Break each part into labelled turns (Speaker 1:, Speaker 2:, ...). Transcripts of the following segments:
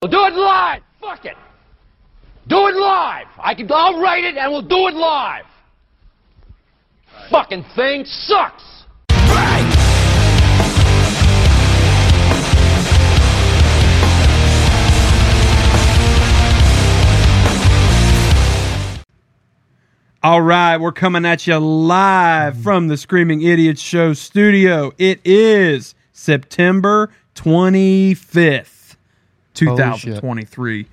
Speaker 1: We'll do it live. Fuck it. Do it live. I can. I'll write it, and we'll do it live. Fucking thing sucks.
Speaker 2: All right, we're coming at you live from the Screaming Idiots Show studio. It is September 25th, 2023.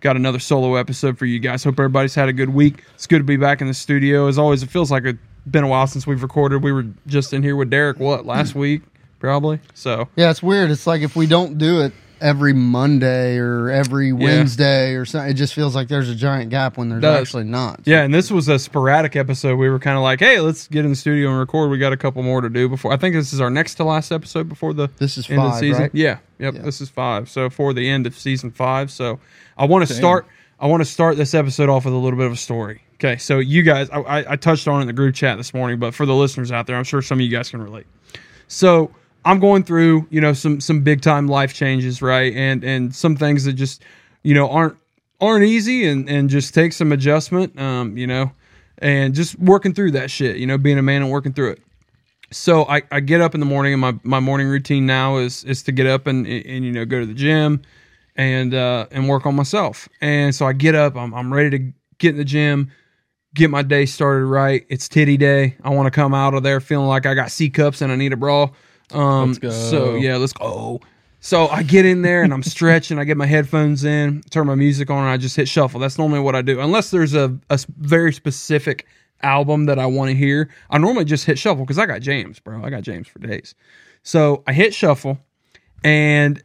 Speaker 2: Got another solo episode for you guys. Hope everybody's had a good week. It's good to be back in the studio. As always, it feels like it's been a while since we've recorded. We were just in here with Derek, what, last week, probably? So,
Speaker 3: Yeah, it's weird. It's like if we don't do it every Monday or every Wednesday or something, it just feels like there's a giant gap when there's
Speaker 2: Does.
Speaker 3: actually not.
Speaker 2: yeah, and this was a sporadic episode. We were kind of like, hey, let's get in the studio and record. We got a couple more to do before. I think this is our next to last episode before the
Speaker 3: This is
Speaker 2: end of the
Speaker 3: five,
Speaker 2: season.
Speaker 3: right?
Speaker 2: Yeah, yep.
Speaker 3: Yeah.
Speaker 2: This is five. So for the end of season five. So I want to start. I want to start this episode off with a little bit of a story. Okay, so you guys, I, I, I touched on it in the group chat this morning, but for the listeners out there, I'm sure some of you guys can relate. So I'm going through, you know, some some big time life changes, right? And and some things that just, you know, aren't aren't easy, and and just take some adjustment, um, you know, and just working through that shit, you know, being a man and working through it so I, I get up in the morning and my, my morning routine now is is to get up and, and you know go to the gym and uh, and work on myself and so I get up I'm, I'm ready to get in the gym get my day started right it's titty day I want to come out of there feeling like I got C cups and I need a bra um so yeah let's go so I get in there and I'm stretching I get my headphones in turn my music on and I just hit shuffle that's normally what I do unless there's a, a s- very specific album that I want to hear. I normally just hit shuffle because I got James, bro. I got James for days. So I hit shuffle, and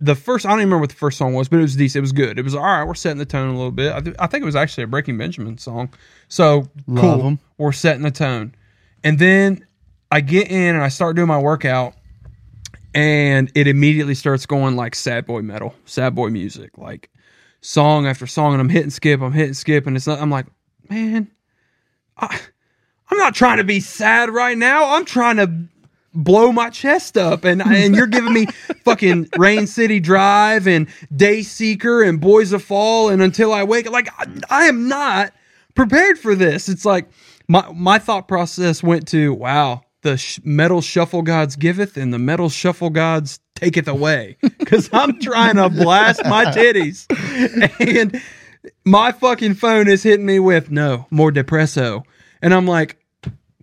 Speaker 2: the first I don't even remember what the first song was, but it was decent. It was good. It was all right. We're setting the tone a little bit. I, th- I think it was actually a Breaking Benjamin song. So
Speaker 3: Love
Speaker 2: cool.
Speaker 3: 'em.
Speaker 2: We're setting the tone, and then I get in and I start doing my workout and it immediately starts going like sad boy metal, sad boy music, like song after song, and I'm hitting skip, I'm hitting skip, and it's not, I'm like, man, I, I'm not trying to be sad right now. I'm trying to blow my chest up, and and you're giving me fucking Rain City Drive and Day Seeker and Boys of Fall and Until I Wake. Like I, I am not prepared for this. It's like my my thought process went to wow, the sh- metal shuffle gods giveth and the metal shuffle gods taketh away because I'm trying to blast my titties and my fucking phone is hitting me with no more depresso and I'm like.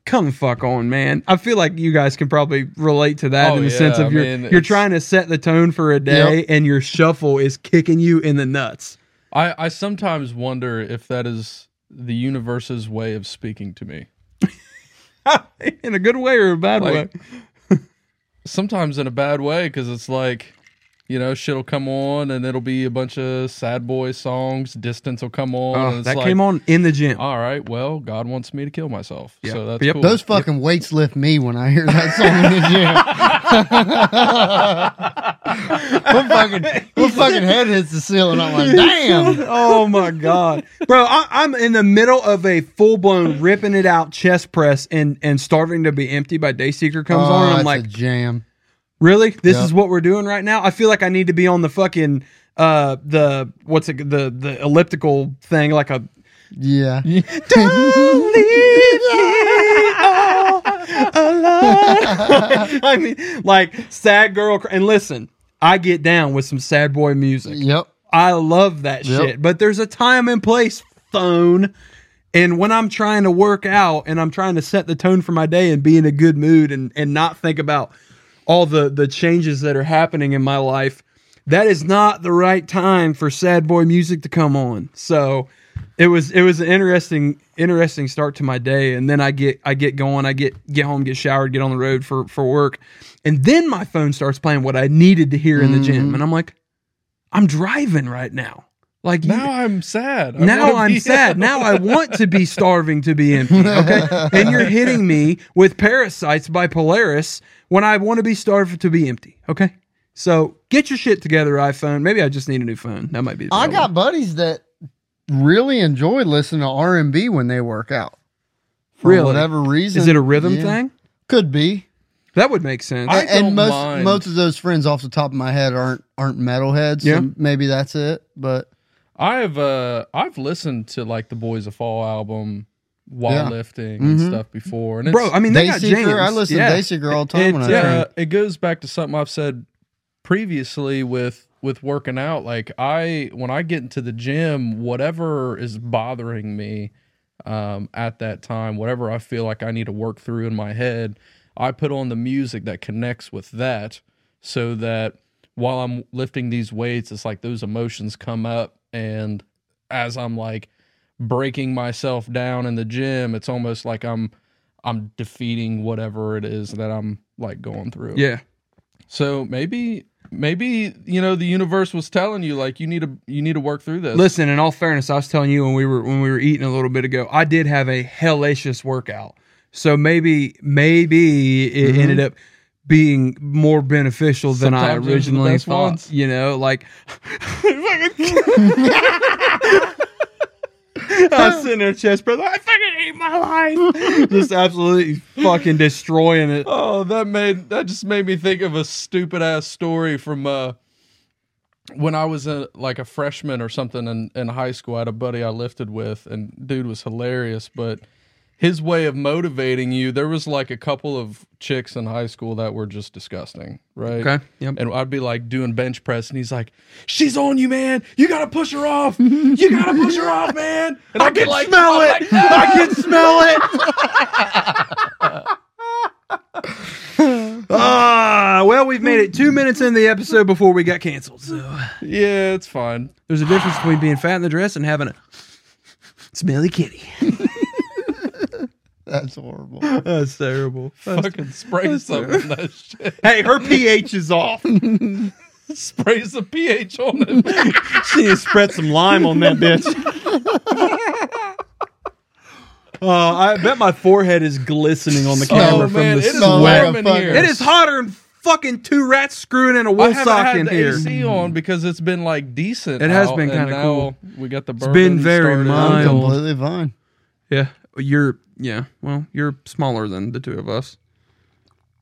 Speaker 2: Come the fuck on, man. I feel like you guys can probably relate to that
Speaker 4: Oh,
Speaker 2: in the sense
Speaker 4: yeah,
Speaker 2: of
Speaker 4: I
Speaker 2: you're
Speaker 4: mean,
Speaker 2: you're
Speaker 4: it's-
Speaker 2: trying to set the tone for a day
Speaker 3: Yep.
Speaker 2: and your shuffle is kicking you in the nuts.
Speaker 4: I, I sometimes wonder if that is the universe's way of speaking to me.
Speaker 2: in a good way or a bad
Speaker 4: Like-
Speaker 2: way.
Speaker 4: Sometimes in a bad way because it's like, you know, shit'll come on and it'll be a bunch of sad boy songs. Distance will come on. and
Speaker 2: Oh,
Speaker 4: uh, it's
Speaker 2: that
Speaker 4: like, Oh,
Speaker 2: came on in the gym.
Speaker 4: All right, well, God wants me to kill myself,
Speaker 2: Yeah.
Speaker 4: so that's
Speaker 2: Yep.
Speaker 4: cool.
Speaker 3: Those fucking weights lift me when I hear that song in the gym. my fucking, my fucking head hits the ceiling. I'm like, damn.
Speaker 2: oh my god, bro! I, I'm in the middle of a full blown ripping it out chest press, and and starving to be empty by Dayseeker comes
Speaker 3: oh,
Speaker 2: on. And
Speaker 3: that's
Speaker 2: I'm like,
Speaker 3: a jam.
Speaker 2: really? This
Speaker 3: Yeah.
Speaker 2: is what we're doing right now? I feel like I need to be on the fucking uh the what's it the the elliptical thing like a
Speaker 3: Yeah.
Speaker 2: Don't leave me all alone. I mean, like sad girl. cr- And listen, I get down with some sad boy music.
Speaker 3: Yep.
Speaker 2: I love that
Speaker 3: Yep.
Speaker 2: shit. But there's a time and place, phone. And when I'm trying to work out and I'm trying to set the tone for my day and be in a good mood and, and not think about all the, the changes that are happening in my life, that is not the right time for sad boy music to come on. So it was it was an interesting interesting start to my day. And then I get I get going, I get get home, get showered, get on the road for, for work. And then my phone starts playing what I needed to hear in the gym. And I'm like, I'm driving right now. Like you-
Speaker 4: now I'm sad. I
Speaker 2: now
Speaker 4: wanna
Speaker 2: I'm
Speaker 4: be-
Speaker 2: sad. Now I want to be starving to be empty. Okay, and you're hitting me with parasites by Polaris when I want to be starved to be empty. Okay, so get your shit together, iPhone. Maybe I just need a new phone. That might be. The
Speaker 3: I got
Speaker 2: problem.
Speaker 3: buddies that really enjoy listening to R&B when they work out. For
Speaker 2: Really?
Speaker 3: whatever reason.
Speaker 2: Is it a rhythm
Speaker 3: Yeah.
Speaker 2: thing?
Speaker 3: Could be.
Speaker 2: That would make sense.
Speaker 4: I
Speaker 3: and
Speaker 4: don't
Speaker 3: most
Speaker 4: mind.
Speaker 3: most of those friends off the top of my head aren't aren't metalheads.
Speaker 2: Yeah.
Speaker 3: So maybe that's it. But
Speaker 4: I've uh I've listened to like the Boys of Fall album while
Speaker 3: Yeah.
Speaker 4: lifting
Speaker 3: Mhm.
Speaker 4: and stuff before, and it's,
Speaker 2: Mm-hmm. Bro, I mean, they got
Speaker 3: Dayseeker,
Speaker 2: jams.
Speaker 3: I listen
Speaker 2: Yeah. uh,
Speaker 3: to Dayseeker all the time when I
Speaker 2: It's,
Speaker 4: yeah, uh,
Speaker 3: train.
Speaker 4: it goes back to something I've said previously with with working out. Like I when I get into the gym, whatever is bothering me um at that time, whatever I feel like I need to work through in my head, I put on the music that connects with that so that while I'm lifting these weights, it's like those emotions come up and as I'm like breaking myself down in the gym, it's almost like I'm I'm defeating whatever it is that I'm like going through.
Speaker 2: Yeah.
Speaker 4: So maybe maybe you know the universe was telling you like you need to you need to work through this.
Speaker 2: Listen, in all fairness, I was telling you when we were when we were eating a little bit ago, I did have a hellacious workout. So maybe maybe it
Speaker 4: Mm-hmm.
Speaker 2: ended up being more beneficial than I
Speaker 4: Sometimes those are the
Speaker 2: originally
Speaker 4: best
Speaker 2: thought.
Speaker 4: ones.
Speaker 2: You know, like I was sitting there chest brother, I fucking hate my life. Just absolutely fucking destroying it.
Speaker 4: Oh, that made that just made me think of a stupid ass story from uh when I was a, like a freshman or something in, in high school. I had a buddy I lifted with, and dude was hilarious. But his way of motivating you, there was like a couple of chicks in high school that were just disgusting, right?
Speaker 2: Okay. Yep.
Speaker 4: And I'd be like doing bench press, and he's like, "She's on you, man. You gotta push her off. You gotta push her off, man." And I'd be like,
Speaker 2: smell
Speaker 4: I'm
Speaker 2: it.
Speaker 4: like, "No."
Speaker 2: I can smell it. Ah, well, we've made it two minutes in the episode before we got canceled. So
Speaker 4: Yeah, it's fine.
Speaker 2: there's a difference between being fat in the dress and having a smelly kitty.
Speaker 3: That's horrible.
Speaker 2: That's terrible.
Speaker 4: Fucking spray something in that shit.
Speaker 2: hey, her pH is off.
Speaker 4: sprays the pH on it.
Speaker 2: she needs to spread some lime on that bitch. Uh, I bet my forehead is glistening on the camera
Speaker 4: oh
Speaker 2: from
Speaker 4: man,
Speaker 2: the
Speaker 4: it is
Speaker 2: sweat.
Speaker 4: warm in
Speaker 3: Motherfucker.
Speaker 4: here.
Speaker 2: It is hotter than fucking two rats screwing in a
Speaker 4: I
Speaker 2: wool
Speaker 4: haven't
Speaker 2: sock
Speaker 4: had
Speaker 2: in
Speaker 4: the
Speaker 2: here.
Speaker 4: AC on because it's been like decent.
Speaker 2: It has
Speaker 4: out,
Speaker 2: been
Speaker 4: and
Speaker 2: kinda cool.
Speaker 4: now We got the
Speaker 2: been
Speaker 4: bourbon.
Speaker 2: very
Speaker 4: started.
Speaker 2: mild.
Speaker 3: I'm
Speaker 2: Wild.
Speaker 3: completely fine.
Speaker 2: Yeah, you're yeah. Well, you're smaller than the two of us.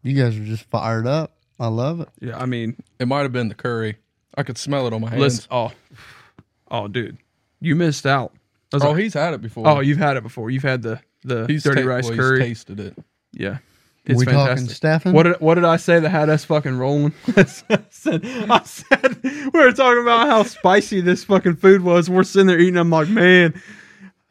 Speaker 3: You guys are just fired up. I love it.
Speaker 2: Yeah, I mean,
Speaker 4: It might have been the curry. I could smell it on my hands.
Speaker 2: listen. Oh, oh, dude, you missed out. That's
Speaker 4: oh,
Speaker 2: like-
Speaker 4: he's had it before.
Speaker 2: oh, you've had it before. You've had the the
Speaker 4: he's
Speaker 2: dirty
Speaker 4: ta-
Speaker 2: rice
Speaker 4: well, he's
Speaker 2: curry.
Speaker 4: tasted it.
Speaker 2: yeah, it's
Speaker 3: we talking
Speaker 2: fantastic.
Speaker 3: Stefan?
Speaker 2: What did, what did I say that had us fucking rolling? I, said, I said we were talking about how spicy this fucking food was. We're sitting there eating. I'm like, man,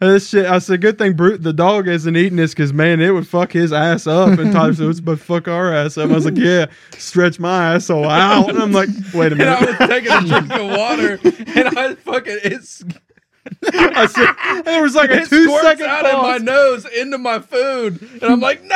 Speaker 2: this shit. I said, good thing Brute the dog isn't eating this because man, it would fuck his ass up. And Tyler said, it's but fuck our ass up. I was like, yeah, stretch my asshole out. And I'm like, wait a
Speaker 4: And I
Speaker 2: minute.
Speaker 4: was taking a drink of water, and I fucking it's
Speaker 2: I said, there was like a
Speaker 4: it
Speaker 2: two
Speaker 4: squirts
Speaker 2: second
Speaker 4: out of my
Speaker 2: pause.
Speaker 4: nose into my food, and I'm like, no.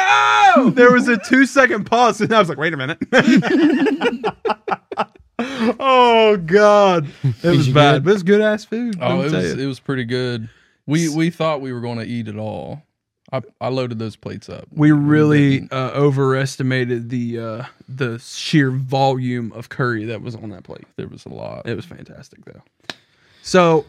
Speaker 4: Oh,
Speaker 2: There was a two second pause, and I was like, wait a minute. oh God, it was
Speaker 3: you
Speaker 2: bad,
Speaker 3: good?
Speaker 2: but it's good ass food. let
Speaker 4: Oh,
Speaker 2: me
Speaker 4: it
Speaker 2: tell
Speaker 4: was
Speaker 2: you.
Speaker 4: it was pretty good. We we thought we were going to eat it all. I I loaded those plates up.
Speaker 2: we really
Speaker 4: didn't.
Speaker 2: uh, overestimated the uh, the sheer volume of curry that was on that plate.
Speaker 4: There was a lot.
Speaker 2: It was fantastic though. So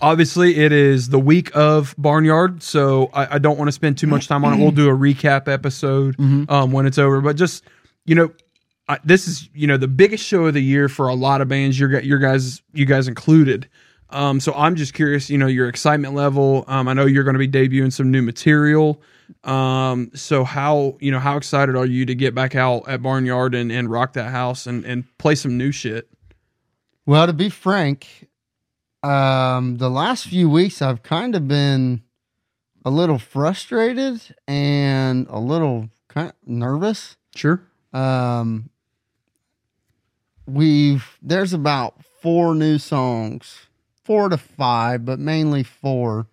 Speaker 2: obviously it is the week of Barnyard, so I, I don't want to spend too much time on it. We'll do a recap episode um, when it's over, but just you know, I, this is you know the biggest show of the year for a lot of bands. Your gu- your guys you guys included. Um, so I'm just curious, you know, your excitement level. Um, I know you're going to be debuting some new material. Um, so how you know how excited are you to get back out at Barnyard and, and rock that house and and play some new shit?
Speaker 3: Well, to be frank, um, the last few weeks I've kind of been a little frustrated and a little kind of nervous.
Speaker 2: Sure.
Speaker 3: Um, we've there's about four new songs, four to five, but mainly four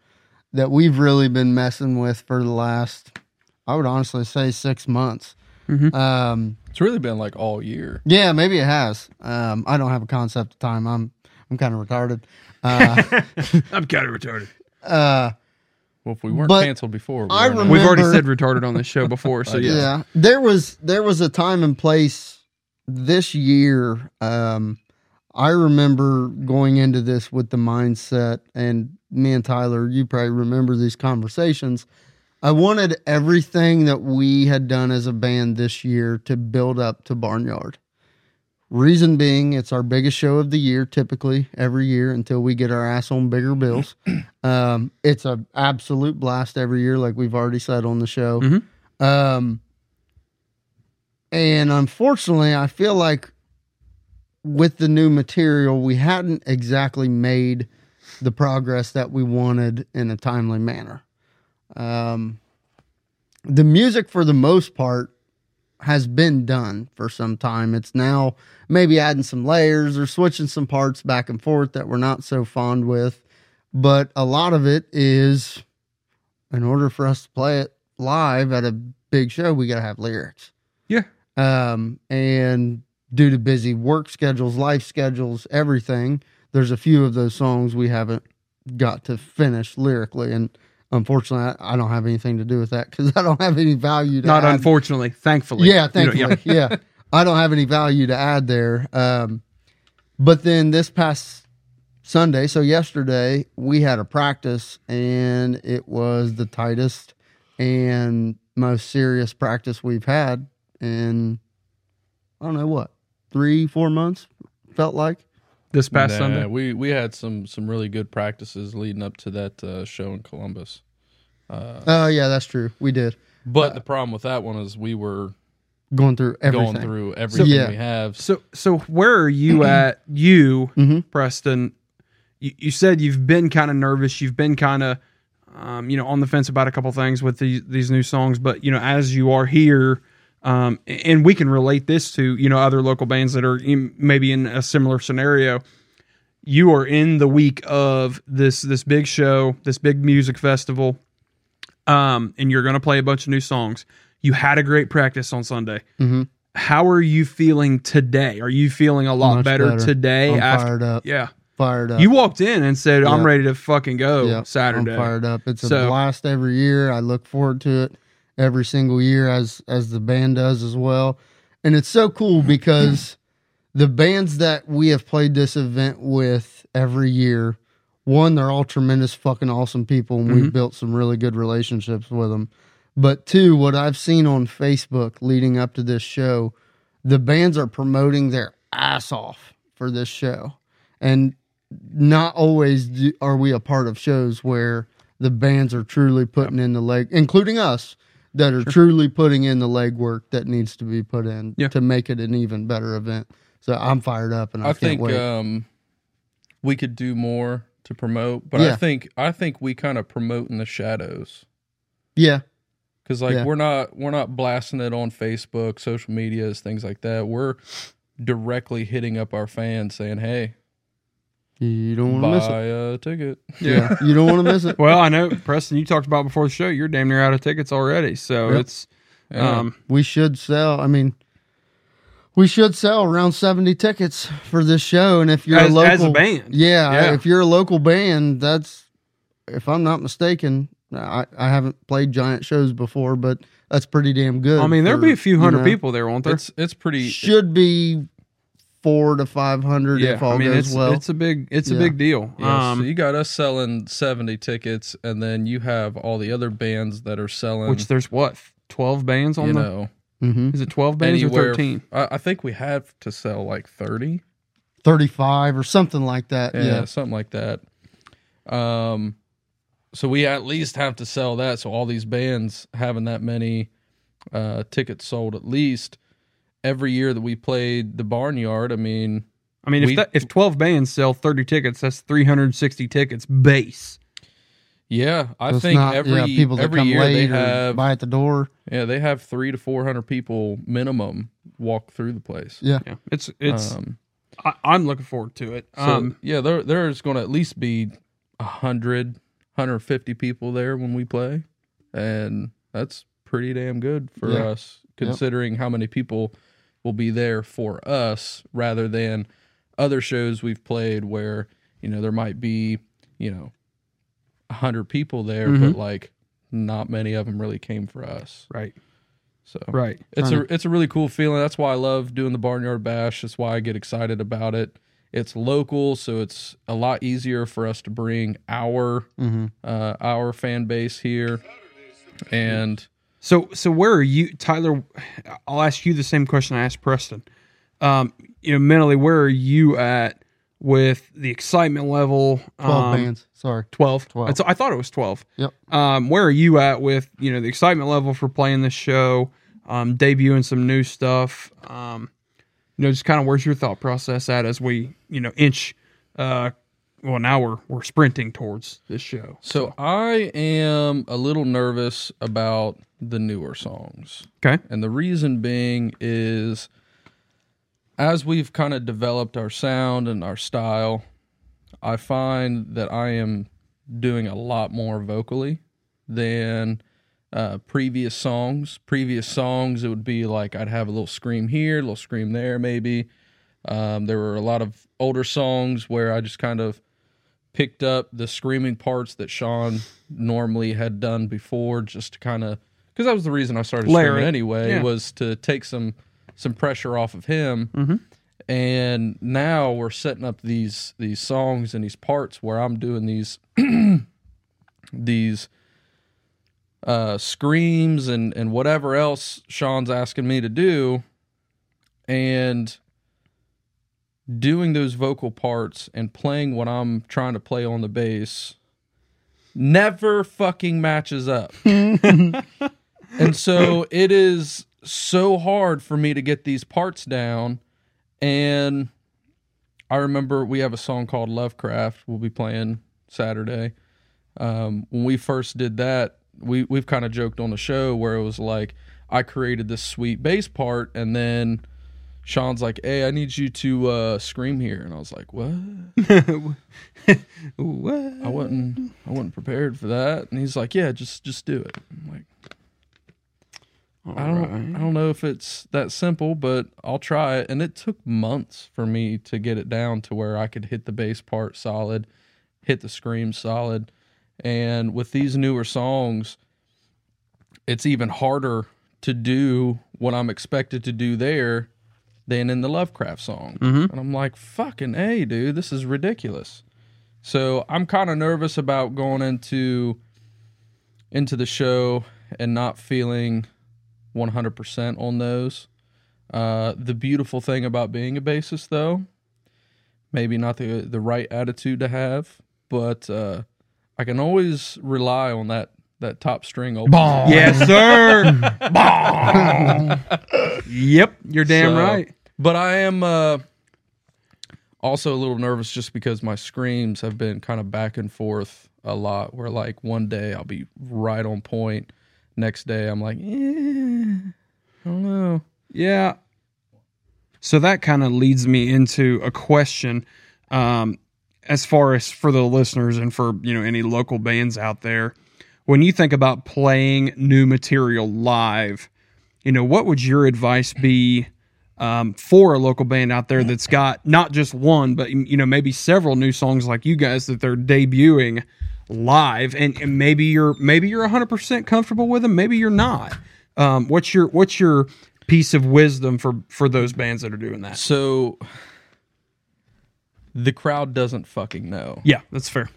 Speaker 3: that we've really been messing with for the last, I would honestly say, six months.
Speaker 2: Mhm.
Speaker 3: Um,
Speaker 4: It's really been like all year.
Speaker 3: yeah, maybe it has. Um, I don't have a concept of time. I'm I'm kind of retarded. Uh,
Speaker 2: I'm kind of retarded.
Speaker 3: uh,
Speaker 4: Well, if we weren't
Speaker 3: But
Speaker 4: canceled before, we
Speaker 3: I
Speaker 4: are now.
Speaker 3: remember-
Speaker 2: We've already said retarded on this show before, so yeah.
Speaker 3: yeah, there was there was a time and place this year. Um, I remember going into this with the mindset, and me and Tyler, you probably remember these conversations. I wanted everything that we had done as a band this year to build up to Barnyard. Reason being, it's our biggest show of the year, typically every year until we get our ass on bigger bills. um, it's an absolute blast every year, like we've already said on the show.
Speaker 2: Mhm.
Speaker 3: Um, and unfortunately, I feel like with the new material, we hadn't exactly made the progress that we wanted in a timely manner. Um, the music, for the most part, has been done for some time. It's now maybe adding some layers or switching some parts back and forth that we're not so fond with. But a lot of it is in order for us to play it live at a big show, we got to have lyrics.
Speaker 2: Yeah.
Speaker 3: Um, and due to busy work schedules, life schedules, everything, there's a few of those songs we haven't got to finish lyrically. And unfortunately, I, I don't have anything to do with that because I don't have any value to
Speaker 2: Not
Speaker 3: add
Speaker 2: unfortunately, thankfully.
Speaker 3: yeah,
Speaker 2: You know,
Speaker 3: thankfully. yeah. I don't have any value to add there. Um, but then this past Sunday, so yesterday, we had a practice and it was the tightest and most serious practice we've had in, I don't know what, three, four months, felt like.
Speaker 2: This past
Speaker 4: Nah,
Speaker 2: Sunday.
Speaker 4: we we had some some really good practices leading up to that uh, show in Columbus. Uh,
Speaker 3: Oh, yeah, that's true. We did.
Speaker 4: but the problem with that one is we were
Speaker 3: Going through everything.
Speaker 4: going through everything
Speaker 3: yeah.
Speaker 4: we have.
Speaker 2: So so where are you at? You,
Speaker 3: Mhm.
Speaker 2: Preston. You, you said you've been kind of nervous. You've been kind of, um, you know, on the fence about a couple things with these these new songs. But you know, as you are here, um, a- and we can relate this to you know other local bands that are in, maybe in a similar scenario. You are in the week of this this big show, this big music festival, um, and you're going to play a bunch of new songs. You had a great practice on Sunday
Speaker 3: Mhm.
Speaker 2: how are you feeling today? Are you feeling a lot
Speaker 3: Much
Speaker 2: better,
Speaker 3: better.
Speaker 2: today?
Speaker 3: I'm
Speaker 2: after,
Speaker 3: fired up.
Speaker 2: yeah,
Speaker 3: Fired up.
Speaker 2: you walked in and said, "I'm
Speaker 3: Yeah.
Speaker 2: ready to fucking go Saturday."
Speaker 3: I'm fired up. It's a
Speaker 2: So-
Speaker 3: blast every year. I look forward to it every single year as as the band does as well. And it's so cool because the bands that we have played this event with every year, one, they're all tremendous fucking awesome people and
Speaker 2: Mm-hmm.
Speaker 3: we've built some really good relationships with them. But two, what I've seen on Facebook leading up to this show, the bands are promoting their ass off for this show. And not always do, are we a part of shows where the bands are truly putting in the leg, including us, that are truly putting in the legwork that needs to be put in
Speaker 2: Yeah.
Speaker 3: to make it an even better event. So I'm fired up and I,
Speaker 4: I
Speaker 3: can't
Speaker 4: think
Speaker 3: wait.
Speaker 4: um, we could do more to promote, but I
Speaker 3: Yeah.
Speaker 4: think I think we kind of promote in the shadows
Speaker 3: yeah,
Speaker 4: because like
Speaker 3: Yeah.
Speaker 4: we're not we're not blasting it on Facebook, social medias, things like that. We're directly hitting up our fans saying, "Hey,
Speaker 3: you don't want to miss
Speaker 4: buy a ticket."
Speaker 3: it. Yeah, you don't want to miss it.
Speaker 2: Well, I know Preston. You talked about before the show. You're damn near out of tickets already, so
Speaker 3: Yep.
Speaker 2: it's
Speaker 4: Yeah.
Speaker 2: um,
Speaker 3: We should sell. I mean, we should sell around 70 tickets for this show. And if you're
Speaker 2: as,
Speaker 3: a local
Speaker 2: as a band.
Speaker 3: Yeah,
Speaker 2: Yeah.
Speaker 3: if you're a local band, that's if I'm not mistaken. I, I haven't played giant shows before, but that's pretty damn good.
Speaker 2: I mean, there'll
Speaker 3: for,
Speaker 2: be a few
Speaker 3: you
Speaker 2: hundred
Speaker 3: know,
Speaker 2: people there, won't there?
Speaker 4: It's it's pretty.
Speaker 3: Should be four to five hundred
Speaker 2: yeah,
Speaker 3: if all
Speaker 2: I mean,
Speaker 3: goes
Speaker 2: it's
Speaker 3: well.
Speaker 2: it's a big it's a
Speaker 3: Yeah.
Speaker 2: big deal.
Speaker 4: Yeah,
Speaker 2: um,
Speaker 4: so you got us selling 70 tickets, and then you have all the other bands that are selling,
Speaker 2: which there's what twelve bands on
Speaker 4: Um, you
Speaker 2: the.
Speaker 4: know,
Speaker 3: hmm
Speaker 2: Is it twelve bands or
Speaker 4: anywhere-
Speaker 2: thirteen?
Speaker 4: I, I think we have to sell like 30,
Speaker 3: Thirty-five or something like that.
Speaker 4: yeah,
Speaker 3: Yeah,
Speaker 4: something like that. Um, so we at least have to sell that. So all these bands having that many uh, tickets sold at least every year that we played the Barnyard. I mean,
Speaker 2: I mean, if
Speaker 4: we-
Speaker 2: that, if twelve bands sell thirty tickets, that's three hundred sixty tickets base.
Speaker 4: yeah, I
Speaker 3: It's
Speaker 4: think
Speaker 3: not-
Speaker 4: every
Speaker 3: yeah, people that
Speaker 4: every
Speaker 3: come
Speaker 4: year
Speaker 3: late
Speaker 4: they
Speaker 3: or
Speaker 4: have
Speaker 3: buy at the door.
Speaker 4: yeah they have three to four hundred people minimum walk through the place.
Speaker 3: Yeah,
Speaker 2: Yeah, it's it's.
Speaker 4: um,
Speaker 2: I, I'm looking forward to it.
Speaker 4: So
Speaker 2: um,
Speaker 4: yeah, there there's going to at least be 100, 150 people there when we play, and that's pretty damn good for
Speaker 3: Yeah.
Speaker 4: us considering how many people will be there for us rather than other shows we've played where you know there might be you know 100 people there,
Speaker 2: Mhm.
Speaker 4: but like not many of them really came for us.
Speaker 2: Right.
Speaker 4: So
Speaker 2: Right.
Speaker 4: it's a it's a really cool feeling. That's why I love doing the barnyard bash. That's why I get excited about it. It's local, so it's a lot easier for us to bring our
Speaker 3: Mhm.
Speaker 4: uh, our fan base here. And
Speaker 2: So so where are you, Tyler? I'll ask you the same question I asked Preston. Um, you know, mentally, where are you at with the excitement level?
Speaker 3: 12
Speaker 2: um,
Speaker 3: bands. Sorry.
Speaker 2: 12.
Speaker 3: 12.
Speaker 2: That's- I thought it was 12.
Speaker 3: Yep.
Speaker 2: Um, where are you at with, you know, the excitement level for playing this show, um, debuting some new stuff? Um, you know, just kind of where's your thought process at as we, you know, inch, uh, well, now we're, we're sprinting towards this show.
Speaker 4: So I am a little nervous about the newer songs.
Speaker 2: Okay.
Speaker 4: And the reason being is as we've kind of developed our sound and our style, I find that I am doing a lot more vocally than uh, previous songs. Previous songs, it would be like I'd have a little scream here, a little scream there, maybe. Um, there were a lot of older songs where I just kind of picked up the screaming parts that Sean normally had done before, just to kind of because that was the reason I started
Speaker 2: Layer
Speaker 4: screaming
Speaker 2: it.
Speaker 4: anyway
Speaker 2: Yeah.
Speaker 4: was to take some some pressure off of him.
Speaker 2: Mhm.
Speaker 4: And now we're setting up these these songs and these parts where I'm doing these these uh, screams and and whatever else Sean's asking me to do, and doing those vocal parts and playing what I'm trying to play on the bass never fucking matches up. and so it is so hard for me to get these parts down and I remember we have a song called Lovecraft we'll be playing Saturday. Um, when we first did that, we we've kind of joked on the show where it was like I created this sweet bass part and then Sean's like, "Hey, I need you to uh, scream here," and I was like, "What?
Speaker 2: What?
Speaker 4: I wasn't, I wasn't prepared for that." And he's like, "Yeah, just, just do it." I'm like, "I don't, I don't know if it's that simple, but I'll try it." And it took months for me to get it down to where I could hit the bass part solid, hit the scream solid, and with these newer songs, it's even harder to do what I'm expected to do there than in the Lovecraft song. And I'm like, fucking A, dude, this is ridiculous. So I'm kind of nervous about going into into the show and not feeling 100% on those. Uh, the beautiful thing about being a bassist, though, maybe not the the right attitude to have, but uh, I can always rely on that that top string opener.
Speaker 2: Yes, sir. Bong. yep, you're damn
Speaker 4: So-
Speaker 2: right.
Speaker 4: But I am uh, also a little nervous just because my screams have been kind of back and forth a lot. Where like one day I'll be right on point, next day I'm like, eh, I don't know.
Speaker 2: Yeah. So that kind of leads me into a question um, as far as for the listeners and for, you know, any local bands out there. When you think about playing new material live, you know, what would your advice be um, for a local band out there that's got not just one, but, you know, maybe several new songs like you guys that they're debuting live and, and maybe you're maybe you're 100% comfortable with them, maybe you're not. Um, what's your what's your piece of wisdom for for those bands that are doing that?
Speaker 4: So the crowd doesn't fucking know.
Speaker 2: Yeah, that's fair.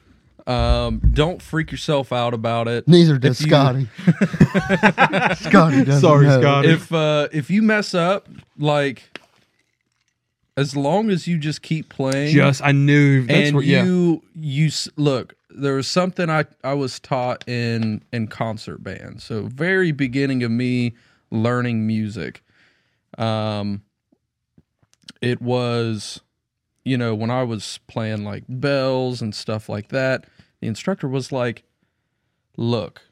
Speaker 4: Um, don't freak yourself out about it.
Speaker 3: Neither does
Speaker 4: If you-
Speaker 3: Scotty. Scotty doesn't.
Speaker 2: Sorry,
Speaker 3: know.
Speaker 2: Scotty.
Speaker 4: if uh if you mess up like as long as you just keep playing
Speaker 2: Just I knew that's
Speaker 4: and
Speaker 2: what yeah.
Speaker 4: you you s- look there was something i i was taught in in concert band so very beginning of me learning music um it was you know when i was playing like bells and stuff like that the instructor was like look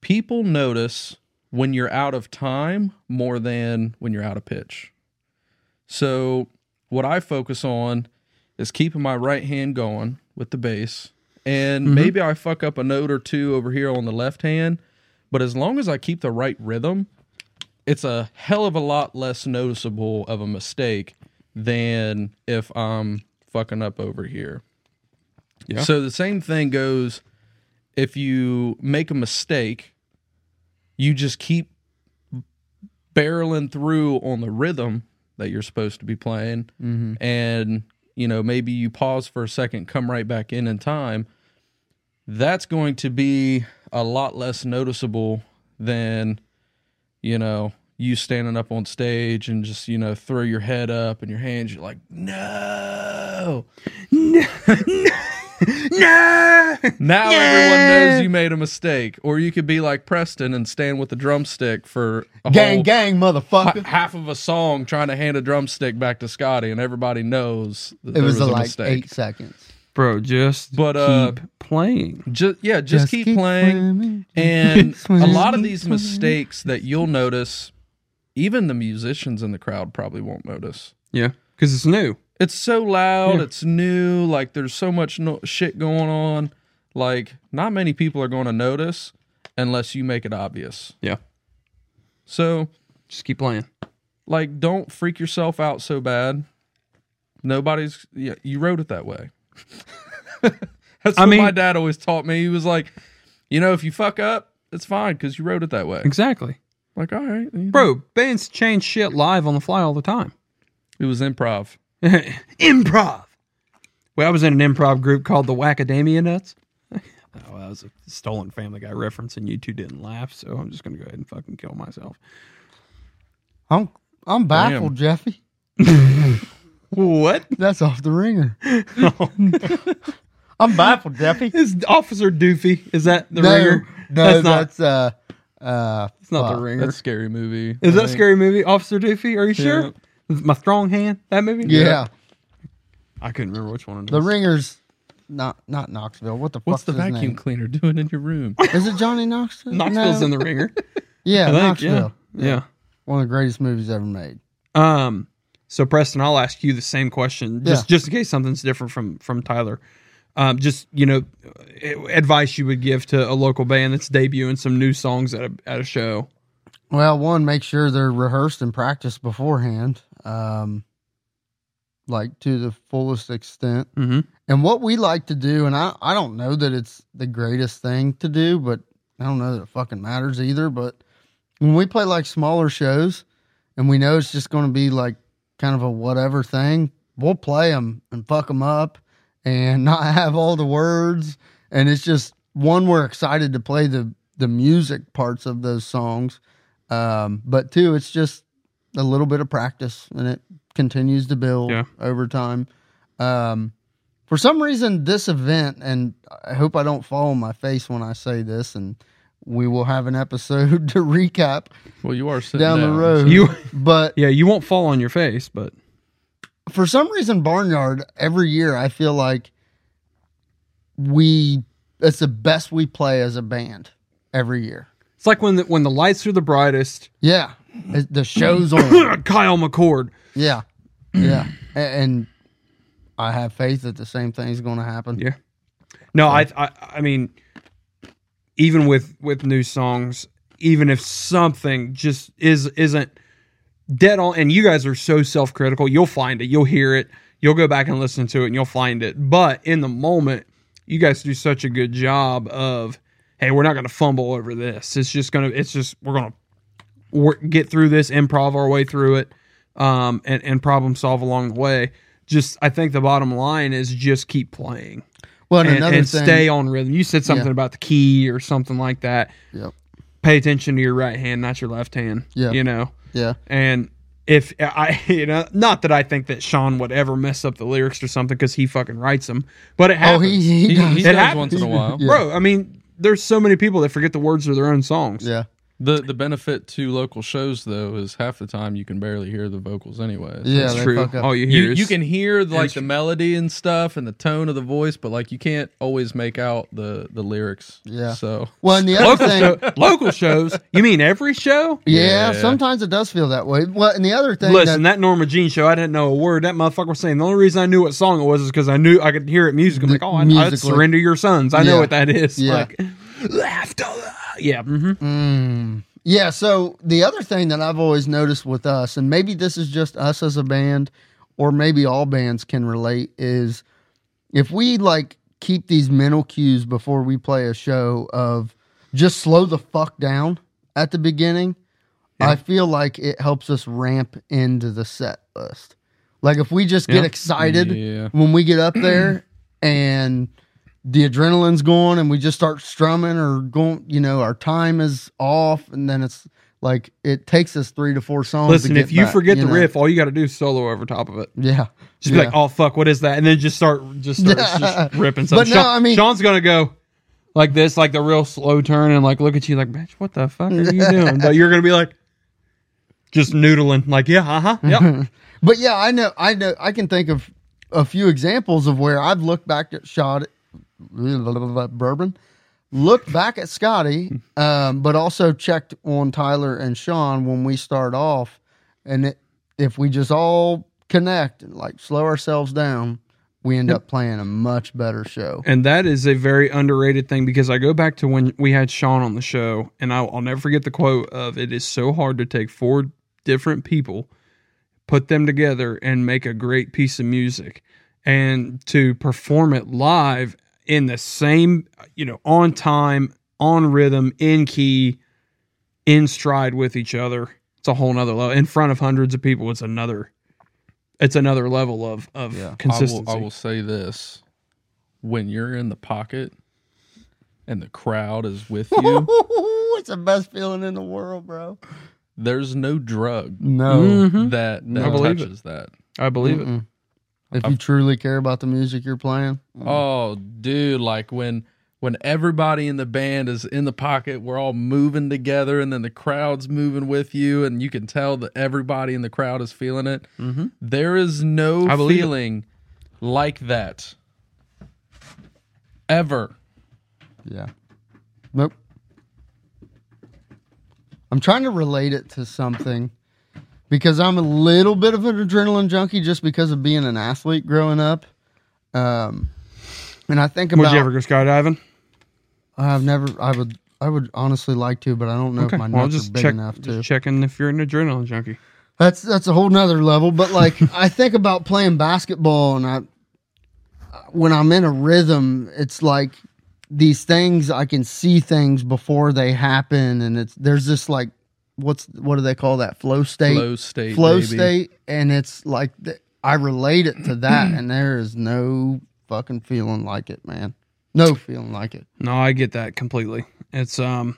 Speaker 4: people notice when you're out of time more than when you're out of pitch so what i focus on is keeping my right hand going with the bass. And maybe I fuck up a note or two over here on the left hand, but as long as I keep the right rhythm, it's a hell of a lot less noticeable of a mistake than if I'm fucking up over here.
Speaker 2: Yeah.
Speaker 4: So the same thing goes if you make a mistake, you just keep barreling through on the rhythm that you're supposed to be playing and you know maybe you pause for a second come right back in in time that's going to be a lot less noticeable than you know you standing up on stage and just you know throw your head up and your hands you're like no
Speaker 2: No, no,
Speaker 4: now
Speaker 2: Yeah.
Speaker 4: everyone knows you made a mistake or you could be like preston and stand with a drumstick for a
Speaker 3: Gang,
Speaker 4: whole-
Speaker 3: gang,
Speaker 4: h-
Speaker 3: motherfucker.
Speaker 4: half of a song trying to hand a drumstick back to scotty and everybody knows that
Speaker 3: It
Speaker 4: there
Speaker 3: was,
Speaker 4: was a
Speaker 3: like
Speaker 4: mistake
Speaker 3: eight seconds.
Speaker 2: bro. Just
Speaker 4: But,
Speaker 2: but
Speaker 4: uh,
Speaker 2: keep playing.
Speaker 4: just yeah just, keep, playing. And a lot of these mistakes that you'll notice, even the musicians in the crowd probably won't notice.
Speaker 2: Yeah, because it's new.
Speaker 4: It's so loud,
Speaker 2: Yeah.
Speaker 4: it's new, like there's so much no- shit going on. Like, not many people are going to notice unless you make it obvious.
Speaker 2: Yeah,
Speaker 4: So,
Speaker 2: just keep playing.
Speaker 4: like, don't freak yourself out so bad. Nobody's, yeah, you wrote it that way. That's
Speaker 2: I
Speaker 4: what
Speaker 2: mean-
Speaker 4: my dad always taught me. He was like, you know, if you fuck up, it's fine because you wrote it that way.
Speaker 2: Exactly,
Speaker 4: Like, all right, you know.
Speaker 2: bro. Bands change shit live on the fly all the time.
Speaker 4: It was improv.
Speaker 2: improv. Well, I was in an improv group called the Wackadamia Nuts. oh, that was a stolen Family Guy reference, and you two didn't laugh, so I'm just gonna go ahead and fucking kill myself.
Speaker 3: I'm, I'm baffled, Jeffy.
Speaker 2: What?
Speaker 3: That's off the ringer. I'm baffled, Jeffy.
Speaker 2: Is Officer Doofy? Is that the
Speaker 3: no,
Speaker 2: ringer?
Speaker 3: No,
Speaker 2: that's
Speaker 3: that's,
Speaker 2: not.
Speaker 3: uh, uh,
Speaker 2: it's not
Speaker 3: fuck.
Speaker 2: the ringer.
Speaker 4: That's scary movie.
Speaker 2: Is that
Speaker 4: I think.
Speaker 2: scary movie, Officer Doofy? Are you sure? My strong hand. That movie.
Speaker 3: Yeah,
Speaker 2: I couldn't remember which one. It
Speaker 3: the
Speaker 2: was.
Speaker 3: ringer's not not Knoxville. What the
Speaker 4: What's
Speaker 3: fuck's
Speaker 4: the
Speaker 3: his
Speaker 4: vacuum
Speaker 3: name?
Speaker 4: cleaner doing in your room?
Speaker 3: Is it Johnny Knoxville?
Speaker 2: Knoxville's
Speaker 3: No.
Speaker 2: in the ringer.
Speaker 3: yeah,
Speaker 2: I think.
Speaker 3: Knoxville.
Speaker 2: Yeah. yeah.
Speaker 3: One of the greatest movies ever made.
Speaker 2: Um, so Preston, I'll ask you the same question just just in case something's different from from Tyler. Um, just you know, uh, advice you would give to a local band that's debuting some new songs at a at a show.
Speaker 3: Well, one, make sure they're rehearsed and practiced beforehand, um, like to the fullest extent.
Speaker 2: Mm-hmm.
Speaker 3: And what we like to do, and I, I don't know that it's the greatest thing to do, but I don't know that it fucking matters either. But when we play like smaller shows and we know it's just going to be like kind of a whatever thing, we'll play them and fuck them up and not have all the words. And it's just one, we're excited to play the, the music parts of those songs. Um, but two, it's just a little bit of practice and it continues to build
Speaker 2: Yeah.
Speaker 3: over time. Um, for some reason, this event, and I hope I don't fall on my face when I say this, and we will have an episode to recap
Speaker 4: Well, you are sitting
Speaker 3: down, the road.
Speaker 2: You-
Speaker 3: but
Speaker 2: Yeah, you won't fall on your face, but
Speaker 3: for some reason, Barnyard every year, I feel like we it's the best we play as a band every year.
Speaker 2: it's like when the, when the lights are the brightest.
Speaker 3: Yeah, It- the show's on.
Speaker 2: Kyle McCord.
Speaker 3: Yeah, yeah, A- and I have faith that the same thing's going to happen.
Speaker 2: Yeah. No, I, I I mean, even with with new songs, even if something just is isn't dead on, and you guys are so self critical, you'll find it, you'll hear it, you'll go back and listen to it, and you'll find it. But in the moment, you guys do such a good job of, hey, we're not going to fumble over this. It's just gonna, it's just we're gonna work, get through this, improv our way through it, um, and and problem solve along the way. Just, I think the bottom line is just keep playing
Speaker 3: Well, and,
Speaker 2: and,
Speaker 3: another
Speaker 2: and
Speaker 3: thing,
Speaker 2: stay on rhythm. You said something
Speaker 3: Yeah.
Speaker 2: about the key or something like that.
Speaker 3: Yep.
Speaker 2: Pay attention to your right hand, not your left hand.
Speaker 3: Yeah.
Speaker 2: You know,
Speaker 3: yeah,
Speaker 2: and if I, you know, not that I think that Sean would ever mess up the lyrics or something because he fucking writes them, but it
Speaker 3: oh,
Speaker 2: happens.
Speaker 3: he he,
Speaker 4: He,
Speaker 3: does.
Speaker 4: he
Speaker 2: It
Speaker 4: does
Speaker 2: happens.
Speaker 4: once in a while.
Speaker 3: Yeah.
Speaker 2: Bro, I mean, there's so many people that forget the words of their own songs.
Speaker 3: yeah.
Speaker 4: The the benefit to local shows though is half the time you can barely hear the vocals anyway.
Speaker 3: Yeah,
Speaker 2: That's
Speaker 3: they
Speaker 2: true. Oh,
Speaker 3: fuck up.
Speaker 2: All you hear
Speaker 4: You,
Speaker 2: is
Speaker 4: you can hear like
Speaker 2: Here's-
Speaker 4: the melody and stuff and the tone of the voice, but like you can't always make out the the lyrics.
Speaker 3: Yeah.
Speaker 4: So
Speaker 3: Well, and the other
Speaker 2: local,
Speaker 3: thing,
Speaker 2: show- local shows. You mean every show?
Speaker 3: yeah,
Speaker 4: Yeah.
Speaker 3: sometimes it does feel that way. Well, and the other thing,
Speaker 2: Listen,
Speaker 3: that,
Speaker 2: that Norma Jean show, I didn't know a word that motherfucker was saying. The only reason I knew what song it was is because I knew I could hear it music. I'm like, oh, I, I
Speaker 3: Musically.
Speaker 2: surrender your sons. I know
Speaker 3: Yeah.
Speaker 2: what that is.
Speaker 3: Yeah. Mm-hmm.
Speaker 2: Like, laughter. Yeah. hmm
Speaker 3: Mm. yeah. So the other thing that I've always noticed with us, and maybe this is just us as a band, or maybe all bands can relate, is if we like keep these mental cues before we play a show of just slow the fuck down at the beginning. I feel like it helps us ramp into the set list. Like if we just get
Speaker 2: Yeah.
Speaker 3: excited
Speaker 4: Yeah.
Speaker 3: when we get up there and the adrenaline's going and we just start strumming or going, you know, our time is off and then it's Like it takes us three to four songs. to
Speaker 2: Listen,
Speaker 3: get
Speaker 2: if you
Speaker 3: back,
Speaker 2: forget the
Speaker 3: know?
Speaker 2: riff, all you got to do is solo over top of it.
Speaker 3: yeah,
Speaker 2: Just
Speaker 3: yeah.
Speaker 2: be like, oh fuck, what is that? And then just start just, start, just ripping something.
Speaker 3: But no, I mean-
Speaker 2: Sean's gonna go like this, like the real slow turn, and like look at you, like bitch, what the fuck are you doing? But you're gonna be like, just noodling, like yeah, uh huh, yep.
Speaker 3: But yeah, I know, I know, I can think of a few examples of where I've looked back at shot bourbon, looked back at Scotty, um, but also checked on Tyler and Sean when we start off, and it, if we just all connect, and, like slow ourselves down, we end up playing a much better show.
Speaker 2: and that is a very underrated thing because I go back to when we had Sean on the show, and I'll, I'll never forget the quote of "It is so hard to take four different people, put them together, and make a great piece of music, and to perform it live in the same, you know, on time, on rhythm, in key, in stride with each other. It's a whole nother level. In front of hundreds of people, it's another." It's another level of of consistency.
Speaker 4: I will, I will say this: when you're in the pocket and the crowd is with you,
Speaker 3: it's the best feeling in the world, bro.
Speaker 4: there's no drug
Speaker 3: No.
Speaker 2: Mhm.
Speaker 4: that that
Speaker 2: I believe it.
Speaker 4: touches that.
Speaker 2: I believe it.
Speaker 3: Mm-mm. If you truly care about the music you're playing,
Speaker 4: Oh, dude! Like when when everybody in the band is in the pocket, we're all moving together, and then the crowd's moving with you, and you can tell that everybody in the crowd is feeling it. There is no
Speaker 2: Mm-hmm. I believe it.
Speaker 4: feeling like that ever.
Speaker 3: Yeah. Nope. I'm trying to relate it to something because I'm a little bit of an adrenaline junkie just because of being an athlete growing up. Um, and I think
Speaker 2: Would
Speaker 3: about
Speaker 2: you ever go skydiving?
Speaker 3: I've never I would I would honestly like to, but I don't know if my nuts
Speaker 2: well,
Speaker 3: are
Speaker 2: just
Speaker 3: big
Speaker 2: check,
Speaker 3: enough to.
Speaker 2: just checking if you're an adrenaline junkie.
Speaker 3: That's that's a whole nother level. But like I think about playing basketball, and I when I'm in a rhythm, it's like these things I can see things before they happen, and it's there's this like what's what do they call that flow state
Speaker 4: Flow state,
Speaker 3: flow
Speaker 4: baby.
Speaker 3: state, and it's like th- I relate it to that, and there is no fucking feeling like it, man. No feeling like it.
Speaker 2: No, I get that completely. It's um,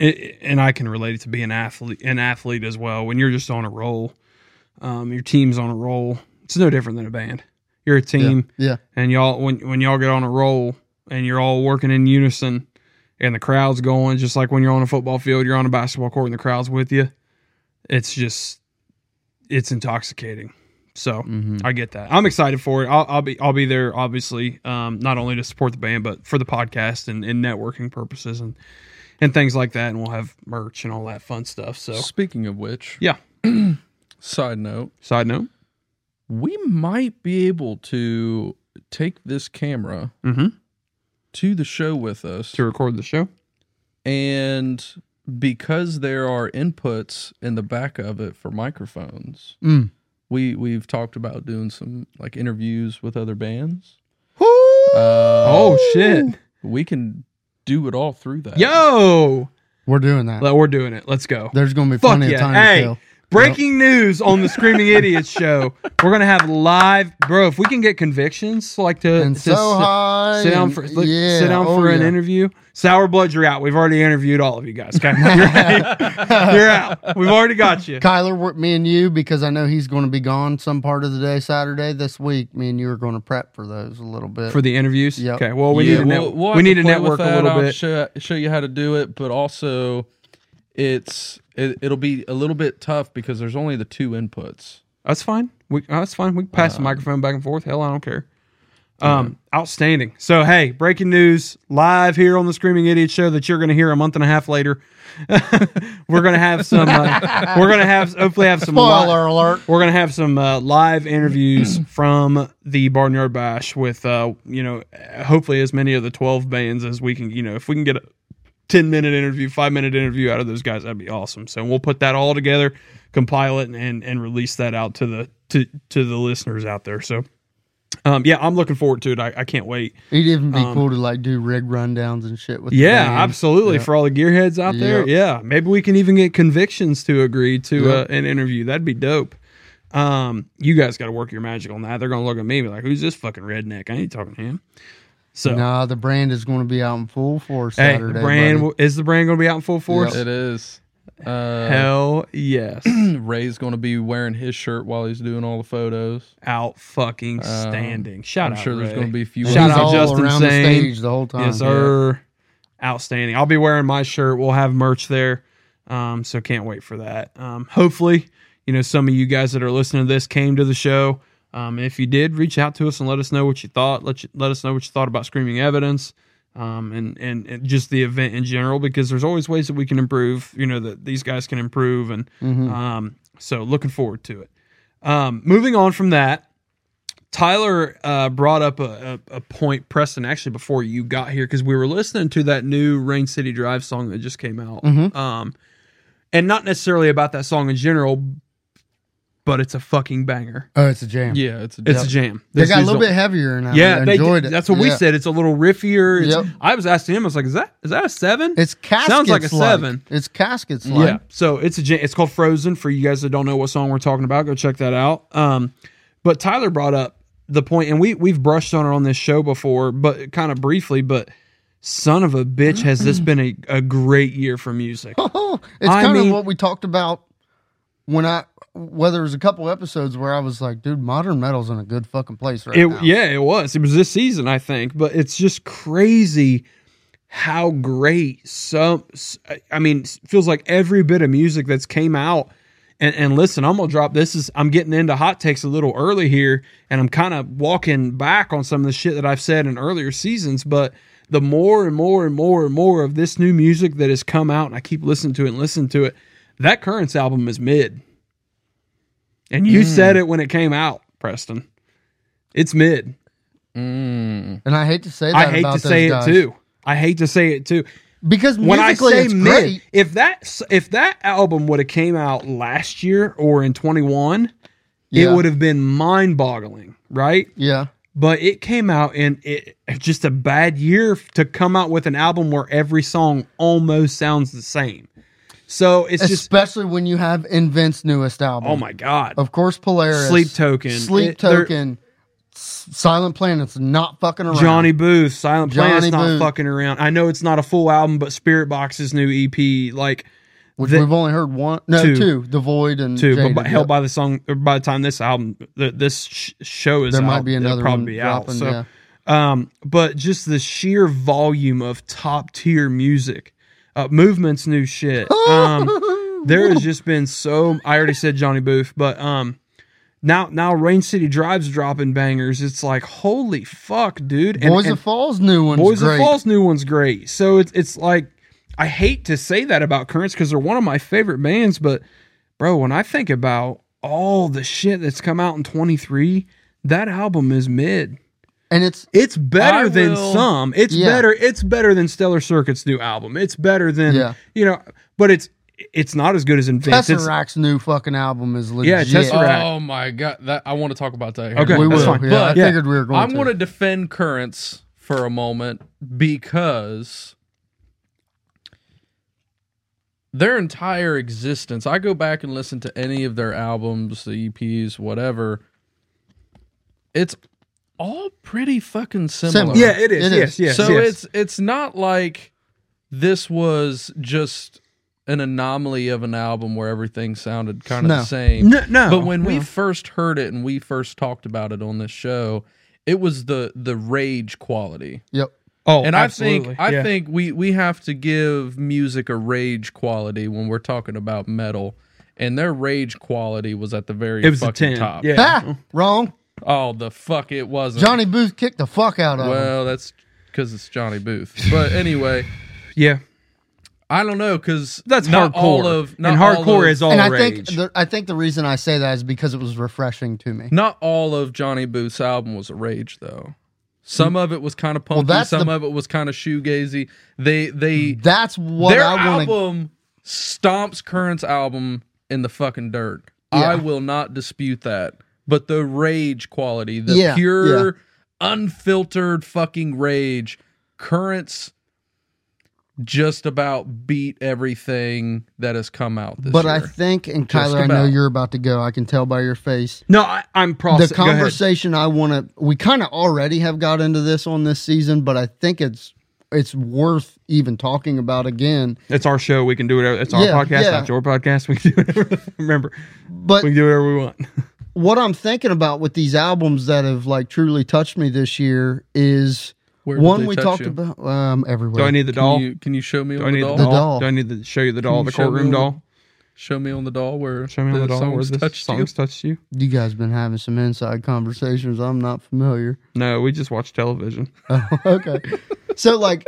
Speaker 2: it, and I can relate it to being an athlete, an athlete as well. When you're just on a roll, um, your team's on a roll. It's no different than a band. You're a team,
Speaker 3: Yeah,
Speaker 2: and y'all when when y'all get on a roll and you're all working in unison, and the crowd's going just like when you're on a football field, you're on a basketball court, and the crowd's with you. It's just, it's intoxicating. So I get that. I'm excited for it. I'll, I'll be I'll be there obviously, um, not only to support the band but for the podcast and, and networking purposes and and things like that. And we'll have merch and all that fun stuff. So
Speaker 4: Speaking of which,
Speaker 2: yeah.
Speaker 4: side note,
Speaker 2: Side note.
Speaker 4: we might be able to take this camera
Speaker 2: Mm-hmm.
Speaker 4: to the show with us
Speaker 2: To record the show.
Speaker 4: and because there are inputs in the back of it for microphones
Speaker 3: Mm.
Speaker 4: we we've talked about doing some like interviews with other bands
Speaker 3: Woo!
Speaker 4: uh,
Speaker 2: Oh shit.
Speaker 4: we can do it all through that
Speaker 2: Yo.
Speaker 3: we're doing that.
Speaker 2: We're doing it. Let's go.
Speaker 3: There's gonna be
Speaker 2: Fuck
Speaker 3: plenty
Speaker 2: yeah.
Speaker 3: of time
Speaker 2: Hey,
Speaker 3: to kill.
Speaker 2: breaking news on the Screaming Idiots show. We're going to have live, bro, if we can get convictions, like to,
Speaker 3: And
Speaker 2: to
Speaker 3: so
Speaker 2: sit-
Speaker 3: high.
Speaker 2: sit down
Speaker 3: and-
Speaker 2: for, look,
Speaker 3: yeah,
Speaker 2: sit down
Speaker 3: oh
Speaker 2: for an
Speaker 3: yeah.
Speaker 2: interview. Sour Blood, you're out. We've already interviewed all of you guys. Okay? You're, out. You're out. We've already got you.
Speaker 3: Kyler, we're- me and you, because I know he's going to be gone some part of the day Saturday this week. Me and you are going to prep for those a little bit.
Speaker 2: For the interviews,
Speaker 3: Yep.
Speaker 2: okay. Well, we
Speaker 4: Yeah,
Speaker 2: need to net-
Speaker 4: we'll-
Speaker 2: we
Speaker 4: we'll have
Speaker 2: need
Speaker 4: to
Speaker 2: to
Speaker 4: play
Speaker 2: network
Speaker 4: with
Speaker 2: a
Speaker 4: that.
Speaker 2: little
Speaker 4: I'll
Speaker 2: bit.
Speaker 4: Show, show you how to do it, but also it's it, it'll be a little bit tough because there's only the two inputs.
Speaker 2: That's fine. We oh, that's fine. We can pass the microphone back and forth. Hell, I don't care. Um, outstanding. So hey, breaking news live here on the Screaming Idiot Show that you're going to hear a month and a half later. we're going to have some. Uh, we're going to have hopefully have some. li-
Speaker 3: Spoiler alert.
Speaker 2: we're going to have some uh, live interviews from the Barnyard Bash with uh, you know hopefully as many of the twelve bands as we can. You know if we can get a 10 minute interview, five minute interview out of those guys. That'd be awesome. So we'll put that all together, compile it, and and release that out to the to to the listeners out there. So, um, yeah, I'm looking forward to it. I, I can't wait.
Speaker 3: It'd even be cool to like do rig rundowns and shit with. the
Speaker 2: Yeah,
Speaker 3: band.
Speaker 2: absolutely. For all the gearheads out there,
Speaker 3: Yep.
Speaker 2: yeah, maybe we can even get convictions to agree to uh, an interview. That'd be dope. Um, you guys got to work your magic on that. They're gonna look at me and be like, "Who's this fucking redneck?" I ain't talking to him. So,
Speaker 3: Nah, the brand is going to be out in full force
Speaker 2: hey,
Speaker 3: Saturday.
Speaker 2: the brand
Speaker 3: buddy.
Speaker 2: is the brand gonna be out in full force?
Speaker 3: Yep.
Speaker 4: It is. Uh,
Speaker 2: Hell yes.
Speaker 4: Ray's going to be wearing his shirt while he's doing all the photos.
Speaker 2: Out fucking standing. Shout
Speaker 4: I'm
Speaker 2: out.
Speaker 4: sure there's
Speaker 2: Ray.
Speaker 4: going to be a few.
Speaker 2: Shout
Speaker 3: He's
Speaker 2: out
Speaker 3: all
Speaker 2: Justin
Speaker 3: around
Speaker 2: Sane.
Speaker 3: the stage the whole time.
Speaker 2: Yes, sir. Outstanding. I'll be wearing my shirt. We'll have merch there. Um, so can't wait for that. Um, hopefully, you know, some of you guys that are listening to this came to the show. Um, and if you did, reach out to us and let us know what you thought. Let you, let us know what you thought about Screaming Evidence, um, and, and and just the event in general, because there's always ways that we can improve. You know that these guys can improve, and
Speaker 3: Mhm.
Speaker 2: um, so looking forward to it. Um, moving on from that, Tyler uh, brought up a, a, a point, Preston, actually before you got here, because we were listening to that new Rain City Drive song that just came out,
Speaker 3: Mhm.
Speaker 2: um, and not necessarily about that song in general, but it's a fucking banger.
Speaker 3: Oh, it's a jam.
Speaker 4: Yeah, it's a,
Speaker 2: It's a jam.
Speaker 3: They
Speaker 2: This
Speaker 3: got a
Speaker 2: dude's
Speaker 3: little
Speaker 2: the-
Speaker 3: bit heavier now.
Speaker 2: Yeah,
Speaker 3: I
Speaker 2: they
Speaker 3: enjoyed
Speaker 2: did-
Speaker 3: it.
Speaker 2: That's what we
Speaker 3: Yeah.
Speaker 2: said. It's a little riffier. It's-
Speaker 3: Yep.
Speaker 2: I was asking him. I was like, "Is that is that a seven?
Speaker 3: It's caskets.
Speaker 2: Sounds like a seven.
Speaker 3: It's caskets. Like.
Speaker 2: Yeah. So it's a jam- it's called Frozen. For you guys that don't know what song we're talking about, go check that out. Um, but Tyler brought up the point, and we we've brushed on it on this show before, but kind of briefly. But son of a bitch, has this been a, a great year for music?
Speaker 3: Oh, it's
Speaker 2: I
Speaker 3: kind
Speaker 2: mean-
Speaker 3: of what we talked about when I. Well, there was a couple episodes where I was like, "Dude, modern metal's in a good fucking place right
Speaker 2: It,
Speaker 3: now."
Speaker 2: yeah, it was. It was this season, I think. But it's just crazy how great some. s- I- I mean, s- feels like every bit of music that's came out. And, and listen, I'm gonna drop this. Is I'm getting into hot takes a little early here, and I'm kind of walking back on some of the shit that I've said in earlier seasons. But the more and more and more and more of this new music that has come out, and I keep listening to it and listening to it, that Currents album is mid. And you
Speaker 3: Mm.
Speaker 2: said it when it came out, Preston. It's mid.
Speaker 4: Mm.
Speaker 3: and I hate to say that.
Speaker 2: I hate
Speaker 3: about
Speaker 2: to
Speaker 3: those
Speaker 2: say
Speaker 3: guys.
Speaker 2: it too. I hate to say it too.
Speaker 3: because
Speaker 2: When I
Speaker 3: musically
Speaker 2: say
Speaker 3: it's
Speaker 2: mid,
Speaker 3: great.
Speaker 2: if that if that album would have came out last year or in 21,
Speaker 3: Yeah,
Speaker 2: it would have been mind-boggling, right?
Speaker 3: yeah,
Speaker 2: But it came out in it just a bad year to come out with an album where every song almost sounds the same. So it's just
Speaker 3: especially when you have Invent's newest album.
Speaker 2: oh my god.
Speaker 3: Of course, Polaris,
Speaker 2: Sleep Token.
Speaker 3: Sleep
Speaker 2: It- they're-
Speaker 3: Token, S- Silent Planet's not fucking around.
Speaker 2: Johnny Booth, Silent Planet's
Speaker 3: Johnny
Speaker 2: not
Speaker 3: Booth.
Speaker 2: fucking around. I know it's not a full album, but Spirit Box's new EP, like
Speaker 3: which
Speaker 2: the-
Speaker 3: we've only heard one, no,
Speaker 2: Two.
Speaker 3: two, The Void and
Speaker 2: too.
Speaker 3: Jaded.
Speaker 2: But by, hell, by the song, or by the time this album, th- this sh- show is
Speaker 3: there
Speaker 2: out,
Speaker 3: might be
Speaker 2: it'll
Speaker 3: another
Speaker 2: probably
Speaker 3: one
Speaker 2: be out.
Speaker 3: dropping.
Speaker 2: so,
Speaker 3: yeah.
Speaker 2: um, but just the sheer volume of top tier music, uh, movements, new shit. Um, there has just been so. I already said Johnny Booth, but um, now now Rain City Drive's dropping bangers. It's like holy fuck, dude. And-
Speaker 3: Boys
Speaker 2: and-
Speaker 3: of Falls new one's
Speaker 2: Boys
Speaker 3: great.
Speaker 2: of Falls new one's great. So it's it's like I hate to say that about Currents because they're one of my favorite bands, but bro, when I think about all the shit that's come out in 23, that album is mid.
Speaker 3: and it's
Speaker 2: It's better
Speaker 4: I
Speaker 2: than
Speaker 4: will-
Speaker 2: some. It's
Speaker 3: Yeah.
Speaker 2: better. It's better than Stellar Circuit's new album. It's better than
Speaker 3: Yeah.
Speaker 2: you know, but it's it's not as good as Invents. It's-
Speaker 3: Tesseract's new fucking album is legit.
Speaker 2: Yeah, Tesseract. Correct.
Speaker 4: Oh my god, that I want to talk about that. Here
Speaker 2: Okay,
Speaker 3: We
Speaker 4: that's
Speaker 3: will.
Speaker 2: fine.
Speaker 3: Yeah, I
Speaker 4: But-
Speaker 2: Yeah.
Speaker 3: figured we were going.
Speaker 4: I'm
Speaker 3: to.
Speaker 4: going to defend Currents for a moment because their entire existence, I go back and listen to any of their albums, the EPs, whatever. It's all pretty fucking similar.
Speaker 3: Similar.
Speaker 2: yeah, it is.
Speaker 3: It is.
Speaker 2: yes, yes.
Speaker 4: so
Speaker 2: yes.
Speaker 4: it's it's not like this was just an anomaly of an album where everything sounded kind of
Speaker 3: No.
Speaker 4: the same.
Speaker 2: no, no.
Speaker 4: But when we
Speaker 2: no.
Speaker 4: first heard it and we first talked about it on this show, it was the the rage quality.
Speaker 3: Yep.
Speaker 2: oh,
Speaker 4: And I
Speaker 2: absolutely,
Speaker 4: think I
Speaker 2: yeah.
Speaker 4: think we we have to give music a rage quality when we're talking about metal. And their rage quality was at the very
Speaker 2: it was a
Speaker 4: fucking
Speaker 2: ten.
Speaker 4: top.
Speaker 2: Yeah,
Speaker 3: Ha! Wrong.
Speaker 4: Oh, the fuck it wasn't.
Speaker 3: Johnny Booth kicked the fuck out of him.
Speaker 4: Well, that's because it's Johnny Booth. But anyway,
Speaker 2: yeah.
Speaker 4: I don't know because
Speaker 2: That's
Speaker 4: not
Speaker 2: hardcore.
Speaker 4: all of not
Speaker 2: and hardcore
Speaker 4: all of,
Speaker 2: is all
Speaker 3: And I
Speaker 2: rage.
Speaker 3: think the, I think the reason I say that is because it was refreshing to me.
Speaker 4: Not all of Johnny Booth's album was a rage though. Some of it was kind of punky.
Speaker 3: that's
Speaker 4: some
Speaker 3: the-
Speaker 4: of it was kind of shoegazy. They they
Speaker 3: That's what
Speaker 4: their
Speaker 3: I want to.
Speaker 4: album stomps Current's album in the fucking dirt. I
Speaker 3: Yeah.
Speaker 4: will not dispute that. But the rage quality, the
Speaker 3: Yeah,
Speaker 4: pure, unfiltered fucking rage, Current's just about beat everything that has come out this
Speaker 3: But
Speaker 4: year.
Speaker 3: I think, and Tyler, I know
Speaker 4: about.
Speaker 3: you're about to go. I can tell by your face.
Speaker 2: no, I, I'm processing.
Speaker 3: the conversation I want to, we kind of already have got into this on this season, but I think it's it's worth even talking about again.
Speaker 2: It's our show. We can do whatever. It's our
Speaker 3: Yeah,
Speaker 2: podcast,
Speaker 3: yeah.
Speaker 2: not your podcast. We can do whatever. Remember,
Speaker 3: But
Speaker 2: we can do whatever we want.
Speaker 3: what I'm thinking about with these albums that have like truly touched me this year is
Speaker 4: Where did
Speaker 3: one
Speaker 4: they
Speaker 3: we
Speaker 4: touch
Speaker 3: talked
Speaker 4: you?
Speaker 3: about um, everywhere.
Speaker 2: Do I need the
Speaker 4: Can
Speaker 2: doll?
Speaker 4: you, can you show me
Speaker 2: Do I
Speaker 4: on the
Speaker 2: need
Speaker 4: doll?
Speaker 2: the doll?
Speaker 3: doll.
Speaker 2: Do I need to show you the
Speaker 4: you
Speaker 2: doll, the
Speaker 4: show me
Speaker 2: courtroom
Speaker 4: on the-
Speaker 2: doll?
Speaker 4: Show me on the doll where
Speaker 2: Show me on the, doll. Where
Speaker 4: songs
Speaker 2: this
Speaker 4: touched
Speaker 2: songs touched you?
Speaker 3: You guys been having some inside conversations. I'm not familiar.
Speaker 2: No, we just watch television.
Speaker 3: Oh, okay. so like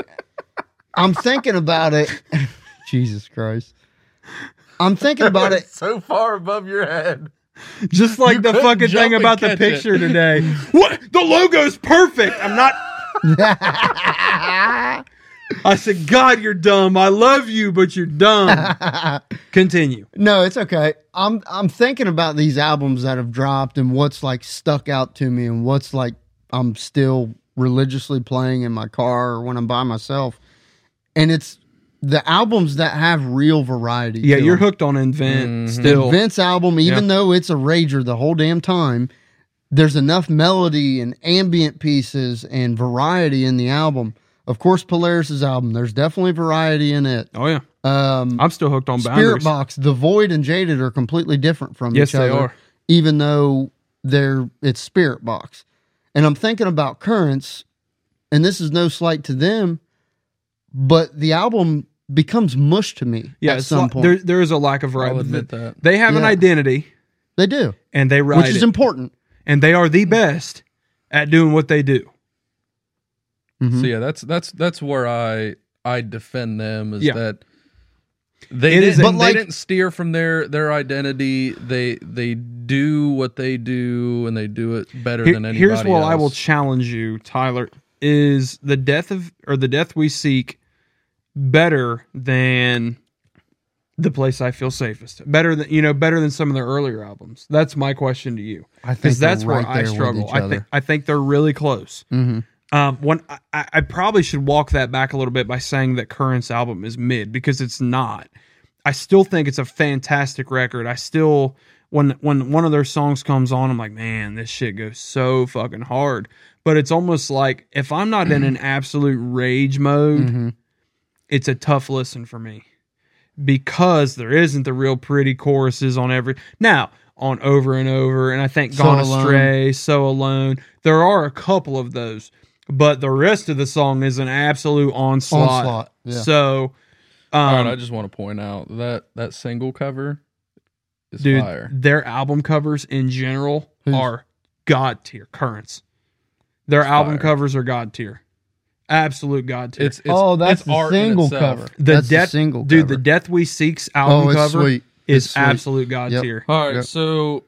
Speaker 3: I'm thinking about it. Jesus Christ. I'm thinking about it.
Speaker 4: so far above your head.
Speaker 2: Just like the
Speaker 4: couldn't
Speaker 2: fucking
Speaker 4: jump
Speaker 2: thing
Speaker 4: and
Speaker 2: about the
Speaker 4: catch it.
Speaker 2: picture today. what? The logo's perfect. I'm not. I said, God, you're dumb. I love you, but you're dumb. Continue.
Speaker 3: no, it's okay. I'm I'm thinking about these albums that have dropped and what's like stuck out to me and what's like I'm still religiously playing in my car or when I'm by myself. And it's the albums that have real variety.
Speaker 2: Yeah,
Speaker 3: to
Speaker 2: you're
Speaker 3: them.
Speaker 2: hooked on Invent
Speaker 4: Mhm.
Speaker 2: still.
Speaker 3: Vince album, even though it's a rager the whole damn time, there's enough melody and ambient pieces and variety in the album. Of course, Polaris's album, there's definitely variety in it.
Speaker 2: Oh yeah,
Speaker 3: Um,
Speaker 2: I'm still hooked on
Speaker 3: Spirit
Speaker 2: Boundaries.
Speaker 3: Box, The Void, and Jaded are completely different from
Speaker 2: Yes,
Speaker 3: each other.
Speaker 2: they are.
Speaker 3: Even though they're it's Spirit Box, and I'm thinking about Currents, and this is no slight to them, but the album becomes mush to me
Speaker 2: Yeah,
Speaker 3: at
Speaker 2: it's
Speaker 3: some
Speaker 2: like-
Speaker 3: point.
Speaker 2: there there is a lack of
Speaker 4: I'll
Speaker 2: variety.
Speaker 4: admit that.
Speaker 2: They have an
Speaker 3: Yeah.
Speaker 2: identity
Speaker 3: They do,
Speaker 2: and they ride
Speaker 3: which is
Speaker 2: it,
Speaker 3: important.
Speaker 2: and they are the best at doing what they do. Mm-hmm.
Speaker 3: Mhm.
Speaker 4: So yeah, that's that's that's where I I defend them is
Speaker 2: Yeah.
Speaker 4: that they
Speaker 2: It
Speaker 4: didn't,
Speaker 2: is a-
Speaker 4: they
Speaker 3: But like-
Speaker 4: didn't steer from their their identity. They they do what they do and they do it better
Speaker 2: Here-
Speaker 4: than anybody.
Speaker 2: here's what I will
Speaker 4: else.
Speaker 2: challenge you, Tyler: is the death of or the death we seek better than the place I feel safest? Better than you know, better than some of their earlier albums. That's my question to you,
Speaker 3: I
Speaker 2: because
Speaker 3: they're
Speaker 2: that's where
Speaker 3: right
Speaker 2: I
Speaker 3: there with
Speaker 2: struggle.
Speaker 3: each
Speaker 2: I think
Speaker 3: other.
Speaker 2: I think they're really close.
Speaker 3: Mhm.
Speaker 2: Um, when I, I I probably should walk that back a little bit by saying that Current's album is mid because it's not. I still think it's a fantastic record. I still when when one of their songs comes on, I'm like, man, this shit goes so fucking hard. But it's almost like if I'm not in an absolute rage mode,
Speaker 3: Mm-hmm.
Speaker 2: it's a tough listen for me because there isn't the real pretty choruses on every now on over and over and i think
Speaker 3: So
Speaker 2: gone
Speaker 3: Alone.
Speaker 2: astray so alone there are a couple of those but the rest of the song is an absolute onslaught,
Speaker 3: Onslaught, yeah.
Speaker 2: so
Speaker 4: All right,
Speaker 2: um,
Speaker 4: I just want to point out that that single cover is
Speaker 2: dude
Speaker 4: fire.
Speaker 2: their album covers in general
Speaker 3: Who's-
Speaker 2: are god tier currents their album
Speaker 4: fire.
Speaker 2: covers are god tier absolute god tier
Speaker 4: It's, it's
Speaker 3: oh, that's
Speaker 4: it's
Speaker 3: the
Speaker 4: art in
Speaker 3: single
Speaker 4: itself.
Speaker 3: cover.
Speaker 2: the
Speaker 3: that's
Speaker 2: death
Speaker 3: single
Speaker 2: dude
Speaker 3: cover.
Speaker 2: the death we seeks album
Speaker 3: oh, it's
Speaker 2: cover
Speaker 3: sweet.
Speaker 2: is
Speaker 3: It's sweet.
Speaker 2: absolute god
Speaker 3: Yep.
Speaker 2: tier
Speaker 4: All right,
Speaker 3: Yeah.
Speaker 4: so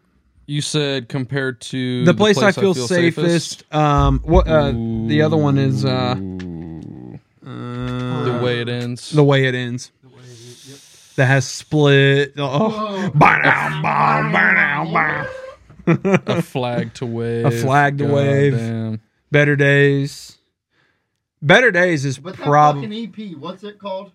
Speaker 4: you said compared to
Speaker 2: the place, I, feel safest. Um, what uh, the other one is uh,
Speaker 4: Ooh.
Speaker 2: the
Speaker 4: the way it ends.
Speaker 2: the way it ends. That has split. Oh, Bow, bow, bow, bow.
Speaker 4: a flag to wave.
Speaker 2: flag to wave.
Speaker 4: goddamn.
Speaker 2: Better days. Better days is probably
Speaker 3: EP, E what's it called?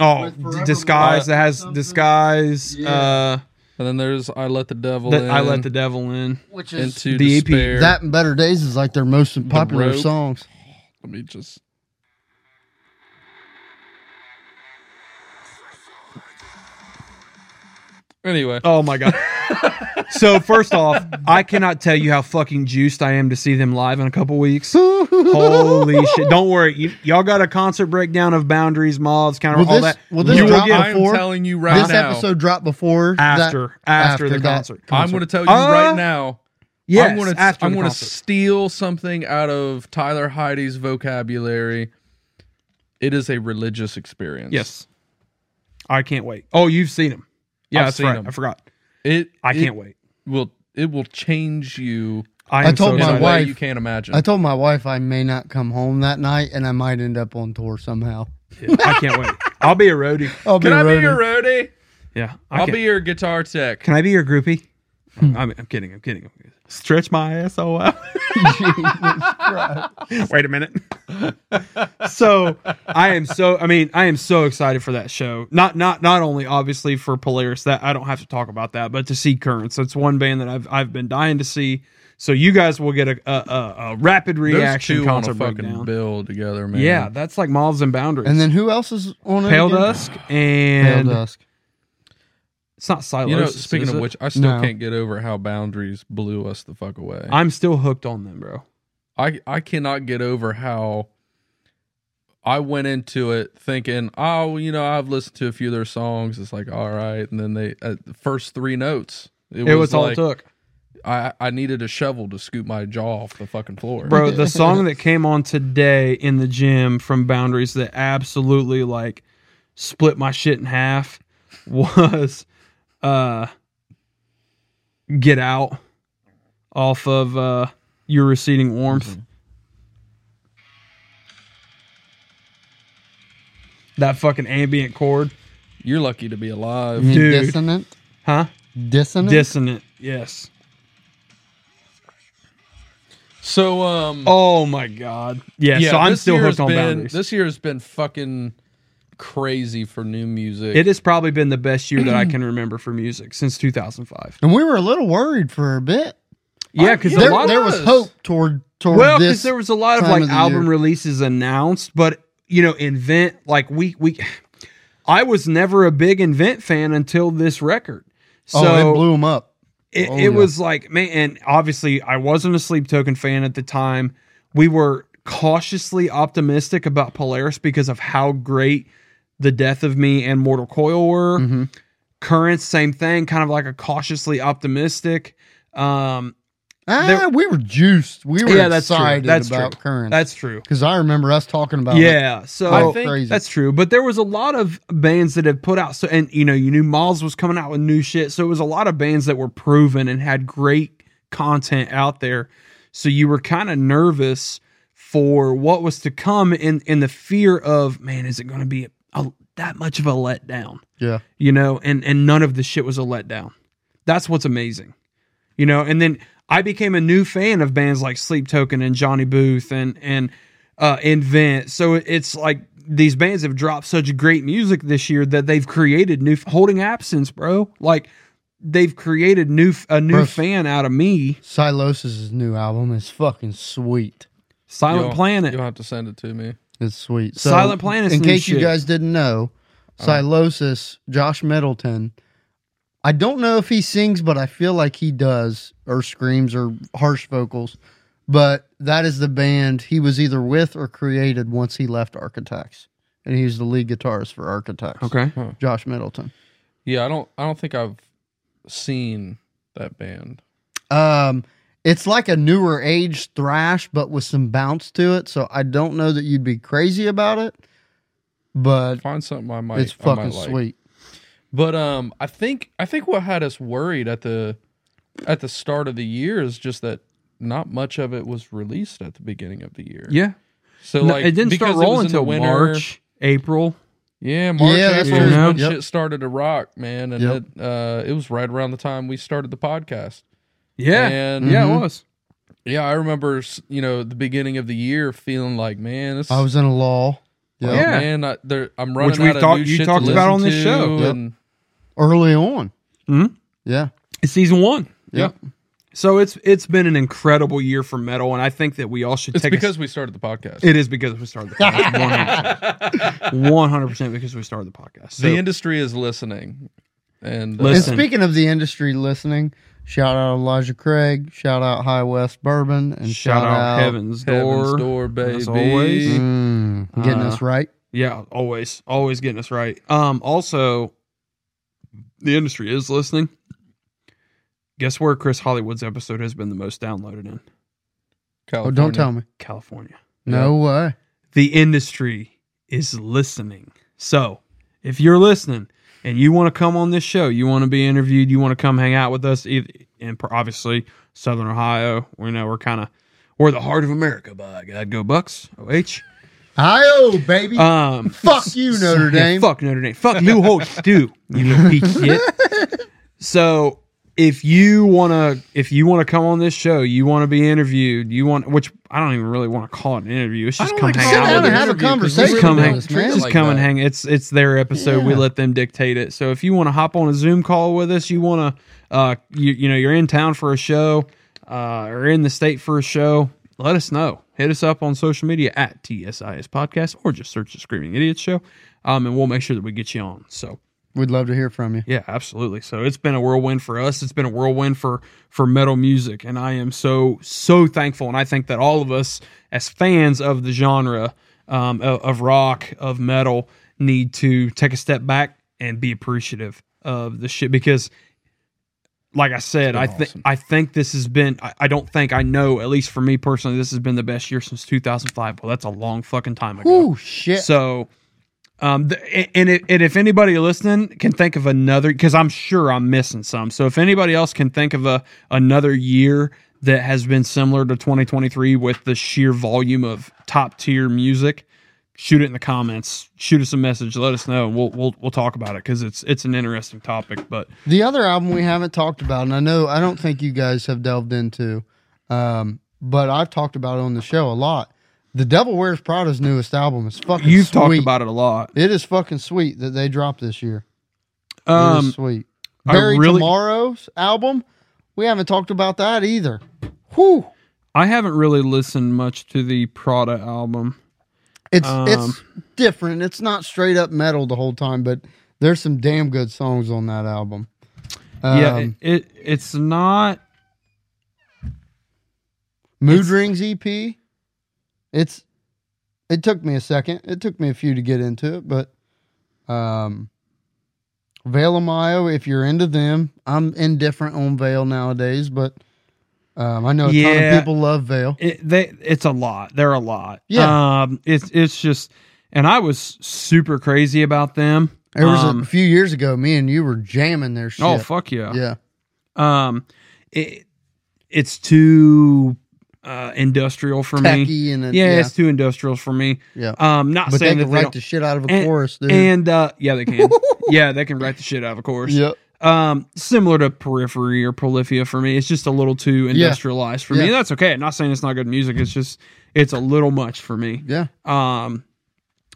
Speaker 2: oh
Speaker 3: with Forever
Speaker 2: disguise
Speaker 4: Love
Speaker 2: that has
Speaker 3: something.
Speaker 2: disguise.
Speaker 3: Yeah.
Speaker 2: Uh,
Speaker 4: And then there's I let the devil
Speaker 2: that
Speaker 4: in.
Speaker 2: I let the devil in.
Speaker 3: Which
Speaker 4: into
Speaker 2: The E EP.
Speaker 4: despair.
Speaker 3: that and Better Days is like their most popular
Speaker 4: Rope.
Speaker 3: songs.
Speaker 4: Let me just. Anyway,
Speaker 2: Oh my god. so first off, I cannot tell you how fucking juiced I am to see them live in a couple weeks. Holy shit! Don't worry, you, y'all got a concert breakdown of boundaries, moths, kind of all
Speaker 3: Will this-
Speaker 2: that.
Speaker 3: will this
Speaker 2: you will
Speaker 3: drop
Speaker 2: get
Speaker 3: off
Speaker 2: it
Speaker 4: I'm
Speaker 3: before-
Speaker 4: telling you right
Speaker 3: this
Speaker 4: now.
Speaker 3: episode dropped before that-
Speaker 2: after, after the
Speaker 3: that
Speaker 2: concert.
Speaker 4: I'm
Speaker 3: concert.
Speaker 4: going to tell you
Speaker 2: Uh,
Speaker 4: right now.
Speaker 2: Yes,
Speaker 4: I'm going to.
Speaker 2: after
Speaker 4: I'm
Speaker 2: the
Speaker 4: going to
Speaker 2: concert.
Speaker 4: steal something out of Tyler Heidi's vocabulary. It is a religious experience.
Speaker 2: yes, I can't wait. Oh, you've seen them. Yeah,
Speaker 4: I've
Speaker 2: that's
Speaker 4: seen
Speaker 2: right.
Speaker 4: 'em.
Speaker 2: I forgot.
Speaker 4: it.
Speaker 2: I
Speaker 4: it
Speaker 2: can't wait.
Speaker 4: Will it will change you
Speaker 2: I,
Speaker 3: I
Speaker 2: am
Speaker 3: told
Speaker 2: so
Speaker 4: in
Speaker 3: my
Speaker 4: a
Speaker 2: excited.
Speaker 4: way
Speaker 3: wife-
Speaker 4: you can't imagine.
Speaker 3: I told my wife I may not come home that night, and I might end up on tour somehow.
Speaker 2: Yeah, I can't wait. I'll be a roadie.
Speaker 3: I'll be
Speaker 4: Can Oh, I be
Speaker 3: roadie.
Speaker 4: your roadie?
Speaker 2: Yeah, I
Speaker 4: I'll
Speaker 2: can-
Speaker 4: be your guitar tech.
Speaker 2: Can I be your groupie? I'm, I'm kidding. I'm kidding. Stretch my asshole out. Wait a minute. so I am so. I mean, I am so excited for that show. Not not not only obviously for Polaris that I don't have to talk about that, but to see Currents. That's one band that I've I've been dying to see So you guys will get a, a, a, a rapid
Speaker 4: Those
Speaker 2: reaction
Speaker 4: two
Speaker 2: concert
Speaker 4: on a fucking
Speaker 2: breakdown.
Speaker 4: bill together, man.
Speaker 2: Yeah, that's like Miles and Boundaries.
Speaker 3: And then who else is on it?
Speaker 2: Pale
Speaker 3: again?
Speaker 2: Dusk
Speaker 3: Pale
Speaker 2: and
Speaker 3: Dusk.
Speaker 2: it's not Silos.
Speaker 4: You know, speaking
Speaker 2: is
Speaker 4: of
Speaker 2: it?
Speaker 4: which, I still
Speaker 3: No.
Speaker 4: can't get over how boundaries blew us the fuck away.
Speaker 2: I'm still hooked on them, bro.
Speaker 4: I I cannot get over how I went into it thinking, oh, you know, I've listened to a few of their songs. It's like, all right, and then they uh, the first three notes,
Speaker 2: It, was, all
Speaker 4: like,
Speaker 2: it took,
Speaker 4: I I needed a shovel to scoop my jaw off the fucking floor.
Speaker 2: bro. The song that came on today in the gym from Boundaries that absolutely like split my shit in half was uh "Get Out" off of uh "Your Receding Warmth."
Speaker 4: Mm-hmm.
Speaker 2: That fucking ambient chord,
Speaker 4: You're lucky to be alive.
Speaker 3: You mean
Speaker 2: Dude.
Speaker 3: Dissonant.
Speaker 2: huh?
Speaker 3: Dissonant.
Speaker 2: Dissonant, yes.
Speaker 4: So um,
Speaker 2: Oh my god. Yeah, so I'm
Speaker 4: this
Speaker 2: still
Speaker 4: year
Speaker 2: hooked
Speaker 4: has
Speaker 2: on
Speaker 4: been,
Speaker 2: boundaries.
Speaker 4: This year has been fucking crazy for new music.
Speaker 2: it has probably been the best year that I can remember for music since 2005.
Speaker 3: and we were a little worried for a bit.
Speaker 2: Yeah, because
Speaker 4: yeah,
Speaker 2: a
Speaker 3: There,
Speaker 2: lot
Speaker 3: there
Speaker 2: of,
Speaker 3: was
Speaker 4: was.
Speaker 3: hope toward toward
Speaker 2: well,
Speaker 3: this.
Speaker 2: because there was a lot of
Speaker 3: time
Speaker 2: like
Speaker 3: of the
Speaker 2: album
Speaker 3: year.
Speaker 2: releases announced, but you know, invent like we we, I was never a big invent fan until this record. So
Speaker 3: oh, it blew them up.
Speaker 2: it,
Speaker 3: Oh,
Speaker 2: it
Speaker 3: yeah.
Speaker 2: was like man and obviously i wasn't a sleep token fan at the time we were cautiously optimistic about polaris because of how great the death of me and mortal coil were
Speaker 3: Mm-hmm.
Speaker 2: currents same thing kind of like a cautiously optimistic um
Speaker 3: Ah,
Speaker 2: there-
Speaker 3: we were juiced. We were
Speaker 2: Yeah, that's true.
Speaker 3: excited
Speaker 2: That's
Speaker 3: about
Speaker 2: true.
Speaker 3: current.
Speaker 2: that's true
Speaker 3: because I remember us talking about it.
Speaker 2: yeah so
Speaker 3: Oh,
Speaker 2: i think
Speaker 3: crazy.
Speaker 2: that's true but there was a lot of bands that had put out so and you know you knew miles was coming out with new shit so it was a lot of bands that were proven and had great content out there so you were kind of nervous for what was to come in in the fear of man is it going to be a, that much of a letdown
Speaker 3: Yeah.
Speaker 2: you know and and none of the shit was a letdown that's what's amazing you know and then i became a new fan of bands like sleep token and johnny booth and and uh invent so it's like these bands have dropped such great music this year that they've created new holding absence bro like they've created new a new
Speaker 3: Bro.
Speaker 2: fan out of me
Speaker 3: Silosis' new album is fucking sweet.
Speaker 2: silent
Speaker 4: You'll-
Speaker 2: planet
Speaker 4: You'll have to send it to me.
Speaker 3: It's sweet. So,
Speaker 2: Silent Planet's
Speaker 3: In
Speaker 2: new
Speaker 3: case you
Speaker 2: shit.
Speaker 3: guys didn't know, Silosis, Josh Middleton. I don't know if he sings, but I feel like he does, or screams, or harsh vocals. But that is the band he was either with or created once he left Architects, and he was the lead guitarist for Architects.
Speaker 2: okay
Speaker 3: Josh Middleton.
Speaker 4: Yeah, I don't. I don't think I've seen that band.
Speaker 3: Um, it's like a newer age thrash, but with some bounce to it. So I don't know that you'd be crazy about it, but
Speaker 4: Find something I might.
Speaker 3: it's
Speaker 4: I might
Speaker 3: fucking
Speaker 4: like.
Speaker 3: sweet.
Speaker 4: But um, I think I think what had us worried at the at the start of the year is just that not much of it was released at the beginning of the year.
Speaker 2: yeah
Speaker 4: So
Speaker 2: No,
Speaker 4: like
Speaker 2: it didn't
Speaker 4: because
Speaker 2: start
Speaker 4: was
Speaker 2: rolling
Speaker 4: in the
Speaker 2: until
Speaker 4: winter-
Speaker 2: march april
Speaker 4: Yeah, March
Speaker 3: Yeah, that's
Speaker 4: April
Speaker 2: true.
Speaker 4: is when
Speaker 3: Yep.
Speaker 4: shit started to rock, man, and
Speaker 3: Yep.
Speaker 4: it uh, it was right around the time we started the podcast.
Speaker 2: yeah
Speaker 4: And-
Speaker 2: yeah it
Speaker 3: Mhm.
Speaker 2: was
Speaker 4: Yeah, I remember s- you know the beginning of the year feeling like man, this oh,
Speaker 3: I was in a lull. Yeah.
Speaker 2: Yeah.
Speaker 4: man, I, there, I'm running
Speaker 2: Which we
Speaker 4: out of
Speaker 2: talked-
Speaker 4: new
Speaker 2: you
Speaker 4: shit to
Speaker 2: talked about
Speaker 4: listen
Speaker 2: on this
Speaker 4: to,
Speaker 2: show.
Speaker 3: Yep.
Speaker 4: and-
Speaker 3: Early on.
Speaker 2: Mhm.
Speaker 3: Yeah.
Speaker 2: it's season one
Speaker 3: Yeah.
Speaker 2: So it's it's been an incredible year for metal, and I think that we all should
Speaker 4: It's
Speaker 2: take a-
Speaker 4: because we started the podcast.
Speaker 2: it is because we started the podcast one hundred percent because we started the podcast. So,
Speaker 4: the industry is listening, and uh,
Speaker 2: Listen.
Speaker 3: And speaking of the industry listening, shout out Elijah Craig, shout out High West Bourbon, and
Speaker 2: shout out Heaven's Door,
Speaker 4: Heaven's Door,
Speaker 2: as
Speaker 4: baby.
Speaker 2: always.
Speaker 3: Mm, getting
Speaker 2: Uh,
Speaker 3: us right.
Speaker 2: Yeah, always, always getting us right. Um, also, the industry is listening. Guess where Chris Hollywood's episode has been the most downloaded in
Speaker 3: Oh,
Speaker 4: California.
Speaker 3: don't tell me.
Speaker 2: California.
Speaker 3: No way.
Speaker 2: the industry is listening. So if you're listening and you want to come on this show, you want to be interviewed, you want to come hang out with us, either, and pro- obviously Southern Ohio, we know we're kind of we're the heart of America. By God, go Bucks! Oh,
Speaker 3: Hi-oh, baby.
Speaker 2: um,
Speaker 3: Fuck you, Notre
Speaker 2: yeah,
Speaker 3: Dame.
Speaker 2: fuck Notre Dame. Fuck you, Holt Stew. You little piece of shit. So if you wanna if you wanna come on this show, you wanna be interviewed, you want which I don't even really want to call it an interview. It's just come hang
Speaker 3: Sit
Speaker 2: out
Speaker 3: down
Speaker 2: with
Speaker 3: and
Speaker 2: us.
Speaker 3: have a conversation
Speaker 2: Just come
Speaker 3: with
Speaker 2: hang,
Speaker 3: us, man.
Speaker 2: just
Speaker 4: Like
Speaker 2: come
Speaker 4: that.
Speaker 2: and hang. It's it's their episode. We let them dictate it. So if you want to hop on a Zoom call with us, you want to, uh, you you know, you're in town for a show. uh, or in the state for a show, let us know. Hit us up on social media at TSIS Podcast or just search the Screaming Idiots Show, um, and we'll make sure that we get you on. So,
Speaker 3: We'd love to hear from you.
Speaker 2: yeah, absolutely. So it's been a whirlwind for us. It's been a whirlwind for for metal music, and I am so so thankful. And I think that all of us as fans of the genre um, of, of rock of metal need to take a step back and be appreciative of the shit because, like I said, I think
Speaker 4: awesome.
Speaker 2: I think this has been. I, I don't think I know. At least for me personally, this has been the best year since 2005. Well, that's a long fucking time ago.
Speaker 3: Oh shit!
Speaker 2: So, um, th- and it, and if anybody listening can think of another, because I'm sure I'm missing some. So if anybody else can think of a another year that has been similar to 2023 with the sheer volume of top tier music, shoot it in the comments. Shoot us a message. Let us know. We'll we'll we'll talk about it because it's it's an interesting topic. But
Speaker 3: the other album we haven't talked about, and I know I don't think you guys have delved into, um, but I've talked about it on the show a lot. The Devil Wears Prada's newest album is fucking.
Speaker 2: you've talked
Speaker 3: sweet.
Speaker 2: about it a lot.
Speaker 3: it is fucking sweet that they dropped this year. It is
Speaker 2: Um,
Speaker 3: sweet.
Speaker 2: I
Speaker 3: Barry
Speaker 2: really-
Speaker 3: Tomorrow's album. We haven't talked about that either. Whew.
Speaker 2: I haven't really listened much to the Prada album.
Speaker 3: It's
Speaker 2: Um,
Speaker 3: it's different. It's not straight up metal the whole time, but there's some damn good songs on that album.
Speaker 2: yeah,
Speaker 3: Um,
Speaker 2: it, it it's not.
Speaker 3: Mood
Speaker 2: It's-
Speaker 3: Rings EP. It's it took me a second. It took me a few to get into it, but um Veil of Mayo, if you're into them, I'm indifferent on Veil nowadays, but um, I know a ton
Speaker 2: Yeah.
Speaker 3: of people love Veil.
Speaker 2: it, they it's a lot. They're a lot.
Speaker 3: Yeah.
Speaker 2: Um it's it's just and I was super crazy about them.
Speaker 3: There was a
Speaker 2: Um,
Speaker 3: few years ago, me and you were jamming their shit.
Speaker 2: Oh fuck yeah.
Speaker 3: yeah.
Speaker 2: Um it it's too uh industrial for me.
Speaker 3: Techie and a,
Speaker 2: Yeah,
Speaker 3: yeah,
Speaker 2: it's too industrial for me.
Speaker 3: yeah.
Speaker 2: Um not
Speaker 3: But they
Speaker 2: saying
Speaker 3: can
Speaker 2: that they
Speaker 3: write
Speaker 2: don't,
Speaker 3: the shit out of a
Speaker 2: and-
Speaker 3: chorus, dude.
Speaker 2: and uh yeah they can. yeah, they can write the shit out of course.
Speaker 3: yep.
Speaker 2: um similar to periphery or prolifia for me it's just a little too industrialized for me
Speaker 3: Yeah.
Speaker 2: and that's okay I'm not saying it's not good music it's just it's a little much for me
Speaker 3: Yeah.
Speaker 2: um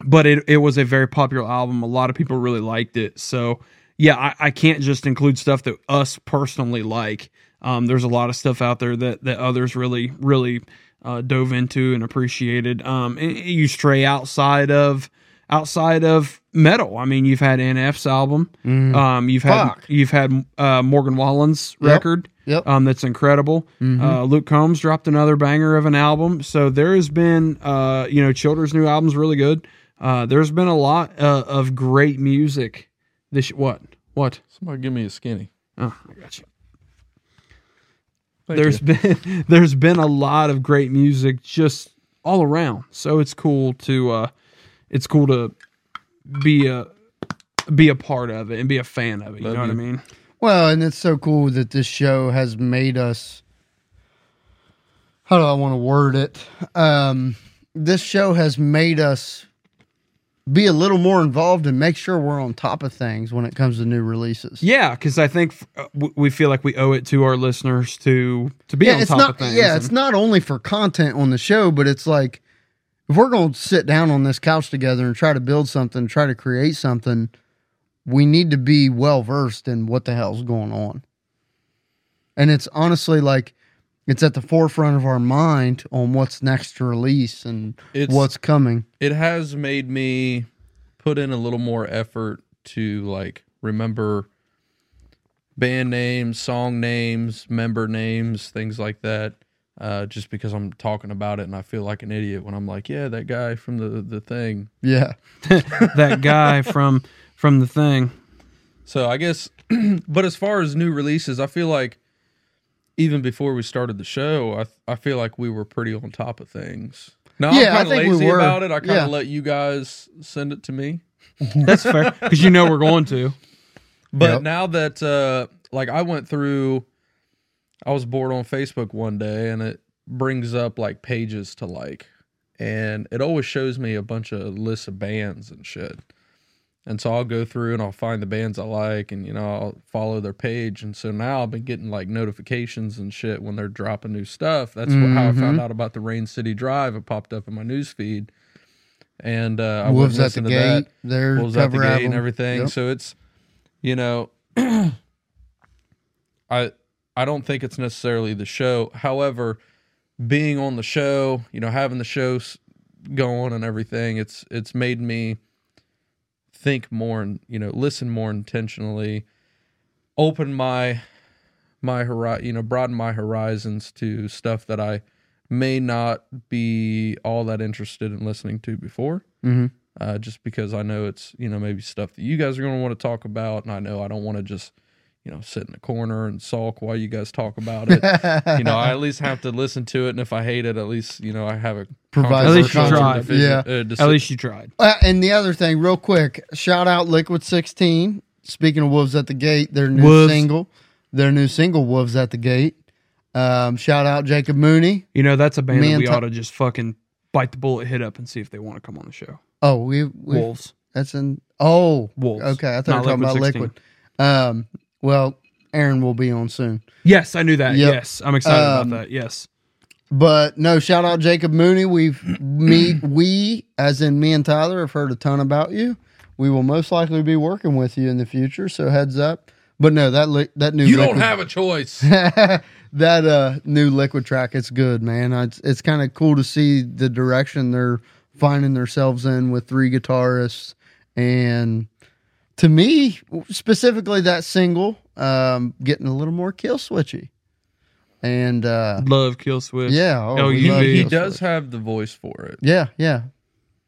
Speaker 2: but it, it was a very popular album a lot of people really liked it so yeah I, I can't just include stuff that us personally like um there's a lot of stuff out there that that others really really uh dove into and appreciated um and you stray outside of outside of metal i mean you've had nf's album
Speaker 3: Mhm.
Speaker 2: um you've had
Speaker 3: Fuck.
Speaker 2: you've had uh morgan wallen's
Speaker 3: Yep.
Speaker 2: record
Speaker 3: Yep.
Speaker 2: um, that's incredible. Uh, Luke Combs dropped another banger of an album. So there has been, uh, you know, Childers' new album's really good. Uh, there's been a lot uh, of great music. This what what?
Speaker 4: Somebody give me a skinny.
Speaker 2: Oh, I got you.
Speaker 4: Thank
Speaker 2: There's
Speaker 4: you.
Speaker 2: been there's been a lot of great music just all around. So it's cool to uh, it's cool to be a be a part of it and be a fan of it. You
Speaker 4: Love
Speaker 2: know what I
Speaker 4: you.
Speaker 2: mean?
Speaker 3: Well, and it's so cool that this show has made us. How do I want to word it? Um, this show has made us be a little more involved and make sure we're on top of things when it comes to new releases.
Speaker 2: Yeah, because I think uh, w- we feel like we owe it to our listeners to to be on
Speaker 3: it's
Speaker 2: top
Speaker 3: not.
Speaker 2: of things.
Speaker 3: yeah,
Speaker 2: and-
Speaker 3: it's not only for content on the show, but it's like if we're going to sit down on this couch together and try to build something, try to create something, we need to be well versed in what the hell's going on. And it's honestly like it's at the forefront of our mind on what's next to release and
Speaker 4: It's-
Speaker 3: what's coming.
Speaker 4: it has made me put in a little more effort to like remember band names, song names, member names, things like that. Uh, just because I'm talking about it and I feel like an idiot when I'm like, yeah, that guy from the the thing.
Speaker 3: Yeah.
Speaker 2: that guy from from the thing.
Speaker 4: So I guess, but as far as new releases, I feel like even before we started the show, I I feel like we were pretty on top of things. Now
Speaker 3: Yeah, I
Speaker 4: I'm kind of
Speaker 3: think we
Speaker 4: lazy
Speaker 3: were.
Speaker 4: about it. I kind of
Speaker 3: Yeah.
Speaker 4: let you guys send it to me.
Speaker 2: That's fair because you know we're going to.
Speaker 4: But
Speaker 3: Yep.
Speaker 4: now that uh like I went through I was bored on Facebook one day and it brings up like pages to like and it always shows me a bunch of lists of bands and shit. And so I'll go through and I'll find the bands I like and you know I'll follow their page and so now I've been getting like notifications and shit when they're dropping new stuff. That's what, how I
Speaker 3: Mm-hmm.
Speaker 4: found out about the Rain City Drive. It popped up in my news feed. And uh I
Speaker 3: Wolves at
Speaker 4: wouldn't
Speaker 3: the
Speaker 4: listen to that
Speaker 3: gate. Their
Speaker 4: was at the
Speaker 3: cover
Speaker 4: gate
Speaker 3: album
Speaker 4: and everything.
Speaker 3: Yep.
Speaker 4: So it's you know I I don't think it's necessarily the show. However, being on the show, you know, having the show s- going and everything, it's it's made me think more and you know listen more intentionally, open my my hori- you know broaden my horizons to stuff that I may not be all that interested in listening to before
Speaker 3: Mm-hmm.
Speaker 4: uh, just because I know it's you know maybe stuff that you guys are going to want to talk about, and I know I don't want to just you know sit in the corner and sulk while you guys talk about it. you know, I at least have to listen to it, and if I hate it, at least you know I have a
Speaker 3: Provide
Speaker 2: At least you
Speaker 4: controversial
Speaker 2: tried.
Speaker 4: division-
Speaker 3: Yeah.
Speaker 4: uh, deci-
Speaker 2: At least you tried.
Speaker 3: Uh, and the other thing, real quick, shout out Liquid 16. Speaking of Wolves at the Gate, their new
Speaker 2: Wolves.
Speaker 3: single, their new single, Wolves at the Gate. Um, shout out Jacob Mooney.
Speaker 2: You know, that's a band
Speaker 3: Man,
Speaker 2: that we
Speaker 3: Ty-
Speaker 2: ought to just fucking bite the bullet, hit up, and see if they want to come on the show.
Speaker 3: Oh, we, we
Speaker 2: Wolves.
Speaker 3: that's in oh
Speaker 2: Wolves.
Speaker 3: okay. I
Speaker 2: Not
Speaker 3: thought we were talking about
Speaker 2: Liquid 16.
Speaker 3: Liquid. Um, well, Aaron will be on soon.
Speaker 2: Yes, I knew that.
Speaker 3: Yep.
Speaker 2: Yes. I'm excited
Speaker 3: Um,
Speaker 2: about that. Yes.
Speaker 3: But no, shout out Jacob Mooney. We've me we as in me and Tyler have heard a ton about you. We will most likely be working with you in the future, so heads up. But no, that li- that new
Speaker 4: you
Speaker 3: liquid,
Speaker 4: don't have a choice.
Speaker 3: that uh new liquid track. It's good, man. Uh, It's it's kind of cool to see the direction they're finding themselves in with three guitarists, and to me specifically that single, um, getting a little more kill switchy, and uh,
Speaker 2: Love Kill Switch.
Speaker 3: yeah, oh, we
Speaker 2: He-
Speaker 4: he
Speaker 3: love
Speaker 2: he
Speaker 4: he
Speaker 3: Kill
Speaker 4: does
Speaker 3: Switch.
Speaker 4: have the voice for it.
Speaker 3: Yeah, yeah.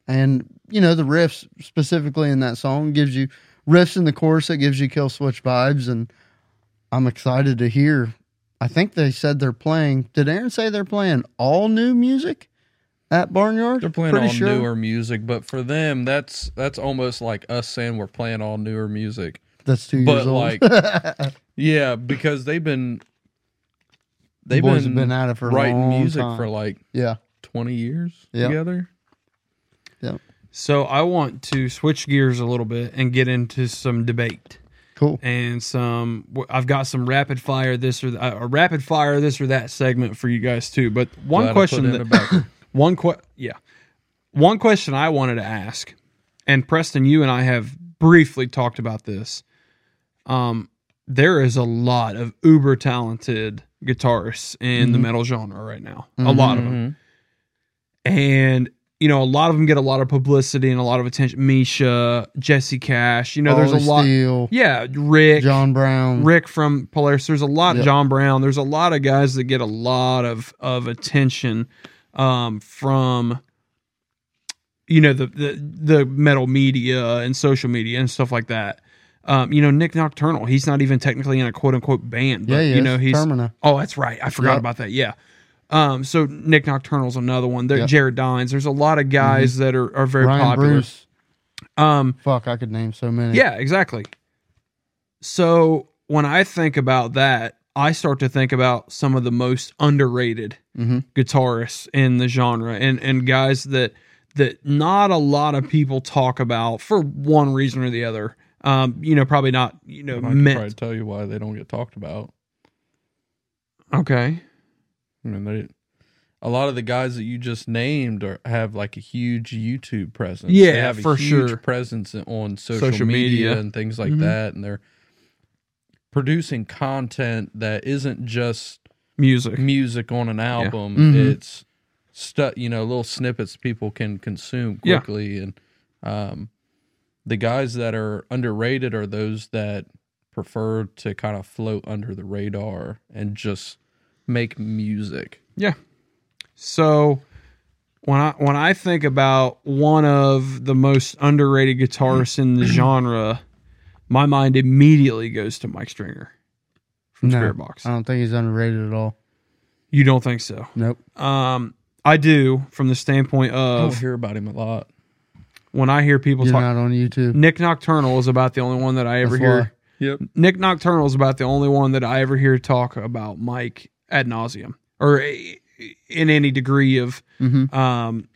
Speaker 3: And you know the riffs specifically in that song gives you riffs in the chorus that gives you kill switch vibes and I'm excited to hear. I think they said they're playing. Did Aaron say they're playing all new music at Barnyard?
Speaker 4: They're playing all newer music, but for them, that's that's almost like us saying we're playing all newer music.
Speaker 3: That's two
Speaker 4: but
Speaker 3: years old.
Speaker 4: like- Yeah, because they've been
Speaker 3: the
Speaker 4: they've
Speaker 3: boys have
Speaker 4: been,
Speaker 3: been at it for a
Speaker 4: writing
Speaker 3: long
Speaker 4: music
Speaker 3: time.
Speaker 4: for like
Speaker 3: yeah.
Speaker 4: 20 years
Speaker 3: Yeah.
Speaker 4: together.
Speaker 2: So I want to switch gears a little bit and get into some debate
Speaker 3: Cool.
Speaker 2: and some. wh- I've got some rapid fire this or th- a rapid fire this or that segment for you guys too. But one
Speaker 4: Glad I put
Speaker 2: question
Speaker 4: in
Speaker 2: that
Speaker 4: about it.
Speaker 2: one que- yeah one question i wanted to ask and preston you and i have briefly talked about this um there is a lot of uber talented guitarists in
Speaker 4: Mm-hmm.
Speaker 2: the metal genre right now a lot of them
Speaker 3: Mm-hmm.
Speaker 4: Mhm.
Speaker 2: and you know a lot of them get a lot of publicity and a lot of attention misha jesse cash you know there's
Speaker 3: Ollie
Speaker 2: a lot
Speaker 3: Steele,
Speaker 2: yeah rick
Speaker 3: John Brown.
Speaker 2: Rick from Polaris. There's a lot.
Speaker 3: Yep.
Speaker 2: John Brown. There's a lot of guys that get a lot of of attention um, from you know the, the the metal media and social media and stuff like that. Um, you know Nick Nocturnal. He's not even technically in a quote unquote band. But,
Speaker 3: yeah, yeah.
Speaker 2: you know he's.
Speaker 3: Termina.
Speaker 2: Oh, that's right. I forgot
Speaker 3: Yep.
Speaker 2: about that. Yeah. Um, so Nick Nocturnal's another one. There,
Speaker 3: Yep. Mm-hmm.
Speaker 2: Jared Dines. There's a lot of guys that are, are very
Speaker 3: Ryan
Speaker 2: popular.
Speaker 3: Bruce.
Speaker 2: Um,
Speaker 3: Fuck, I could name so many.
Speaker 2: yeah, exactly. So when I think about that, I start to think about some of the most underrated
Speaker 3: Mhm.
Speaker 2: guitarists in the genre and and guys that that not a lot of people talk about for one reason or the other. Um, you know, probably not, you know,
Speaker 4: I can probably
Speaker 2: meant.
Speaker 4: tell you why they don't get talked about.
Speaker 2: Okay.
Speaker 4: I mean, they, a lot of the guys that you just named are, have like a huge YouTube presence. They
Speaker 2: Yeah,
Speaker 4: have a
Speaker 2: for
Speaker 4: huge
Speaker 2: sure.
Speaker 4: presence on social,
Speaker 2: Social
Speaker 4: media,
Speaker 2: media.
Speaker 4: and things like
Speaker 2: Mhm.
Speaker 4: that, and they're producing content that isn't just
Speaker 2: Music.
Speaker 4: music on an album.
Speaker 2: Mm-hmm.
Speaker 3: Mhm.
Speaker 4: It's stuff, you know, little snippets people can consume
Speaker 2: Yeah.
Speaker 4: quickly. And um, the guys that are underrated are those that prefer to kind of float under the radar and just make music.
Speaker 2: So when I when I think about one of the most underrated guitarists in the genre, my mind immediately goes to Mike Stringer from
Speaker 3: No,
Speaker 2: Spirit Box.
Speaker 3: I don't think he's underrated at all.
Speaker 2: You don't think so?
Speaker 3: Nope.
Speaker 2: Um, I do from the standpoint
Speaker 4: I don't
Speaker 2: of
Speaker 4: hear about him a lot.
Speaker 2: when I hear people
Speaker 3: Oh, You're
Speaker 2: talk.
Speaker 3: not on YouTube.
Speaker 2: Nick Nocturnal is about the only one that I ever
Speaker 3: That's
Speaker 2: hear.
Speaker 3: why.
Speaker 4: Yep.
Speaker 2: Nick Nocturnal is about the only one that I ever hear talk about Mike ad nauseum or eh, in any degree of
Speaker 3: Mm-hmm.
Speaker 2: um,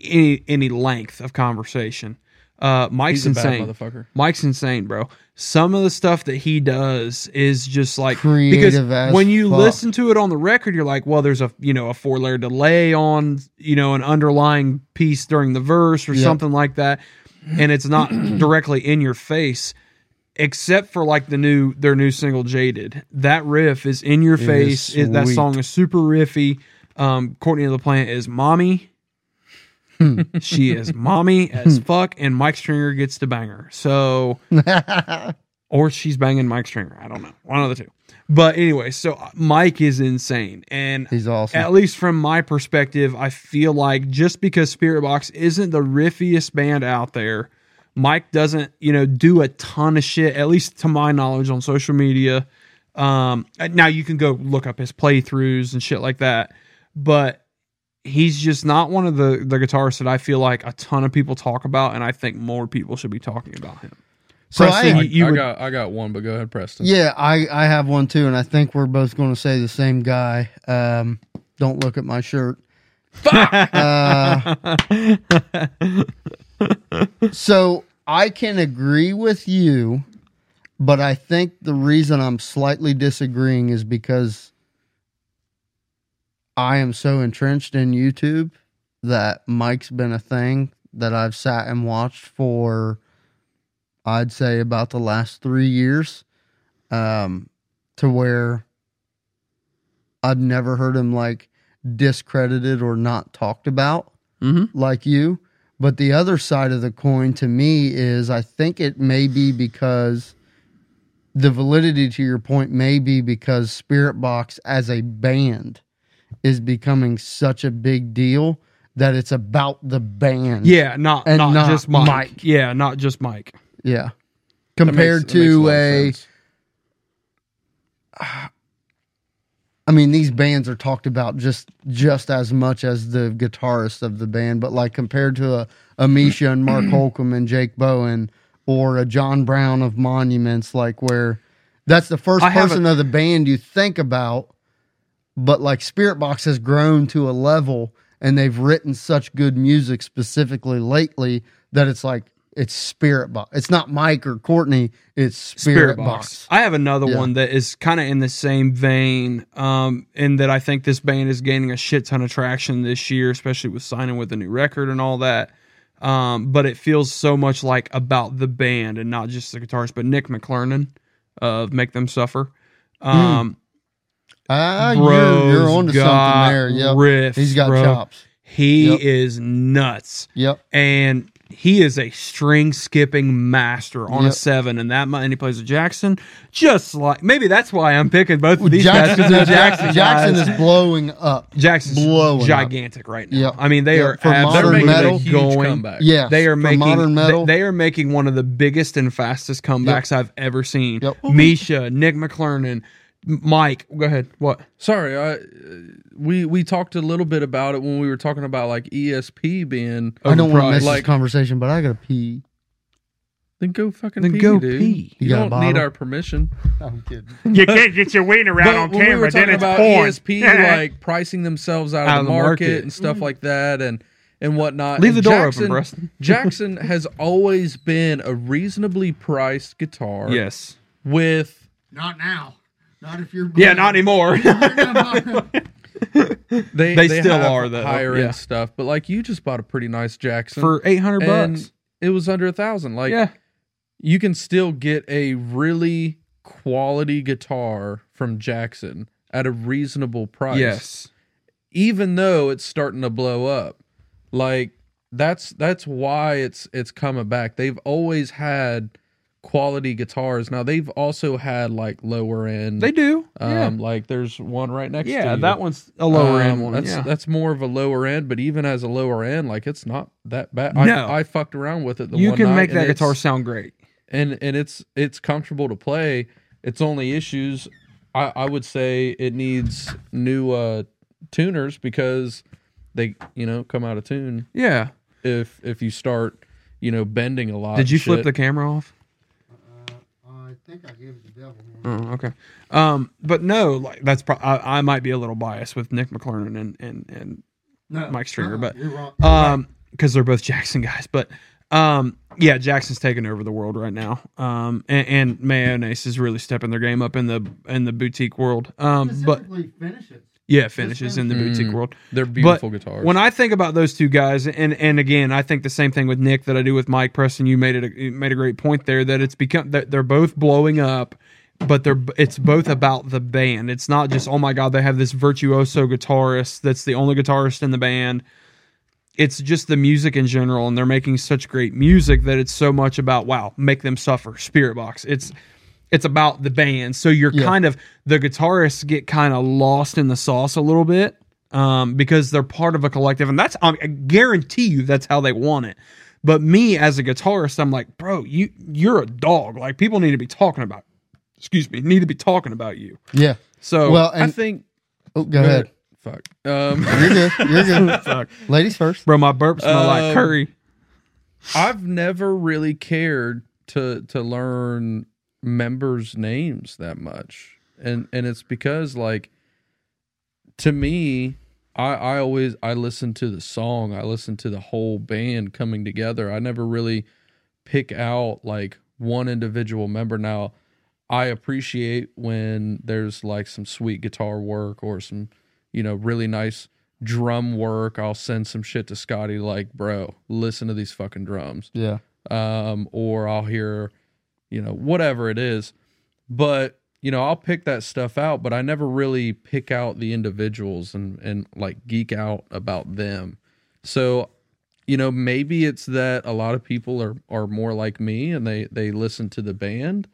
Speaker 2: any any length of conversation. Uh, Mike's
Speaker 4: He's a bad
Speaker 2: insane.
Speaker 4: motherfucker.
Speaker 2: Mike's insane, bro. Some of the stuff that he does is just like
Speaker 3: Creative as
Speaker 2: because when you
Speaker 3: fuck.
Speaker 2: listen to it on the record, you're like, well, there's a you know a four layer delay on you know an underlying piece during the verse or
Speaker 3: Yeah.
Speaker 2: something like that, and it's not directly in your face. except for like the new their new single Jaded. That riff is in your
Speaker 3: is
Speaker 2: face. It- that
Speaker 3: sweet.
Speaker 2: song is super riffy. Um, Courtney of the Plant is mommy. she is mommy as fuck, and Mike Stringer gets to bang her. So or she's banging Mike Stringer. I don't know. One of the two. But anyway, so uh, Mike is insane. And
Speaker 3: He's awesome.
Speaker 2: at least from my perspective, I feel like just because Spirit Box isn't the riffiest band out there, Mike doesn't, you know, do a ton of shit, at least to my knowledge on social media. Um, and now you can go look up his playthroughs and shit like that, but he's just not one of the, the guitarists that I feel like a ton of people talk about, and I think more people should be talking about him.
Speaker 3: so
Speaker 2: Preston,
Speaker 3: I,
Speaker 4: I,
Speaker 2: you- you
Speaker 4: I
Speaker 2: were-
Speaker 4: got I got one, but go ahead, Preston.
Speaker 3: yeah, I, I have one too, and I think we're both going to say the same guy. Um, don't look at my shirt. Uh, so I can agree with you, but I think the reason I'm slightly disagreeing is because I am so entrenched in YouTube that Mike's been a thing that I've sat and watched for, I'd say, about the last three years, um, to where I've never heard him like discredited or not talked about
Speaker 2: Mm-hmm.
Speaker 3: like you. But the other side of the coin to me is I think it may be because the validity to your point may be because Spirit Box as a band is becoming such a big deal that it's about the band.
Speaker 2: Yeah, not
Speaker 3: And
Speaker 2: not,
Speaker 3: not
Speaker 2: just Mike.
Speaker 3: Mike.
Speaker 2: Yeah, not just Mike.
Speaker 3: Yeah.
Speaker 4: That makes-
Speaker 3: Compared
Speaker 4: that makes
Speaker 3: to
Speaker 4: lot of
Speaker 3: a,
Speaker 4: sense.
Speaker 3: I mean, these bands are talked about just just as much as the guitarist of the band, but like compared to a, a Misha and Mark Holcomb and Jake Bowen or a John Brown of Monuments, like where that's the first
Speaker 2: I have
Speaker 3: person of the band you think about, but like Spirit Box has grown to a level and they've written such good music specifically lately that it's like it's Spirit Box. It's not Mike or Courtney, it's Spirit, Box.
Speaker 2: I have another
Speaker 3: Yeah.
Speaker 2: one that is kind of in the same vein, um, in that I think this band is gaining a shit ton of traction this year, especially with signing with a new record and all that. Um, but it feels so much like about the band and not just the guitarist, but Nick McClernand of Make Them Suffer.
Speaker 3: Mm.
Speaker 2: Um,
Speaker 3: Ah,
Speaker 2: bro's
Speaker 3: you're, you're onto
Speaker 2: got
Speaker 3: something there. Yep.
Speaker 2: riffs,
Speaker 3: He's got
Speaker 2: bro.
Speaker 3: chops.
Speaker 2: He
Speaker 3: Yep.
Speaker 2: is nuts.
Speaker 3: Yep.
Speaker 2: and he is a string skipping master on a
Speaker 3: Yep.
Speaker 2: seven, and that mu- and he plays with Jackson. Just like maybe that's why I'm picking both of these guys
Speaker 3: Jackson,
Speaker 2: because they're Jackson.
Speaker 3: Jackson
Speaker 2: guys.
Speaker 3: is blowing up.
Speaker 2: Jackson's
Speaker 3: blowing up.
Speaker 2: gigantic right now.
Speaker 3: Yep.
Speaker 2: I mean, they
Speaker 3: Yep.
Speaker 2: are
Speaker 3: For modern
Speaker 4: They're
Speaker 2: absolutely
Speaker 4: making
Speaker 3: metal,
Speaker 4: a huge
Speaker 2: going.
Speaker 4: comeback.
Speaker 3: Yes.
Speaker 2: They are
Speaker 3: for
Speaker 2: making
Speaker 3: modern metal.
Speaker 2: They, they are making one of the biggest and fastest comebacks I've ever seen.
Speaker 3: Yep.
Speaker 2: Misha, Nick McClernand, M- Mike. Go ahead. What?
Speaker 4: Sorry, I uh, we we talked a little bit about it when we were talking about like ESP being.
Speaker 3: I don't want to
Speaker 2: overpriced.
Speaker 3: miss this
Speaker 4: Like-
Speaker 3: conversation, but I gotta pee.
Speaker 4: Then go fucking
Speaker 2: Then
Speaker 4: pee,
Speaker 2: go
Speaker 4: dude.
Speaker 2: pee.
Speaker 4: You,
Speaker 3: You got a
Speaker 4: don't need
Speaker 3: bottle?
Speaker 4: our permission.
Speaker 3: I'm kidding.
Speaker 5: You can't get your wiener out
Speaker 4: when
Speaker 5: on
Speaker 4: we were
Speaker 5: camera,
Speaker 4: talking
Speaker 5: then it's
Speaker 4: about
Speaker 5: porn.
Speaker 4: ESP like pricing themselves out, of the market, and stuff like that, and and whatnot.
Speaker 2: Leave
Speaker 4: And
Speaker 2: the door open,
Speaker 4: Jackson-
Speaker 2: Preston.
Speaker 4: Jackson has always been a reasonably priced guitar.
Speaker 2: Yes.
Speaker 4: With
Speaker 6: Not now. Not if you're.
Speaker 2: Yeah. Not anymore.
Speaker 4: they
Speaker 2: They still
Speaker 4: have
Speaker 2: are, though.
Speaker 4: higher
Speaker 2: Yeah.
Speaker 4: end stuff, but like you just bought a pretty nice Jackson
Speaker 2: For eight hundred
Speaker 4: and
Speaker 2: bucks.
Speaker 4: It was under a thousand. Like
Speaker 2: Yeah.
Speaker 4: you can still get a really quality guitar from Jackson at a reasonable price.
Speaker 2: Yes.
Speaker 4: Even though it's starting to blow up. Like that's that's why it's it's coming back. They've always had quality guitars. Now they've also had like lower end
Speaker 2: They do.
Speaker 4: um
Speaker 2: yeah.
Speaker 4: like there's one right next to
Speaker 2: Yeah,
Speaker 4: you.
Speaker 2: that one's a lower
Speaker 4: Um,
Speaker 2: end one.
Speaker 4: That's
Speaker 2: yeah.
Speaker 4: that's more of a lower end, but even as a lower end, like it's not that bad. I,
Speaker 2: No.
Speaker 4: I fucked around with it. The
Speaker 2: you
Speaker 4: one
Speaker 2: can
Speaker 4: night,
Speaker 2: make
Speaker 4: and
Speaker 2: that guitar
Speaker 4: it's-
Speaker 2: sound great.
Speaker 4: and and it's it's comfortable to play. It's only issues. I, I would say it needs new uh tuners because they you know come out of tune
Speaker 2: Yeah.
Speaker 4: if if you start you know bending a lot.
Speaker 2: Did you
Speaker 4: and
Speaker 2: flip
Speaker 4: shit.
Speaker 2: the camera off?
Speaker 3: I think I gave it the devil.
Speaker 2: Oh, okay. Um, but no, like that's pro- I, I might be a little biased with Nick McClernand and and and Mike Stringer, but
Speaker 3: You're wrong.
Speaker 2: um, because they're both Jackson guys. But um, yeah, Jackson's taking over the world right now. Um, and, and Mayonnaise is really stepping their game up in the in the boutique world. Um, but
Speaker 3: Specifically finishes.
Speaker 2: Yeah, finishes in the boutique
Speaker 4: Mm.
Speaker 2: world.
Speaker 4: They're beautiful guitars.
Speaker 2: When I think about those two guys, and and again, I think the same thing with Nick that I do with Mike Preston. You made it a, you made a great point there that it's become that they're both blowing up, but they're it's both about the band. It's not just oh my god they have this virtuoso guitarist that's the only guitarist in the band. It's just the music in general, and they're making such great music that it's so much about wow, make them suffer. Spirit Box. It's it's about the band. So you're
Speaker 3: Yeah.
Speaker 2: kind of the guitarists get kind of lost in the sauce a little bit um, because they're part of a collective, and that's I guarantee you that's how they want it. But me as a guitarist, I'm like, bro, you you're a dog. Like people need to be talking about, excuse me, need to be talking about you.
Speaker 3: Yeah.
Speaker 2: So
Speaker 3: Well,
Speaker 4: I
Speaker 3: and
Speaker 4: think
Speaker 3: oh, go ahead.
Speaker 4: Fuck. Um,
Speaker 3: You're good. You're good. Ladies first.
Speaker 2: bro, my burps smell like
Speaker 4: Um,
Speaker 2: curry.
Speaker 4: I've never really cared to to learn members' names that much, and and it's because like to me, I I always I listen to the song, I listen to the whole band coming together. I never really pick out like one individual member. Now, I appreciate when there's like some sweet guitar work or some you know really nice drum work. I'll send some shit to Scotty like, bro, listen to these fucking drums
Speaker 3: Yeah.
Speaker 4: um, or I'll hear, you know, whatever it is. But you know, I'll pick that stuff out, but I never really pick out the individuals and and like geek out about them. So, you know, maybe it's that a lot of people are are more like me and they they listen to the band.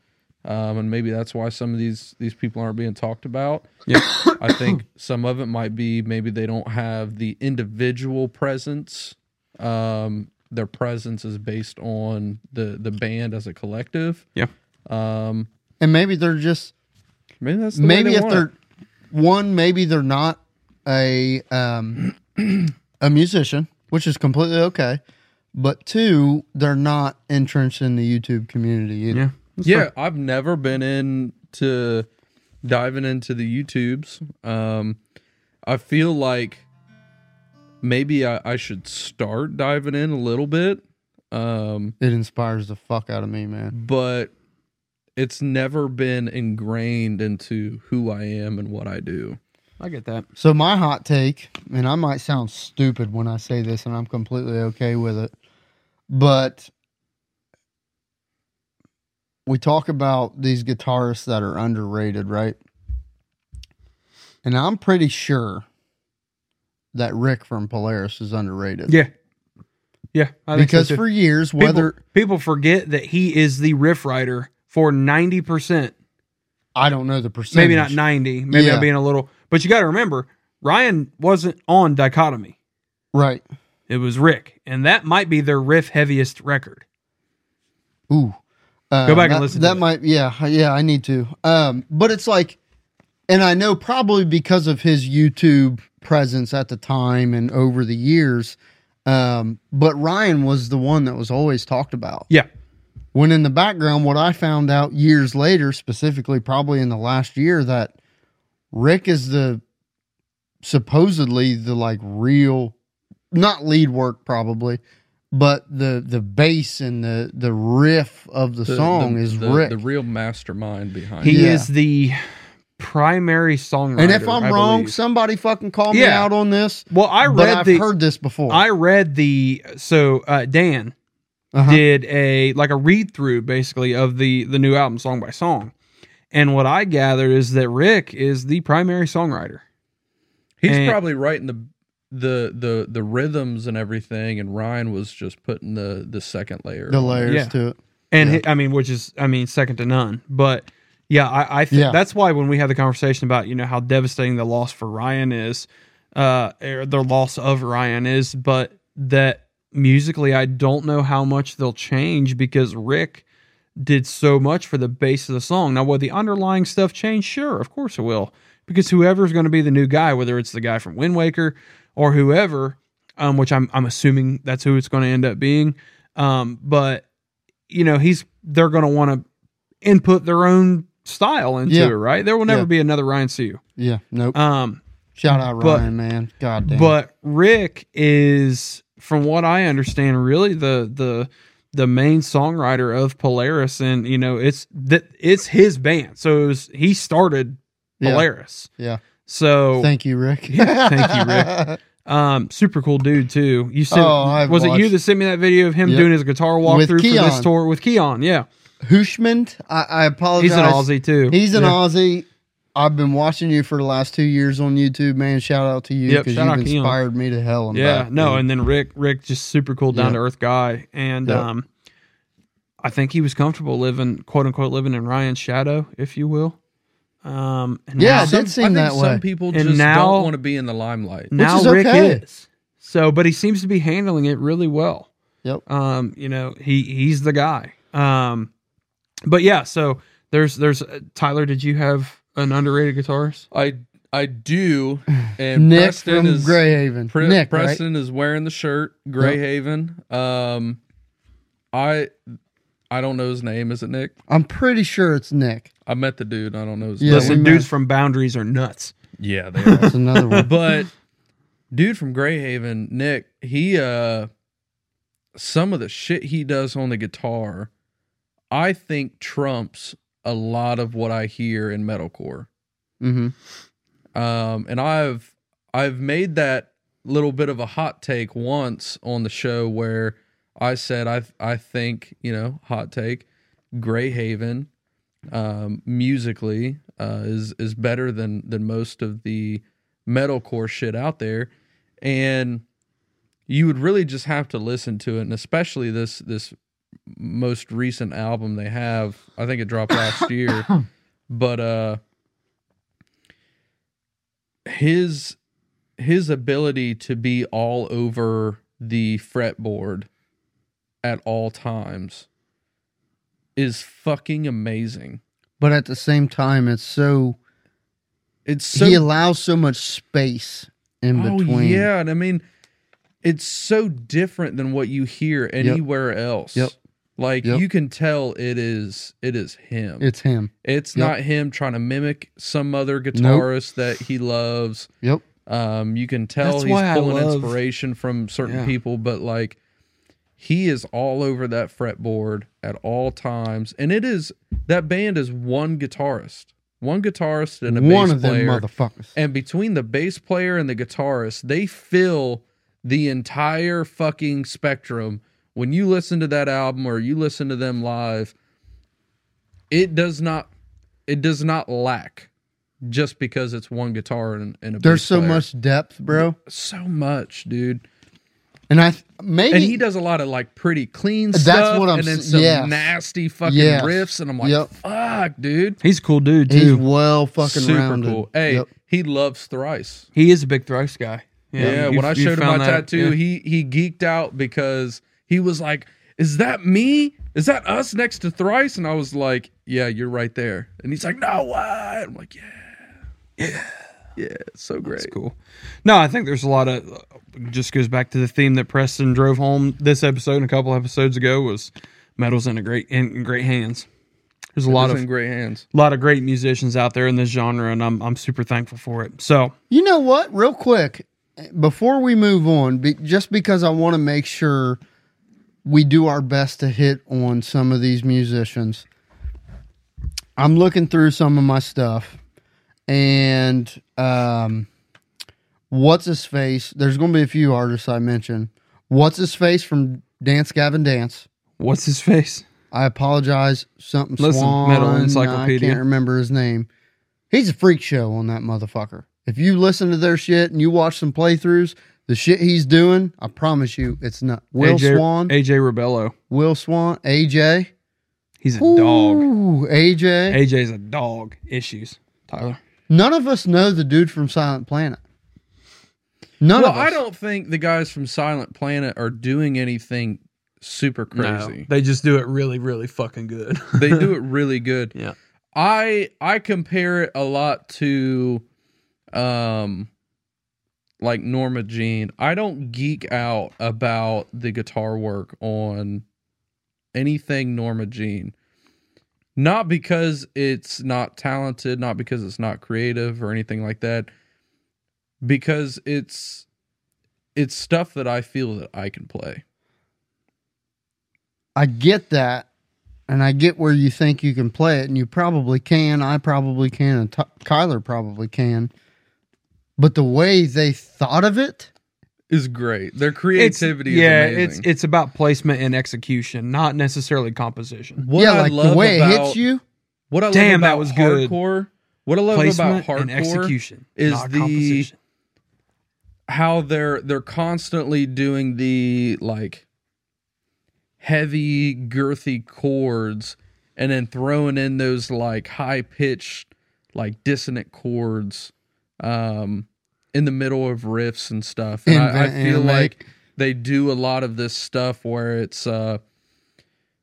Speaker 4: Um, and maybe that's why some of these these people aren't being talked about.
Speaker 2: Yeah.
Speaker 4: I think some of it might be maybe they don't have the individual presence um their presence is based on the the band as a collective
Speaker 2: Yeah.
Speaker 4: um
Speaker 3: And maybe they're just
Speaker 4: maybe that's the way
Speaker 3: maybe
Speaker 4: they
Speaker 3: if
Speaker 4: want
Speaker 3: they're one, maybe they're not a um, a musician, which is completely okay. But two, they're not entrenched in the YouTube community either.
Speaker 2: Yeah.
Speaker 4: it. yeah i've never been into diving into the youtubes um i feel like maybe i, I should start diving in a little bit um
Speaker 3: It inspires the fuck out of me, man.
Speaker 4: but it's never been ingrained into who i am and what i do
Speaker 2: I get that.
Speaker 3: So my hot take, and I might sound stupid when I say this, and I'm completely okay with it, but we talk about these guitarists that are underrated, right? And I'm pretty sure that Rick from Polaris is underrated.
Speaker 2: Yeah. Yeah. I think so,
Speaker 3: because
Speaker 2: too.
Speaker 3: for years,
Speaker 2: people,
Speaker 3: whether
Speaker 2: people forget that he is the riff writer for ninety percent
Speaker 3: I don't know the percentage,
Speaker 2: maybe not 90 maybe
Speaker 3: Yeah.
Speaker 2: i'm being a little but you got to remember ryan wasn't on dichotomy
Speaker 3: right?
Speaker 2: it was rick and that might be their riff heaviest record
Speaker 3: Ooh. Uh,
Speaker 2: Go back and
Speaker 3: that-
Speaker 2: listen to
Speaker 3: That
Speaker 2: it.
Speaker 3: might, yeah, yeah, I need to. Um, but it's like, and I know probably because of his YouTube presence at the time and over the years. Um, but Ryan was the one that was always talked about.
Speaker 2: yeah
Speaker 3: When in the background, what I found out years later, specifically probably in the last year, that Rick is the supposedly the like real, not lead work probably, but the the bass and the the riff of the,
Speaker 4: The-
Speaker 3: song
Speaker 4: the-
Speaker 3: is
Speaker 4: the,
Speaker 3: Rick.
Speaker 4: the real mastermind behind it.
Speaker 2: he
Speaker 3: Yeah.
Speaker 2: is the primary songwriter
Speaker 3: and if I'm
Speaker 2: I
Speaker 3: wrong,
Speaker 2: believe.
Speaker 3: somebody fucking call me
Speaker 2: Yeah.
Speaker 3: out on this.
Speaker 2: well i
Speaker 3: but
Speaker 2: read
Speaker 3: I've
Speaker 2: the
Speaker 3: heard this before.
Speaker 2: i read the so uh, dan
Speaker 3: Uh-huh.
Speaker 2: did a like a read through basically of the the new album song by song and what i gathered is that rick is the primary songwriter
Speaker 4: He's
Speaker 2: And-
Speaker 4: probably writing the the the the rhythms and everything, and Ryan was just putting the the second layer.
Speaker 3: the
Speaker 4: on it.
Speaker 3: layers
Speaker 2: Yeah.
Speaker 3: to it.
Speaker 2: and
Speaker 3: Yeah.
Speaker 2: hi- I mean, which is I mean, second to none. But yeah, I, I think
Speaker 3: Yeah.
Speaker 2: that's why when we had the conversation about you know how devastating the loss for Ryan is, uh, or the loss of Ryan is, but that musically, I don't know how much they'll change because Rick did so much for the base of the song. Now, will the underlying stuff change? Sure, of course it will, because whoever's going to be the new guy, whether it's the guy from Wind Waker or whoever, um, which I'm I'm assuming that's who it's going to end up being. Um, but you know, he's they're going to want to input their own style into
Speaker 3: Yeah.
Speaker 2: it, right? There will never
Speaker 3: Yeah.
Speaker 2: be another Ryan Sue.
Speaker 3: Yeah, nope.
Speaker 2: Um,
Speaker 3: Shout out
Speaker 2: but-
Speaker 3: Ryan, man. God damn.
Speaker 2: but Rick is, from what I understand, really the the the main songwriter of Polaris, and you know it's that it's his band. So it was, he started
Speaker 3: Yeah.
Speaker 2: Polaris.
Speaker 3: Yeah.
Speaker 2: So
Speaker 3: Thank you, Rick.
Speaker 2: Thank you, Rick. um, super cool dude too. You said
Speaker 3: Oh, I've
Speaker 2: was it you
Speaker 3: watched-
Speaker 2: that sent me that video of him
Speaker 3: Yep.
Speaker 2: doing his guitar
Speaker 3: With
Speaker 2: walkthrough for this
Speaker 3: Keon.
Speaker 2: tour with Keon? Yeah,
Speaker 3: Hushman, I, I apologize.
Speaker 2: he's an Aussie too.
Speaker 3: He's an
Speaker 2: yeah.
Speaker 3: Aussie. I've been watching you for the last two years on YouTube, man. Shout out to you
Speaker 2: Yep,
Speaker 3: because
Speaker 2: shout out
Speaker 3: you've
Speaker 2: to you.
Speaker 3: inspired me to hell. and
Speaker 2: Yeah,
Speaker 3: back,
Speaker 2: no,
Speaker 3: dude.
Speaker 2: and then Rick, Rick, just super cool,
Speaker 3: Yeah.
Speaker 2: down to earth guy, and
Speaker 3: Yeah.
Speaker 2: um, I think he was comfortable living, quote unquote, living in Ryan's shadow, if you will. Um, and
Speaker 3: Yeah,
Speaker 2: now-
Speaker 3: it did seem
Speaker 4: I think
Speaker 3: that
Speaker 4: some
Speaker 3: way.
Speaker 4: people
Speaker 2: And
Speaker 4: just
Speaker 2: now-
Speaker 4: don't want to be in the limelight.
Speaker 2: now
Speaker 3: is
Speaker 2: Rick
Speaker 3: okay.
Speaker 2: is. So, but he seems to be handling it really well.
Speaker 3: Yep.
Speaker 2: Um, you know, he he's the guy. Um, but yeah, so there's there's uh, Tyler. Did you have an underrated guitarist?
Speaker 4: I I do, and
Speaker 3: Nick
Speaker 4: Preston
Speaker 3: from
Speaker 4: is
Speaker 3: Greyhaven.
Speaker 4: Pre-
Speaker 3: Nick, right?
Speaker 4: Preston is wearing the shirt. Greyhaven. Um, I I don't know his name. Is it Nick?
Speaker 3: I'm pretty sure it's Nick.
Speaker 4: I met the dude. I don't know his
Speaker 3: Yeah,
Speaker 4: name.
Speaker 3: we
Speaker 2: Listen,
Speaker 3: met-
Speaker 2: dudes from Boundaries are nuts.
Speaker 4: Yeah, they are.
Speaker 3: That's another one.
Speaker 4: but dude from Greyhaven, Nick, he uh some of the shit he does on the guitar, I think trumps a lot of what I hear in metalcore.
Speaker 3: hmm
Speaker 4: Um, and I've I've made that little bit of a hot take once on the show where I said I I think you know hot take, Greyhaven, um, musically uh, is is better than than most of the metalcore shit out there, and you would really just have to listen to it, and especially this this most recent album they have. I think it dropped last year, but uh his his ability to be all over the fretboard at all times is fucking amazing.
Speaker 3: But at the same time, it's so,
Speaker 4: It's so
Speaker 3: he allows so much space in
Speaker 4: Oh,
Speaker 3: between.
Speaker 4: yeah, and I mean, it's so different than what you hear anywhere else.
Speaker 3: Yep.
Speaker 4: Like
Speaker 3: Yep.
Speaker 4: you can tell it is it is him.
Speaker 3: it's him.
Speaker 4: It's
Speaker 3: Yep.
Speaker 4: not him trying to mimic some other
Speaker 3: Nope.
Speaker 4: guitarist that he loves.
Speaker 3: Yep.
Speaker 4: Um, you can tell
Speaker 2: That's
Speaker 4: he's
Speaker 2: why I
Speaker 4: pulling
Speaker 2: love-
Speaker 4: inspiration from certain
Speaker 2: Yeah.
Speaker 4: people, but like he is all over that fretboard at all times, and it is that band is one guitarist, one guitarist and a
Speaker 3: One
Speaker 4: bass
Speaker 3: of them
Speaker 4: player,
Speaker 3: motherfuckers.
Speaker 4: and between the bass player and the guitarist, they fill the entire fucking spectrum. When you listen to that album or you listen to them live, it does not it does not lack just because it's one guitar and, and a
Speaker 3: There's
Speaker 4: bass
Speaker 3: so
Speaker 4: player.
Speaker 3: much depth, bro.
Speaker 4: so much, dude.
Speaker 3: And I th- maybe
Speaker 4: And he does a lot of like pretty clean
Speaker 3: That's
Speaker 4: stuff
Speaker 3: what I'm
Speaker 4: and then
Speaker 3: s-
Speaker 4: some
Speaker 3: yes.
Speaker 4: nasty fucking
Speaker 3: Yes.
Speaker 4: riffs and I'm like,
Speaker 3: Yep.
Speaker 4: fuck, dude.
Speaker 2: He's a cool dude
Speaker 3: he's
Speaker 2: too.
Speaker 3: well fucking
Speaker 4: Super
Speaker 3: rounded.
Speaker 4: cool. Hey,
Speaker 3: Yep.
Speaker 4: he loves thrice.
Speaker 2: he is a big thrice guy.
Speaker 4: Yeah,
Speaker 2: you-
Speaker 4: when I
Speaker 2: you
Speaker 4: showed him my
Speaker 2: found that-
Speaker 4: tattoo,
Speaker 2: yeah.
Speaker 4: he he geeked out because he was like, "Is that me? Is that us next to thrice?" And I was like, "Yeah, you're right there." And he's like, "No, what?" I'm like, "Yeah, yeah, yeah, it's so great."
Speaker 2: That's cool. No, I think there's a lot of just goes back to the theme that Preston drove home this episode and a couple episodes ago was metals in a great in, in great hands. There's a lot
Speaker 4: It's
Speaker 2: of
Speaker 4: in great hands.
Speaker 2: a lot of great musicians out there in this genre, and I'm I'm super thankful for it. So
Speaker 3: You know what? Real quick, before we move on, be, just because I want to make sure we do our best to hit on some of these musicians, I'm looking through some of my stuff, and um, what's his face? There's going to be a few artists I mentioned. What's his face from Dance Gavin Dance?
Speaker 2: what's his face?
Speaker 3: I apologize. Something
Speaker 2: Listen,
Speaker 3: Swan.
Speaker 2: Metal
Speaker 3: I
Speaker 2: Encyclopedia.
Speaker 3: can't remember his name. He's a freak show on that motherfucker. If you listen to their shit and you watch some playthroughs, the shit he's doing, I promise you, it's not Will
Speaker 2: AJ,
Speaker 3: Swan.
Speaker 2: AJ Rebello.
Speaker 3: Will Swan. AJ.
Speaker 2: He's a dog.
Speaker 3: Ooh, AJ.
Speaker 2: AJ's a dog. Issues. Tyler.
Speaker 3: None of us know the dude from Silent Planet. None
Speaker 4: well,
Speaker 3: of us.
Speaker 4: I don't think the guys from Silent Planet are doing anything super crazy.
Speaker 2: they just do it really, really fucking good.
Speaker 4: they do it really good.
Speaker 2: Yeah.
Speaker 4: I I compare it a lot to um like Norma Jean. I don't geek out about the guitar work on anything Norma Jean. Not because it's not talented, not because it's not creative or anything like that. Because it's it's stuff that I feel that I can play.
Speaker 3: I get that, and I get where you think you can play it, and you probably can. I probably can, and Ty Kyler probably can. but the way they thought of it,
Speaker 4: is great. Their
Speaker 2: It's-
Speaker 4: creativity is
Speaker 2: yeah,
Speaker 4: amazing.
Speaker 2: it's it's about placement and execution, not necessarily composition.
Speaker 4: what
Speaker 3: yeah,
Speaker 4: I
Speaker 3: like
Speaker 4: love
Speaker 3: the way it
Speaker 4: about-
Speaker 3: hits you.
Speaker 4: What I love
Speaker 2: Damn,
Speaker 4: about
Speaker 2: that was good.
Speaker 4: hardcore. What I love
Speaker 2: Placement
Speaker 4: about hardcore
Speaker 2: and execution
Speaker 4: is
Speaker 2: not
Speaker 4: the-
Speaker 2: composition.
Speaker 4: how they're they're constantly doing the like heavy girthy chords and then throwing in those like high pitched like dissonant chords um in the middle of riffs and stuff and
Speaker 3: In
Speaker 4: I, I
Speaker 3: the-
Speaker 4: feel
Speaker 3: in
Speaker 4: like they do a lot of this stuff where it's uh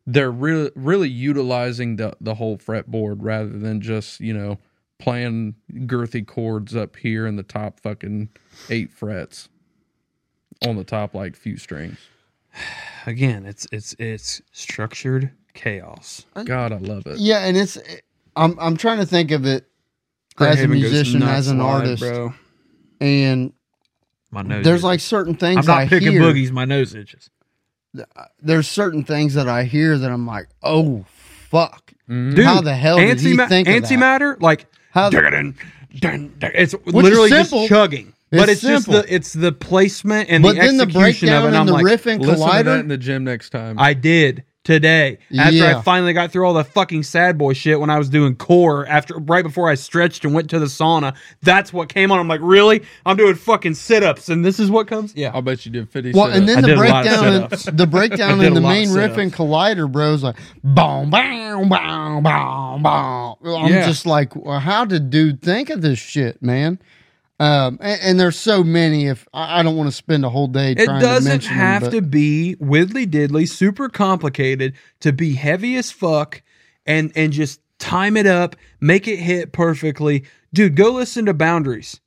Speaker 4: they're really really utilizing the the whole fretboard rather than just you know playing girthy chords up here in the top fucking eight frets on the top like few strings.
Speaker 2: Again, it's it's it's structured chaos.
Speaker 4: God, I love it.
Speaker 3: Yeah, and it's I'm I'm trying to think of it as a
Speaker 2: Haven goes
Speaker 3: musician,
Speaker 2: nuts
Speaker 3: as an
Speaker 2: live,
Speaker 3: artist,
Speaker 2: bro.
Speaker 3: and
Speaker 2: My nose.
Speaker 3: there's
Speaker 2: itches.
Speaker 3: like certain things
Speaker 2: I'm not
Speaker 3: I
Speaker 2: picking
Speaker 3: hear.
Speaker 2: boogies. My nose itches.
Speaker 3: There's certain things that I hear that I'm like, oh fuck,
Speaker 4: Hmm.
Speaker 2: Dude,
Speaker 3: how the hell did he
Speaker 2: antima-
Speaker 3: think of that?
Speaker 2: antimatter? Like
Speaker 3: How the-
Speaker 2: dun, dun, dun. it's literally just
Speaker 3: simple.
Speaker 2: chugging. But it's
Speaker 3: It's simple.
Speaker 2: just the it's the placement and
Speaker 3: but
Speaker 2: the
Speaker 3: then the
Speaker 2: execution of
Speaker 3: breakdown
Speaker 2: it. And
Speaker 3: and
Speaker 2: I'm
Speaker 3: the
Speaker 2: like,
Speaker 3: riff and
Speaker 4: Listen to that in
Speaker 3: collider,
Speaker 4: the gym next time.
Speaker 2: I did today after I
Speaker 3: Yeah.
Speaker 2: finally got through all the fucking sad boy shit when I was doing core after right before I stretched and went to the sauna. That's what came on. I'm like, really? I'm doing fucking sit ups and this is what comes. Yeah,
Speaker 4: I'll bet you did fifty.
Speaker 3: well, and
Speaker 2: I
Speaker 3: then the
Speaker 2: did a lot of
Speaker 3: breakdown, and,
Speaker 2: sit-ups.
Speaker 3: the breakdown,
Speaker 2: did a
Speaker 3: and the
Speaker 2: lot of
Speaker 3: main riff
Speaker 2: sit-ups.
Speaker 3: and collider, bro, is like boom, bam, bam, bam, bam. I'm
Speaker 4: Yeah.
Speaker 3: just like, well, how did dude think of this shit, man? Um, and, and there's so many. If I, I don't want to spend a whole day,
Speaker 2: it
Speaker 3: trying to
Speaker 2: doesn't
Speaker 3: mention them,
Speaker 2: have
Speaker 3: but-
Speaker 2: to be widdly diddly, super complicated to be heavy as fuck and and just time it up, make it hit perfectly. Dude, go listen to Boundaries.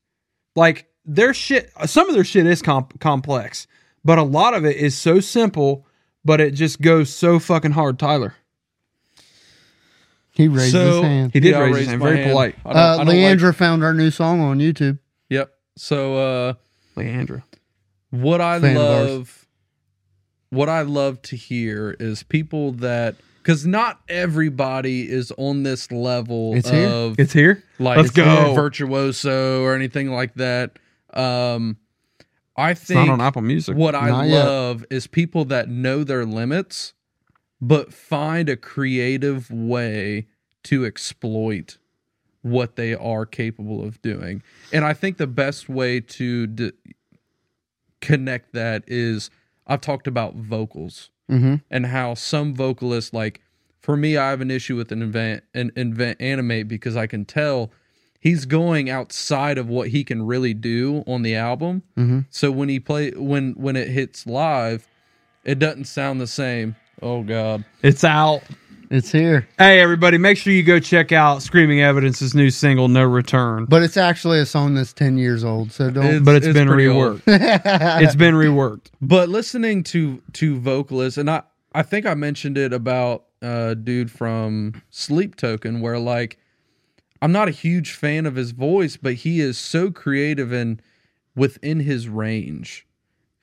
Speaker 2: Like their shit, some of their shit is comp- complex, but a lot of it is so simple, but it just goes so fucking hard. Tyler,
Speaker 3: He raised
Speaker 4: So-
Speaker 3: his hand.
Speaker 2: he did raise his hand, very polite.
Speaker 3: Uh, Leandra found our new song on YouTube.
Speaker 4: yep. So uh,
Speaker 2: Leandra,
Speaker 4: what I
Speaker 3: Fan of ours.
Speaker 4: love, what I love to hear is people that because not everybody is on this level
Speaker 3: It's here.
Speaker 4: of
Speaker 2: it's here.
Speaker 4: like
Speaker 2: Let's go.
Speaker 4: virtuoso or anything like that. Um, I
Speaker 2: It's not
Speaker 4: think
Speaker 2: on Apple Music.
Speaker 4: what I
Speaker 3: Not yet.
Speaker 4: love is people that know their limits, but find a creative way to exploit what they are capable of doing. And I think the best way to d- connect that is I've talked about vocals
Speaker 3: Mm-hmm.
Speaker 4: and how some vocalists like for me I have an issue with an invent an invent animate because I can tell he's going outside of what he can really do on the album.
Speaker 3: Mhm.
Speaker 4: So when he play when when it hits live, it doesn't sound the same. Oh god.
Speaker 2: It's out.
Speaker 3: It's here,
Speaker 2: Hey, everybody, make sure you go check out Screaming Evidence's new single, No Return.
Speaker 3: but it's actually a song that's ten years old. So don't.
Speaker 2: but it's been
Speaker 4: pretty
Speaker 2: reworked.
Speaker 4: old.
Speaker 2: it's been reworked.
Speaker 4: But listening to to vocalists, and I I think I mentioned it about uh dude from Sleep Token, where like I'm not a huge fan of his voice, but he is so creative and within his range,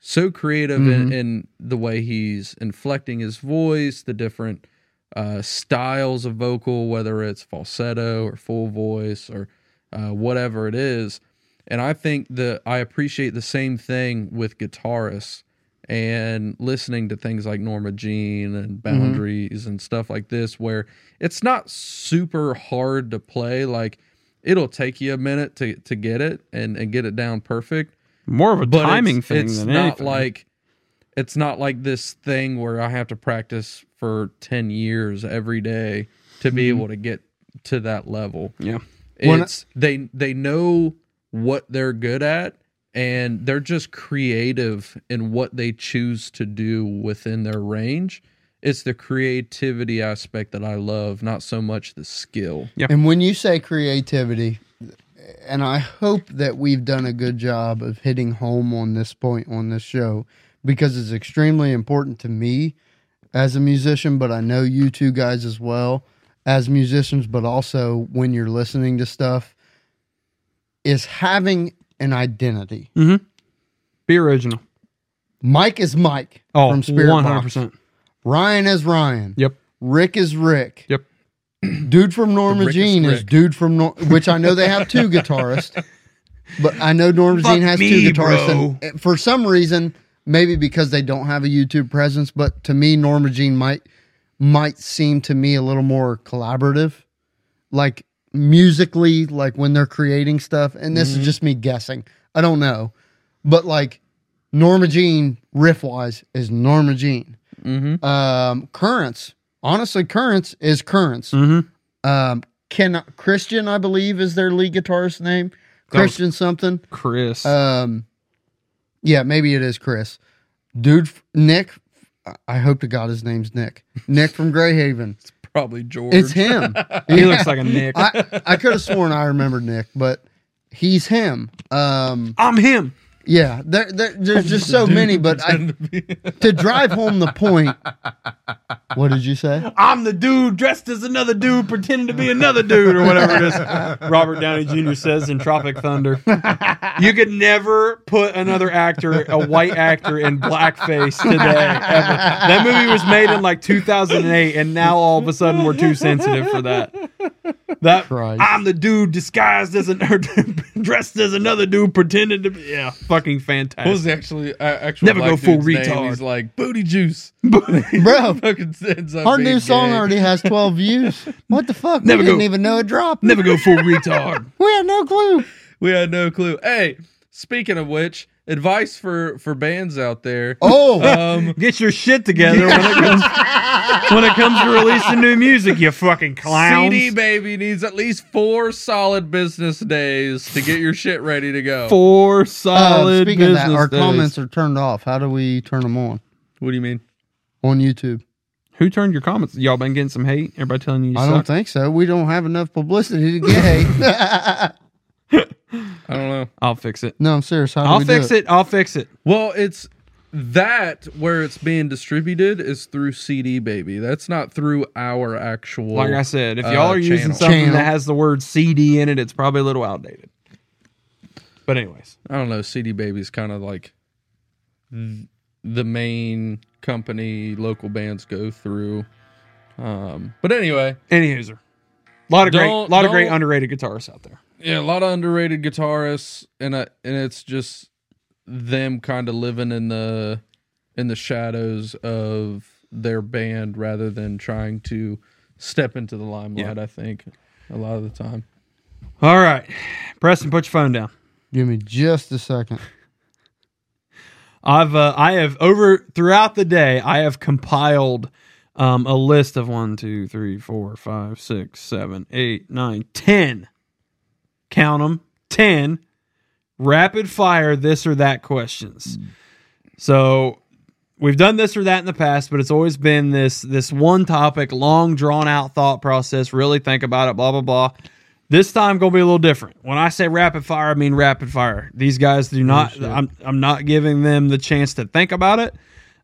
Speaker 4: so creative in, in the way he's inflecting his voice, the different uh, styles of vocal, whether it's falsetto or full voice or uh, whatever it is. And I think that I appreciate the same thing with guitarists and listening to things like Norma Jean and Boundaries and stuff like this, where it's not super hard to play. Like it'll take you a minute to, to get it and, and get it down perfect
Speaker 2: More of a
Speaker 4: but
Speaker 2: timing
Speaker 4: it's,
Speaker 2: thing
Speaker 4: it's
Speaker 2: than
Speaker 4: not
Speaker 2: anything.
Speaker 4: like it's not like this thing where i have to practice for 10 years every day to be
Speaker 2: Mm-hmm.
Speaker 4: able to get to that level
Speaker 2: Yeah.
Speaker 3: When I-
Speaker 4: it's they they know what they're good at and they're just creative in what they choose to do within their range it's the creativity aspect that i love not so much the skill
Speaker 3: And when you say creativity, and I hope that we've done a good job of hitting home on this point on this show because it's extremely important to me as a musician, but I know you two guys as well as musicians, but also when you're listening to stuff, is having an identity.
Speaker 2: Mm. be original.
Speaker 3: Mike is Mike
Speaker 2: Oh,
Speaker 3: from Spirit Box.
Speaker 2: 100%.
Speaker 3: Ryan is Ryan.
Speaker 2: Yep.
Speaker 3: Rick is Rick.
Speaker 2: Yep.
Speaker 3: Dude from Norma
Speaker 4: Rick is
Speaker 3: Jean is,
Speaker 4: Rick.
Speaker 3: dude from Nor- which I know they have two guitarists, But I know Normazine
Speaker 2: Fuck
Speaker 3: has
Speaker 2: me,
Speaker 3: two guitarists.
Speaker 2: bro.
Speaker 3: And for some reason, maybe because they don't have a YouTube presence, but to me, Norma Jean might might seem to me a little more collaborative, like musically, like when they're creating stuff. And
Speaker 2: Mm-hmm.
Speaker 3: this is just me guessing. I don't know, but like Norma Jean riff wise is Norma Jean. Um, currents, honestly, currents is currents.
Speaker 2: Mm-hmm.
Speaker 3: Um, Ken Christian, I believe, is their lead guitarist name.
Speaker 2: That was-
Speaker 3: Christian something.
Speaker 2: Chris.
Speaker 3: Um, yeah, maybe it is Chris. Dude, f- Nick. I- I hope to God his name's Nick. Nick from Greyhaven.
Speaker 4: Probably George.
Speaker 3: It's him.
Speaker 2: he looks like a Nick. I,
Speaker 3: I, I could have sworn I remembered Nick, but he's him. Um,
Speaker 2: am him.
Speaker 3: yeah, there, there, there's just so many. But I, to drive home the point, what did you say?
Speaker 2: I'm the dude dressed as another dude pretending to be another dude or whatever it is. Robert Downey Jr. says in Tropic Thunder. You could never put another actor, a white actor, in blackface today. Ever. That movie was made in like 2008, and now all of a sudden we're too sensitive for that. That
Speaker 3: Christ.
Speaker 2: I'm the dude disguised as an or dressed as another dude pretending to be yeah, fucking
Speaker 4: What was
Speaker 2: fantastic.
Speaker 4: the actually uh, actual
Speaker 2: Never
Speaker 4: black
Speaker 2: go full
Speaker 4: dude's name?
Speaker 2: retard.
Speaker 4: He's like booty juice,
Speaker 3: Bro,
Speaker 4: Fucking ends up
Speaker 3: our
Speaker 4: being
Speaker 3: new song
Speaker 4: gay.
Speaker 3: already has 12 views. What the fuck?
Speaker 2: Never
Speaker 3: we
Speaker 2: go-
Speaker 3: didn't even know it dropped.
Speaker 2: Never go full retard.
Speaker 3: We had no clue.
Speaker 4: We had no clue. Hey, speaking of which, advice for for bands out there.
Speaker 3: Oh,
Speaker 4: Um,
Speaker 2: Get your shit together when it comes when it comes to releasing new music, you fucking clowns.
Speaker 4: CD baby needs at least four solid business days to get your shit ready to go.
Speaker 2: Four
Speaker 3: Uh,
Speaker 2: solid
Speaker 3: speaking of that,
Speaker 2: business
Speaker 3: our
Speaker 2: days.
Speaker 3: comments are turned off. How do we turn them on
Speaker 4: What do you mean?
Speaker 3: on YouTube?
Speaker 2: Who turned your comments? Y'all been getting some hate? Everybody telling you, you
Speaker 3: I
Speaker 2: suck?
Speaker 3: don't think so. We don't have enough publicity to get hate.
Speaker 4: I don't know.
Speaker 2: I'll fix it.
Speaker 3: no, I'm serious. How do
Speaker 2: I'll
Speaker 3: we do
Speaker 2: fix it. I'll fix it.
Speaker 4: Well, it's that where it's being distributed is through CD baby. That's not through our actual.
Speaker 2: Like I said, if
Speaker 4: Uh,
Speaker 2: y'all are using
Speaker 4: channel.
Speaker 2: something
Speaker 3: Channel.
Speaker 2: that has the word CD in it, it's probably a little outdated. But anyways,
Speaker 4: I don't know. CD Baby's kind of like
Speaker 2: Mm.
Speaker 4: th- the main company local bands go through. Um, but anyway,
Speaker 2: any user, a lot of great,
Speaker 4: Don't-
Speaker 2: lot of great
Speaker 4: don't-
Speaker 2: underrated guitarists out there.
Speaker 4: yeah, a lot of underrated guitarists, and uh, and it's just them kind of living in the in the shadows of their band rather than trying to step into the limelight. I think a lot of the time.
Speaker 2: All right, Preston, put your phone down.
Speaker 3: Give me just a second.
Speaker 2: I've uh, I have over throughout the day I have compiled um, a list of one, two, three, four, five, six, seven, eight, nine, ten. Count them ten. Rapid fire this or that questions. So we've done this or that in the past, but it's always been this this one topic, long drawn out thought process. Really think about it. Blah blah blah. This time gonna be a little different. When I say rapid fire, I mean rapid fire. These guys do not. I'm I'm not giving them the chance to think about it.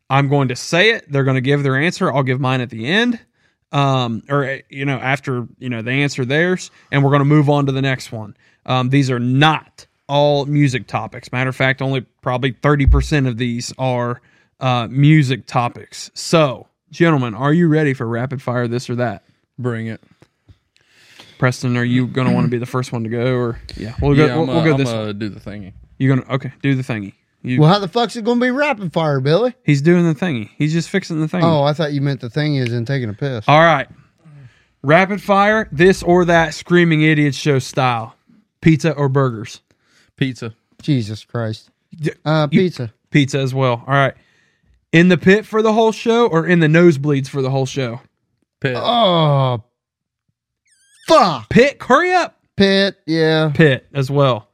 Speaker 2: I'm going to say it. They're going to give their answer. I'll give mine at the end, um, or eh, you know after you know they answer theirs, and we're going to move on to the next one. Um, these are not all music topics. Matter of fact, only probably thirty percent of these are uh, music topics. So, gentlemen, are you ready for rapid fire this or that?
Speaker 4: Bring it.
Speaker 2: Preston, are you going to want to be the first one to go, or yeah, we'll go.
Speaker 4: yeah,
Speaker 2: we'll,
Speaker 4: I'm, uh,
Speaker 2: we'll go
Speaker 4: I'm,
Speaker 2: this.
Speaker 4: uh, do the thingy.
Speaker 2: You gonna okay? Do the thingy. You,
Speaker 3: Well, how the fuck's it going to be rapid fire, Billy?
Speaker 2: he's doing the thingy. He's just fixing the thingy.
Speaker 3: Oh, I thought you meant the thing is in taking a piss.
Speaker 2: All right. Rapid fire, this or that screaming idiot show style. Pizza or burgers?
Speaker 4: Pizza.
Speaker 3: Jesus Christ.
Speaker 2: D-
Speaker 3: Uh,
Speaker 2: you-
Speaker 3: pizza.
Speaker 2: Pizza as well. All right. In the pit for the whole show or in the nosebleeds for the whole show?
Speaker 4: Pit.
Speaker 2: Uh,
Speaker 3: Oh, fuck.
Speaker 2: Pit, hurry up.
Speaker 3: Pit. Yeah.
Speaker 2: Pit as well.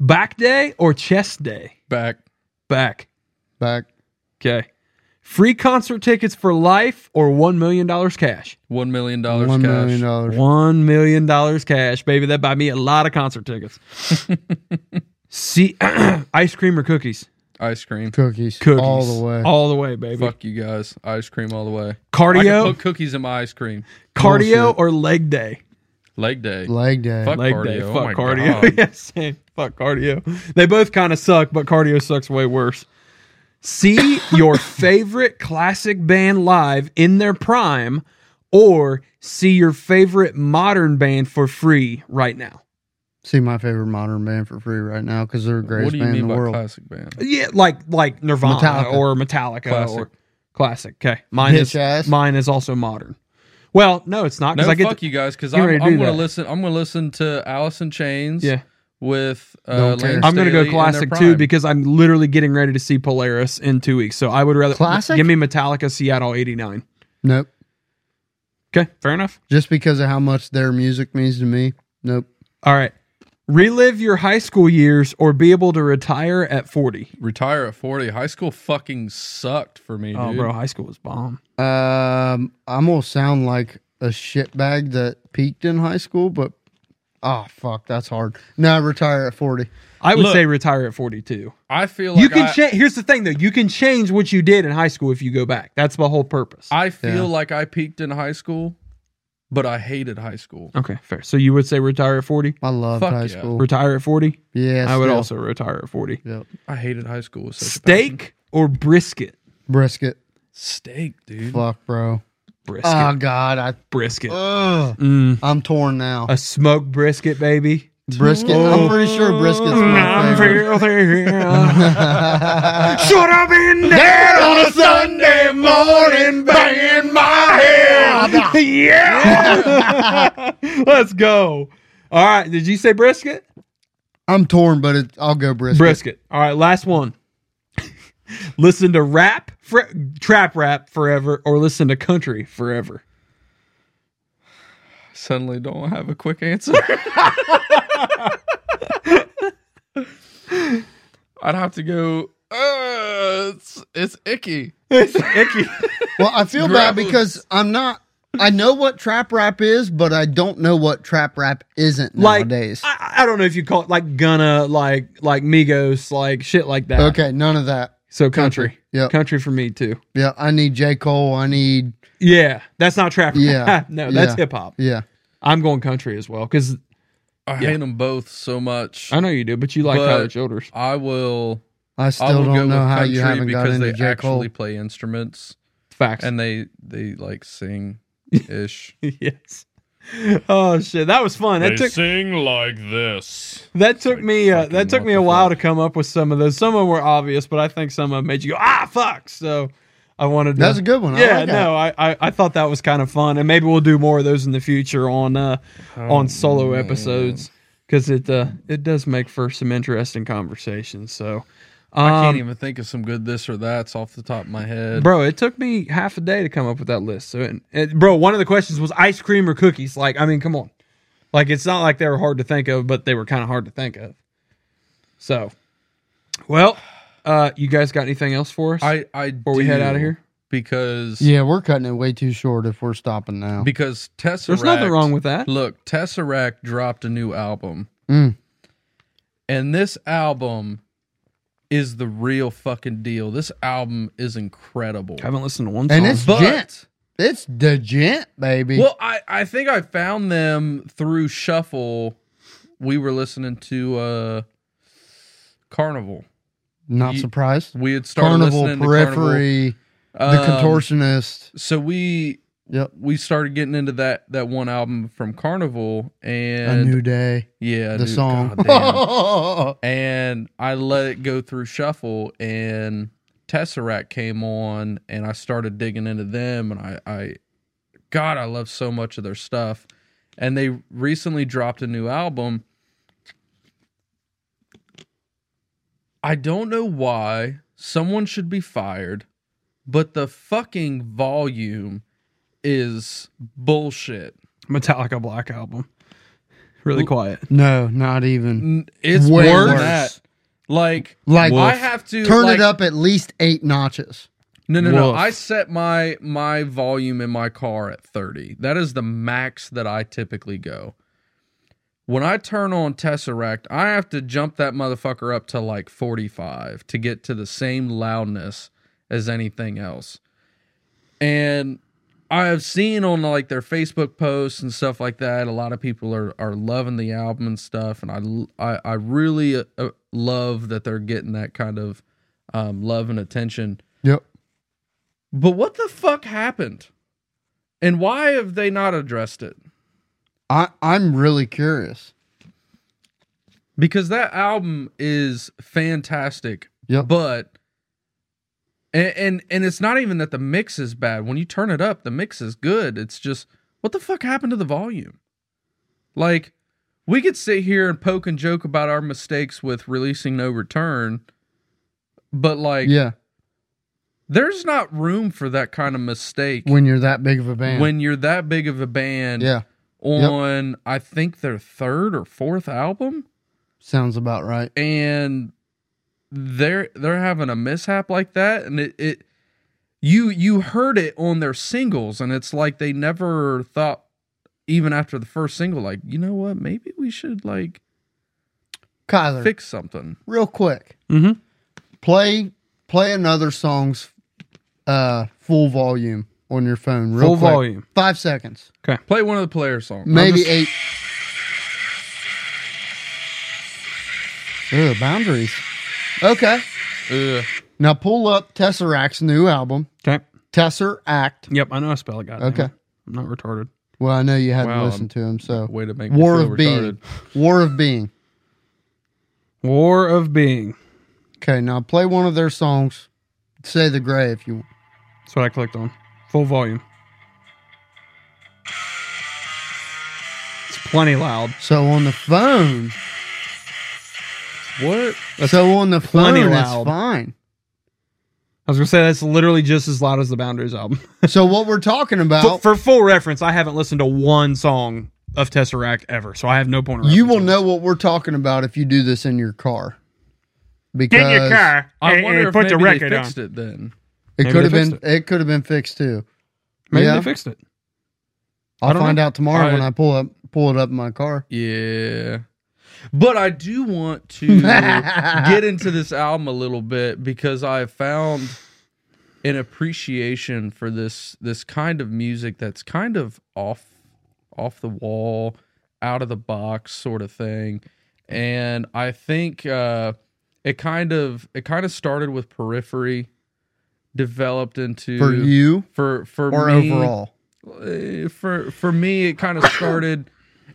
Speaker 2: Back day or chest day?
Speaker 4: Back.
Speaker 2: Back.
Speaker 3: Back.
Speaker 2: Okay. Free concert tickets for life or $1 million cash?
Speaker 4: One million dollars
Speaker 3: One
Speaker 4: cash.
Speaker 3: million dollars.
Speaker 2: $1 million cash, baby. That buy me a lot of concert tickets. See, ice cream or cookies?
Speaker 4: Ice cream.
Speaker 3: Cookies.
Speaker 2: Cookies.
Speaker 3: All the way.
Speaker 2: All the way, baby.
Speaker 4: Fuck you guys. Ice cream all the way. I can
Speaker 2: Cardio,
Speaker 4: put cookies in my ice cream.
Speaker 2: cardio or leg day?
Speaker 4: Leg day.
Speaker 3: Leg day.
Speaker 4: Fuck
Speaker 2: Leg
Speaker 4: cardio.
Speaker 2: day.
Speaker 4: Oh
Speaker 2: Fuck
Speaker 4: my
Speaker 2: cardio.
Speaker 4: God.
Speaker 2: yeah, same. Fuck cardio. They both kind of suck, but cardio sucks way worse. See your favorite classic band live in their prime or see your favorite modern band for free right now.
Speaker 3: see my favorite modern band for free right now because they're the
Speaker 4: what
Speaker 3: greatest
Speaker 4: do you
Speaker 3: band
Speaker 4: mean
Speaker 3: in the
Speaker 4: by
Speaker 3: world.
Speaker 4: classic band?
Speaker 2: Yeah, like like Nirvana
Speaker 3: Metallica.
Speaker 2: or Metallica
Speaker 4: Classic.
Speaker 2: or classic. Okay, mine is
Speaker 3: Bitch ass.
Speaker 2: mine is also modern. Well, no, it's not
Speaker 4: No,
Speaker 2: because I get
Speaker 4: fuck
Speaker 2: to-
Speaker 4: you guys, because
Speaker 2: You
Speaker 4: I'm,
Speaker 2: already do
Speaker 4: I'm gonna
Speaker 2: that.
Speaker 4: listen. I'm gonna listen to Alice in Chains.
Speaker 2: Yeah.
Speaker 4: with uh,
Speaker 3: Don't care.
Speaker 4: Lane
Speaker 2: I'm gonna go
Speaker 4: Staley in their
Speaker 2: classic too
Speaker 4: prime.
Speaker 2: because I'm literally getting ready to see Polaris in two weeks. So I would rather
Speaker 3: Classic?
Speaker 2: Give me Metallica Seattle '89.
Speaker 3: Nope.
Speaker 2: Okay, fair enough.
Speaker 3: Just because of how much their music means to me. Nope.
Speaker 2: All right, relive your high school years or be able to retire at 40.
Speaker 4: retire at 40. High school fucking sucked for me, dude.
Speaker 2: Oh, bro, high school was bomb.
Speaker 3: Um, I'm gonna sound like a shitbag that peaked in high school, but oh fuck, that's hard. Now I retire at 40.
Speaker 2: I would
Speaker 4: Look.
Speaker 2: say retire at 42.
Speaker 4: I feel like
Speaker 2: you can
Speaker 4: I,
Speaker 2: change. Here's the thing, though. You can change what you did in high school if you go back. That's the whole purpose.
Speaker 4: I feel
Speaker 3: Yeah.
Speaker 4: like I peaked in high school, but I hated high school.
Speaker 2: okay, fair. So you would say retire at 40?
Speaker 3: I loved
Speaker 4: Fuck
Speaker 3: high
Speaker 4: yeah.
Speaker 3: school.
Speaker 2: Retire at 40?
Speaker 3: yeah,
Speaker 2: I would
Speaker 3: still.
Speaker 2: also retire at 40.
Speaker 3: Yep.
Speaker 4: I hated high school with such a passion.
Speaker 2: Steak or brisket?
Speaker 3: Brisket.
Speaker 4: Steak, dude.
Speaker 3: Fuck, bro.
Speaker 2: Brisket.
Speaker 5: Uh,
Speaker 3: Oh god, I
Speaker 2: brisket.
Speaker 3: ugh,
Speaker 2: Mm.
Speaker 3: I'm torn now.
Speaker 2: A smoked brisket, baby. Uh,
Speaker 3: Brisket. I'm pretty sure brisket's my
Speaker 4: Mm.
Speaker 5: I'm
Speaker 3: favorite.
Speaker 5: Should have been there on a Sunday morning, banging my head. Yeah.
Speaker 2: Ah, Let's go. All right. Did you say brisket?
Speaker 3: I'm torn, but it, I'll go brisket.
Speaker 2: Brisket. All right. Last one. listen to rap, fr- trap rap forever, or listen to country forever.
Speaker 4: Suddenly don't have a quick answer. I'd have to go. Uh, it's, it's icky.
Speaker 2: It's icky.
Speaker 3: Well, I feel bad
Speaker 4: Gross.
Speaker 3: because I'm not. I know what trap rap is, but I don't know what trap rap isn't
Speaker 2: like
Speaker 3: nowadays.
Speaker 2: I, I don't know if you call it like Gunna, like like Migos, like shit like that.
Speaker 3: okay, none of that.
Speaker 2: So country.
Speaker 3: Yep.
Speaker 2: Country for me too.
Speaker 3: Yeah, I need J Cole. I need
Speaker 2: Yeah. That's not trap. rap.
Speaker 3: Yeah.
Speaker 2: no, that's
Speaker 3: Yeah.
Speaker 2: hip hop.
Speaker 3: yeah.
Speaker 2: I'm going country as well because
Speaker 4: I hate 'em hate them both so much.
Speaker 2: I know you do, but you like
Speaker 4: But-
Speaker 2: Tyler Childers.
Speaker 4: I will.
Speaker 3: I
Speaker 4: I
Speaker 3: still
Speaker 4: will go
Speaker 3: don't know
Speaker 4: with
Speaker 3: how
Speaker 4: country
Speaker 3: you haven't got
Speaker 4: because
Speaker 3: into
Speaker 4: they
Speaker 3: J Cole.
Speaker 4: actually play instruments
Speaker 2: Facts.
Speaker 4: and they they like sing ish.
Speaker 2: yes. Oh shit, that was fun. That took
Speaker 5: sing like this.
Speaker 2: that took me uh, that
Speaker 4: fucking
Speaker 2: took me a
Speaker 4: what the
Speaker 2: while
Speaker 4: fuck.
Speaker 2: to come up with some of those. Some of them were obvious, but I think some of them made you go ah fuck. So I wanted to,
Speaker 3: That's a good one. I
Speaker 2: Yeah,
Speaker 3: like that.
Speaker 2: no, I, I I thought that was kind of fun, and maybe we'll do more of those in the future on uh on solo episodes because it uh it does make for some interesting conversations. So um,
Speaker 4: I can't even think of some good this or that's off the top of my head.
Speaker 2: Bro, it took me half a day to come up with that list. So, and, and, bro, one of the questions was ice cream or cookies. Like, I mean, come on. Like, it's not like they were hard to think of, but they were kind of hard to think of. So, well, uh, you guys got anything else for us
Speaker 4: I I
Speaker 2: before we head out of here?
Speaker 4: because
Speaker 3: Yeah, we're cutting it way too short if we're stopping now.
Speaker 4: because Tesseract.
Speaker 2: There's nothing wrong with that.
Speaker 4: Look, Tesseract dropped a new album,
Speaker 3: Mm.
Speaker 4: and this album is the real fucking deal. This album is incredible.
Speaker 2: I haven't listened to one song.
Speaker 3: And it's
Speaker 4: But-
Speaker 3: gent. It's the gent, baby.
Speaker 4: Well, I, I think I found them through Shuffle. We were listening to uh Carnival.
Speaker 3: Not
Speaker 4: you-
Speaker 3: surprised.
Speaker 4: We had started
Speaker 3: Carnival
Speaker 4: listening
Speaker 3: periphery,
Speaker 4: to Carnival.
Speaker 3: the
Speaker 4: Um,
Speaker 3: contortionist.
Speaker 4: So we
Speaker 3: Yep.
Speaker 4: we started getting into that that one album from Carnival and
Speaker 3: A new day.
Speaker 4: yeah,
Speaker 3: The
Speaker 4: dude,
Speaker 3: song.
Speaker 4: goddamn. and I let it go through shuffle and Tesseract came on and I started digging into them and I, I God, I love so much of their stuff. And they recently dropped a new album. I don't know why someone should be fired, but the fucking volume is bullshit.
Speaker 2: Metallica Black Album. Really quiet.
Speaker 3: no, not even.
Speaker 4: N- It's
Speaker 3: Way
Speaker 4: worse than
Speaker 3: worse.
Speaker 4: that. Like
Speaker 3: Like
Speaker 4: I have to
Speaker 3: turn
Speaker 4: like,
Speaker 3: it up at least eight notches.
Speaker 4: No, no, no.
Speaker 2: Woof.
Speaker 4: I set my my volume in my car at 30. That is the max that I typically go. When I turn on Tesseract, I have to jump that motherfucker up to like 45 to get to the same loudness as anything else. And I have seen on like their Facebook posts and stuff like that, a lot of people are are loving the album and stuff, and I l- I, I really uh, uh, love that they're getting that kind of um, love and attention.
Speaker 3: Yep.
Speaker 4: But what the fuck happened? And why have they not addressed it?
Speaker 3: I, I'm really curious.
Speaker 4: because that album is fantastic.
Speaker 3: Yep.
Speaker 4: But and, and and it's not even that the mix is bad. When you turn it up, the mix is good. It's just what the fuck happened to the volume? Like we could sit here and poke and joke about our mistakes with releasing No Return, but like
Speaker 3: yeah,
Speaker 4: there's not room for that kind of mistake
Speaker 3: when you're that big of a band.
Speaker 4: when you're that big of a band
Speaker 3: yeah,
Speaker 4: on I think their third or fourth album
Speaker 3: sounds about right.
Speaker 4: and they're they're having a mishap like that and it, it you you heard it on their singles and it's like they never thought even after the first single like you know what maybe we should like
Speaker 3: Kyler,
Speaker 4: fix something
Speaker 3: real quick,
Speaker 2: Mhm.
Speaker 3: play play another song's uh, full volume on your phone. Real
Speaker 2: Full
Speaker 3: quick.
Speaker 2: volume.
Speaker 3: five seconds,
Speaker 4: play one of the player songs
Speaker 3: maybe
Speaker 2: just-
Speaker 3: eight. Ugh, boundaries. Okay,
Speaker 4: Ugh.
Speaker 3: now pull up Tesseract's new album,
Speaker 2: Okay.
Speaker 3: Tesseract.
Speaker 2: Yep, I know I spell it. God.
Speaker 3: Okay.
Speaker 2: I'm not retarded.
Speaker 3: Well, I know you hadn't
Speaker 4: Wow,
Speaker 3: listened to him, so
Speaker 4: way to make me
Speaker 3: War
Speaker 4: feel
Speaker 3: of Being.
Speaker 4: retarded.
Speaker 3: War of Being.
Speaker 2: War of Being.
Speaker 3: Okay, now play one of their songs. Say the gray if you want.
Speaker 2: That's what I clicked on. Full volume. It's plenty loud.
Speaker 3: So on the phone.
Speaker 2: What?
Speaker 3: so on the phone,
Speaker 2: plenty
Speaker 3: it's
Speaker 2: loud.
Speaker 3: fine.
Speaker 2: I was gonna say that's literally just as loud as the Boundaries album.
Speaker 3: So what we're talking
Speaker 2: for,
Speaker 3: about,
Speaker 2: for full reference, I haven't listened to one song of Tesseract ever, so I have no point. of
Speaker 3: you
Speaker 2: reference
Speaker 3: will
Speaker 2: on
Speaker 3: know what we're talking about if you do this in your car. Because
Speaker 5: Get in your car
Speaker 4: I
Speaker 5: and,
Speaker 4: wonder
Speaker 5: and
Speaker 4: if
Speaker 5: put the
Speaker 4: maybe
Speaker 5: record
Speaker 4: they
Speaker 5: on.
Speaker 4: fixed it then.
Speaker 3: it
Speaker 2: Maybe
Speaker 3: could have
Speaker 2: they
Speaker 3: been
Speaker 2: fixed
Speaker 3: it, could have been fixed too.
Speaker 2: it. Maybe
Speaker 3: yeah.
Speaker 2: they fixed it.
Speaker 3: I'll
Speaker 2: don't
Speaker 3: find out tomorrow
Speaker 4: I-
Speaker 3: when I pull up pull it up in my car.
Speaker 4: Yeah. But I do want to get into this album a little bit because I have found an appreciation for this this kind of music that's kind of off off the wall, out of the box sort of thing. And I think uh it kind of it kind of started with periphery developed into
Speaker 3: For you
Speaker 4: for for
Speaker 3: or
Speaker 4: me,
Speaker 3: overall.
Speaker 4: uh, for for me it kind of started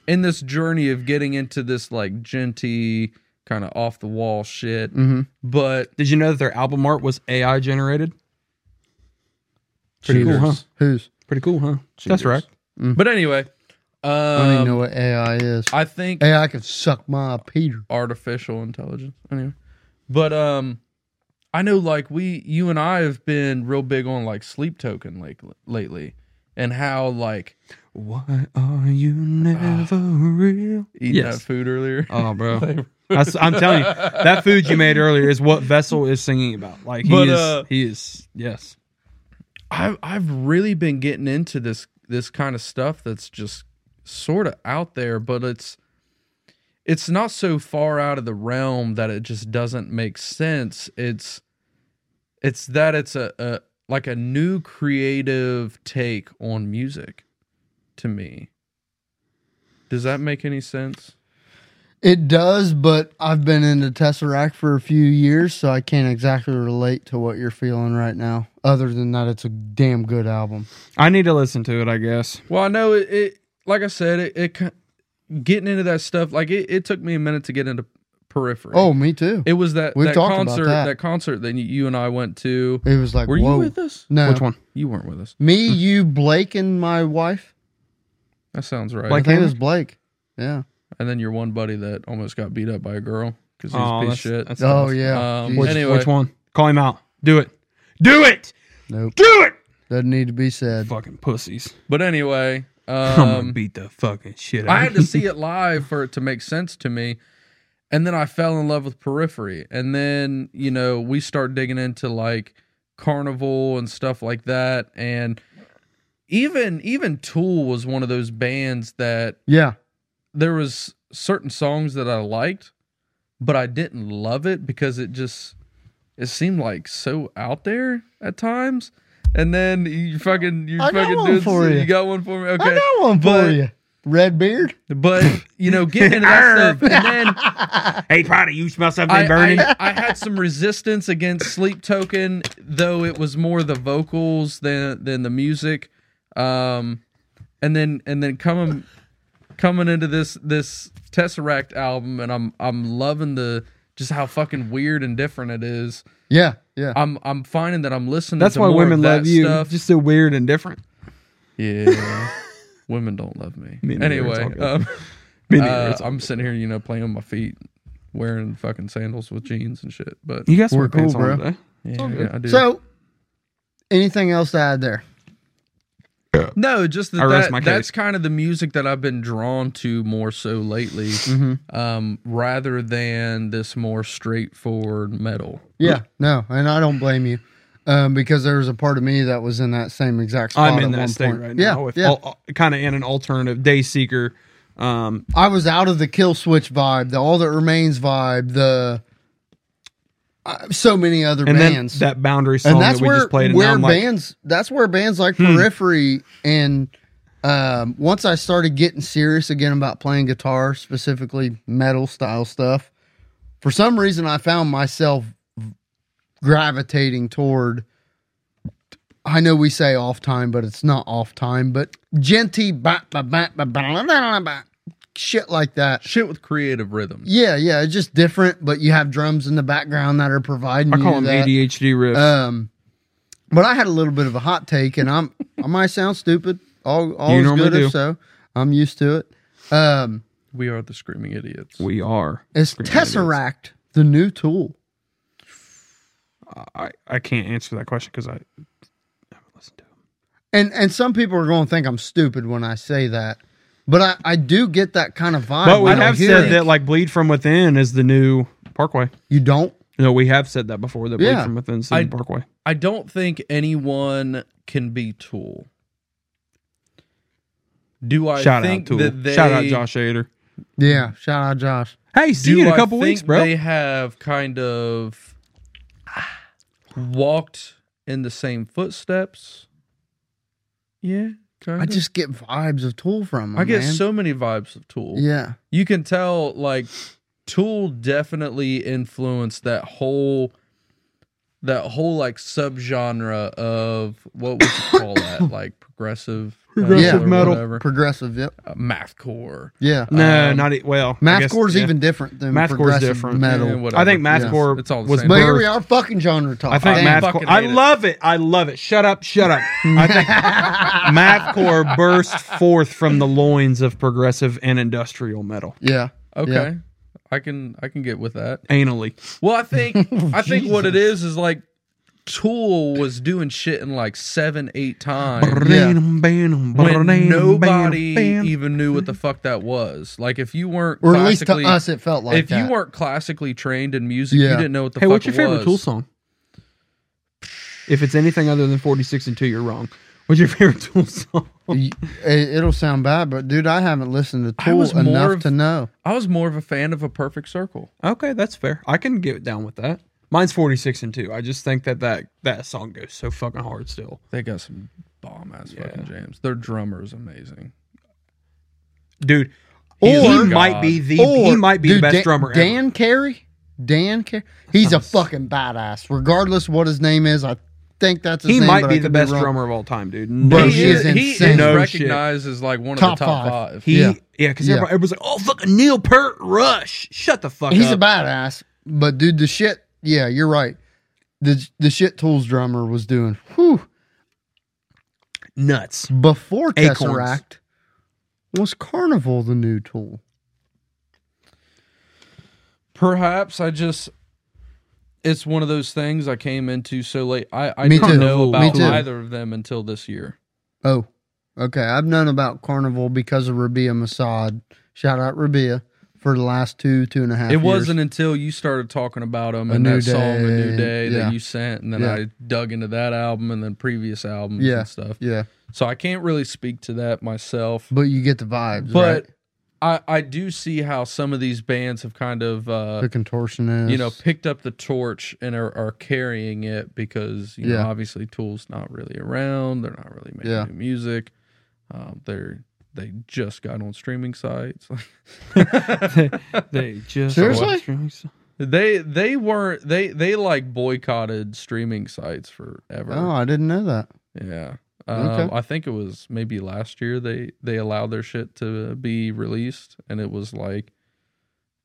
Speaker 4: in this journey of getting into this like genty kind of off the wall shit
Speaker 3: Mhm.
Speaker 4: but
Speaker 2: Did you know that their album art was AI generated? Pretty cool, huh?
Speaker 3: Cheaters. Who's?
Speaker 2: Pretty cool, huh? That's right.
Speaker 4: but anyway
Speaker 3: Mm-hmm. I don't even know
Speaker 4: um,
Speaker 3: what AI is.
Speaker 4: i think
Speaker 3: AI could suck my Peter.
Speaker 4: artificial intelligence anyway but um i know like we you and i have been real big on like sleep token like lately and how like
Speaker 2: Why are you never real?
Speaker 4: eating
Speaker 2: Yes.
Speaker 4: that food earlier
Speaker 2: Oh, bro. That's, I'm telling you, that food you made earlier is what Vessel is singing about. Like he
Speaker 4: But,
Speaker 2: is,
Speaker 4: uh,
Speaker 2: he is, yes.
Speaker 4: I've I've really been getting into this this kind of stuff that's just sort of out there, but it's it's not so far out of the realm that it just doesn't make sense. It's it's that it's a, a like a new creative take on music to me. Does that make any sense?
Speaker 3: It does, but I've been into Tesseract for a few years, so I can't exactly relate to what you're feeling right now. Other than that, it's a damn good album.
Speaker 2: I need to listen to it, I guess.
Speaker 4: Well, I know it. it like I said, it, it ki- getting into that stuff. Like it, it took me a minute to get into periphery.
Speaker 3: Oh, me too.
Speaker 4: It was that,
Speaker 3: We've
Speaker 4: that
Speaker 3: talked about
Speaker 4: concert
Speaker 3: that.
Speaker 4: that. concert that you- you and I went to.
Speaker 3: It was like,
Speaker 4: Were
Speaker 3: whoa.
Speaker 4: you with us?
Speaker 3: No,
Speaker 2: Which one?
Speaker 4: You weren't with us.
Speaker 3: me, you, Blake, and my wife.
Speaker 4: That sounds right.
Speaker 3: I think it was Blake. Yeah.
Speaker 4: and then your one buddy that almost got beat up by a girl because he's
Speaker 2: Oh,
Speaker 4: a piece of
Speaker 2: that's-
Speaker 4: shit.
Speaker 2: that's
Speaker 3: Oh
Speaker 2: tough.
Speaker 3: yeah.
Speaker 4: Um,
Speaker 3: Jeez.
Speaker 2: Which,
Speaker 4: Anyway.
Speaker 2: which one? Call him out. Do it. Do it.
Speaker 3: Nope.
Speaker 2: Do it.
Speaker 3: Doesn't need to be said.
Speaker 2: Fucking pussies.
Speaker 4: But anyway,
Speaker 2: I'm gonna
Speaker 4: um,
Speaker 2: beat the fucking shit out.
Speaker 4: I had
Speaker 2: of
Speaker 4: to
Speaker 2: you.
Speaker 4: see it live for it to make sense to me. And then I fell in love with Periphery. And then, you know, we start digging into like Carnival and stuff like that. And even even Tool was one of those bands that
Speaker 3: Yeah.
Speaker 4: there was certain songs that I liked, but I didn't love it because it just it seemed like so out there at times. And then you fucking you
Speaker 3: I got
Speaker 4: fucking
Speaker 3: one
Speaker 4: did
Speaker 3: for you.
Speaker 4: you got one for me.
Speaker 3: I
Speaker 4: Okay.
Speaker 3: got one for
Speaker 4: but-
Speaker 3: you. Red beard.
Speaker 4: But you know, getting into that stuff and then
Speaker 5: Hey, Potter, you smell something
Speaker 4: I,
Speaker 5: burning?
Speaker 4: I, I had some resistance against Sleep Token, though it was more the vocals than than the music. Um, and then and then coming coming into this this Tesseract album, and I'm I'm loving the just how fucking weird and different it is.
Speaker 3: Yeah, yeah.
Speaker 4: I'm I'm finding that I'm listening.
Speaker 2: That's
Speaker 4: to
Speaker 2: why
Speaker 4: more of
Speaker 2: women
Speaker 4: that
Speaker 2: love you.
Speaker 4: Stuff. Uh,
Speaker 2: Just so weird and different.
Speaker 4: yeah, women don't love me.
Speaker 2: Me neither, it's
Speaker 4: anyway,
Speaker 2: all good.
Speaker 4: um,
Speaker 2: Me neither,
Speaker 4: uh,
Speaker 2: it's all
Speaker 4: I'm sitting here, you know, playing with my feet, wearing fucking sandals with jeans and shit. But
Speaker 2: You got
Speaker 3: We're
Speaker 2: sweatpants
Speaker 3: cool,
Speaker 2: on
Speaker 3: bro.
Speaker 2: today.
Speaker 4: yeah, I do.
Speaker 3: So, anything else to add there?
Speaker 4: No, just
Speaker 2: I
Speaker 4: that,
Speaker 2: rest
Speaker 4: that-
Speaker 2: my case.
Speaker 4: that's kind of the music that I've been drawn to more so lately,
Speaker 2: Mm-hmm.
Speaker 4: um, rather than this more straightforward metal.
Speaker 3: Yeah, no, and I don't blame you um, because there was a part of me that was in that same exact spot.
Speaker 2: I'm in
Speaker 3: at one
Speaker 2: that state
Speaker 3: point.
Speaker 2: right
Speaker 3: yeah,
Speaker 2: now. With
Speaker 3: yeah.
Speaker 2: kind of in an alternative day seeker. Um,
Speaker 3: I was out of the kill switch vibe, the all that remains vibe, the uh, so many other
Speaker 2: and then
Speaker 3: bands.
Speaker 2: that boundary song
Speaker 3: and that's
Speaker 2: that we
Speaker 3: where
Speaker 2: just played. And now
Speaker 3: where
Speaker 2: I'm like, Hmm.
Speaker 3: bands that's where bands like Periphery and um, once I started getting serious again about playing guitar, specifically metal style stuff, for some reason I found myself gravitating toward. I know we say off time, but it's not off time. But genty, ba- ba- ba- ba- ba- ba- ba- shit like that.
Speaker 4: Shit with creative rhythms.
Speaker 3: Yeah, yeah, it's just different. But you have drums in the background that are providing.
Speaker 2: I call them
Speaker 3: you that.
Speaker 2: ADHD riffs.
Speaker 3: Um, but I had a little bit of a hot take, and I'm I might sound stupid. All all
Speaker 2: You
Speaker 3: is
Speaker 2: normally
Speaker 3: good
Speaker 2: do.
Speaker 3: if so. I'm used to it. Um,
Speaker 4: We are the screaming idiots.
Speaker 2: we are.
Speaker 3: is
Speaker 2: Screaming
Speaker 3: Tesseract the new tool?
Speaker 2: I, I can't answer that question because I haven't listened to them.
Speaker 3: And and some people are going to think I'm stupid when I say that, but I I do get that kind of vibe.
Speaker 2: But we
Speaker 3: when I
Speaker 2: have
Speaker 3: hear
Speaker 2: said
Speaker 3: it.
Speaker 2: that like Bleed From Within is the new Parkway.
Speaker 3: you don't.
Speaker 2: No, we have said that before. That Bleed
Speaker 3: Yeah.
Speaker 2: From Within is the new
Speaker 4: I-
Speaker 2: Parkway.
Speaker 4: I don't think anyone can be Tool. Do I
Speaker 2: Shout out
Speaker 4: think
Speaker 2: Tool.
Speaker 4: that they
Speaker 2: Shout out Josh Ader.
Speaker 3: Yeah, shout out Josh.
Speaker 2: Hey,
Speaker 4: Do
Speaker 2: see you in
Speaker 4: I
Speaker 2: a couple
Speaker 4: think
Speaker 2: weeks, bro.
Speaker 4: They have kind of walked in the same footsteps. Yeah, kind
Speaker 3: I
Speaker 4: of.
Speaker 3: just get vibes of Tool from him.
Speaker 4: I get
Speaker 3: man.
Speaker 4: so many vibes of Tool.
Speaker 3: yeah.
Speaker 4: You can tell like Tool definitely influenced that whole that whole like subgenre of what would you call that? Like progressive
Speaker 3: Progressive
Speaker 4: or
Speaker 2: metal.
Speaker 4: whatever.
Speaker 3: Progressive, yep.
Speaker 4: Uh, mathcore.
Speaker 3: Yeah.
Speaker 2: no,
Speaker 4: um,
Speaker 2: not e- well. I guess-
Speaker 3: Mathcore's
Speaker 2: yeah.
Speaker 3: even different than
Speaker 2: Mathcore's
Speaker 3: progressive
Speaker 2: different.
Speaker 3: metal.
Speaker 4: Yeah, whatever.
Speaker 2: I think
Speaker 4: Yeah.
Speaker 2: Mathcore
Speaker 4: It's all the
Speaker 2: was
Speaker 4: same.
Speaker 3: But
Speaker 2: birthed-
Speaker 3: here we are, fucking genre talk.
Speaker 2: I think
Speaker 3: Damn.
Speaker 4: Math-
Speaker 2: mathcore.
Speaker 4: fucking
Speaker 2: I
Speaker 4: hate it.
Speaker 2: love it. I love it. Shut up. Shut up. I think mathcore burst forth from the loins of progressive and industrial metal.
Speaker 3: Yeah.
Speaker 4: Okay.
Speaker 3: Yeah.
Speaker 4: I can I can get with that.
Speaker 2: Anally,
Speaker 4: Well, I think
Speaker 3: Oh,
Speaker 4: I think what it is is like Tool was doing shit in like seven, eight times when nobody even knew what the fuck that was. Like if you weren't
Speaker 3: Or at least to
Speaker 4: classically,
Speaker 3: us, it felt like
Speaker 4: if
Speaker 3: that.
Speaker 4: you weren't classically trained in music, you
Speaker 3: Yeah.
Speaker 4: didn't know what the
Speaker 2: Hey,
Speaker 4: fuck.
Speaker 2: what's your
Speaker 4: it
Speaker 2: favorite
Speaker 4: was.
Speaker 2: Tool song? If it's anything other than 46 and 2, you're wrong. What's your favorite Tool song?
Speaker 3: Y- it, it'll sound bad, but dude, I haven't listened to
Speaker 4: I
Speaker 3: Tool
Speaker 4: was more
Speaker 3: enough
Speaker 4: of-
Speaker 3: to know.
Speaker 4: I was more of a fan of a perfect circle.
Speaker 2: Okay, that's fair. I can get down with that. Mine's 46 and 2. I just think that that, that song goes so fucking hard still.
Speaker 4: They got some bomb ass fucking jams. Their drummer is amazing.
Speaker 2: Dude,
Speaker 4: He's
Speaker 2: he
Speaker 4: a
Speaker 2: might
Speaker 4: god.
Speaker 2: be the he might be the
Speaker 3: dude,
Speaker 2: best
Speaker 3: Dan,
Speaker 2: drummer ever.
Speaker 3: Dan Carey, Dan Carey, he's a fucking badass. Regardless what his name is, I think that's his
Speaker 2: he
Speaker 3: name,
Speaker 2: might
Speaker 3: but I
Speaker 2: be
Speaker 3: could
Speaker 2: the best
Speaker 3: wrong.
Speaker 2: drummer of all time, dude.
Speaker 3: Bro,
Speaker 2: No
Speaker 4: he
Speaker 3: he
Speaker 2: shit.
Speaker 4: is,
Speaker 3: is
Speaker 4: he is
Speaker 3: insane.
Speaker 2: No
Speaker 4: recognized as like one of
Speaker 3: Top
Speaker 4: the top
Speaker 3: five.
Speaker 4: five.
Speaker 2: He yeah,
Speaker 3: Yeah.
Speaker 2: because
Speaker 3: Yeah.
Speaker 2: everybody was like, "Oh, fucking Neil Peart Rush." Shut the fuck
Speaker 3: He's
Speaker 2: up.
Speaker 3: a badass, but dude, the shit. Yeah, you're right. The the shit Tools drummer was doing. Whew,
Speaker 2: Nuts.
Speaker 3: before
Speaker 2: Acorns.
Speaker 3: Tesseract was Carnival the new Tool.
Speaker 4: Perhaps I just it's one of those things I came into so late. I, I
Speaker 3: Me
Speaker 4: didn't
Speaker 3: too.
Speaker 4: know
Speaker 3: Me
Speaker 4: about
Speaker 3: too.
Speaker 4: either of them until this year.
Speaker 3: Oh, okay. I've known about Carnival because of Rabia Masad. Shout out Rabia for the last two, two and a half
Speaker 4: it
Speaker 3: years.
Speaker 4: wasn't until you started talking about them
Speaker 3: A
Speaker 4: and
Speaker 3: New
Speaker 4: that song "A New
Speaker 3: Day,
Speaker 4: Day"
Speaker 3: yeah.
Speaker 4: that you sent, and then
Speaker 3: Yeah.
Speaker 4: I dug into that album and then previous albums
Speaker 3: Yeah.
Speaker 4: and stuff.
Speaker 3: Yeah.
Speaker 4: So I can't really speak to that myself,
Speaker 3: But you get the vibes.
Speaker 4: but
Speaker 3: right?
Speaker 4: I I do see how some of these bands have kind of uh,
Speaker 3: the contortionist.
Speaker 4: you know picked up the torch and are, are carrying it because you
Speaker 3: Yeah.
Speaker 4: know obviously Tool's not really around. They're not really making
Speaker 3: Yeah.
Speaker 4: new music. Um, they're they just got on streaming sites.
Speaker 2: They just
Speaker 3: Seriously?
Speaker 4: they they weren't they they like boycotted streaming sites forever.
Speaker 3: Oh, I didn't know that.
Speaker 4: Yeah. Um,
Speaker 3: Okay.
Speaker 4: I think it was maybe last year they they allowed their shit to be released, and it was like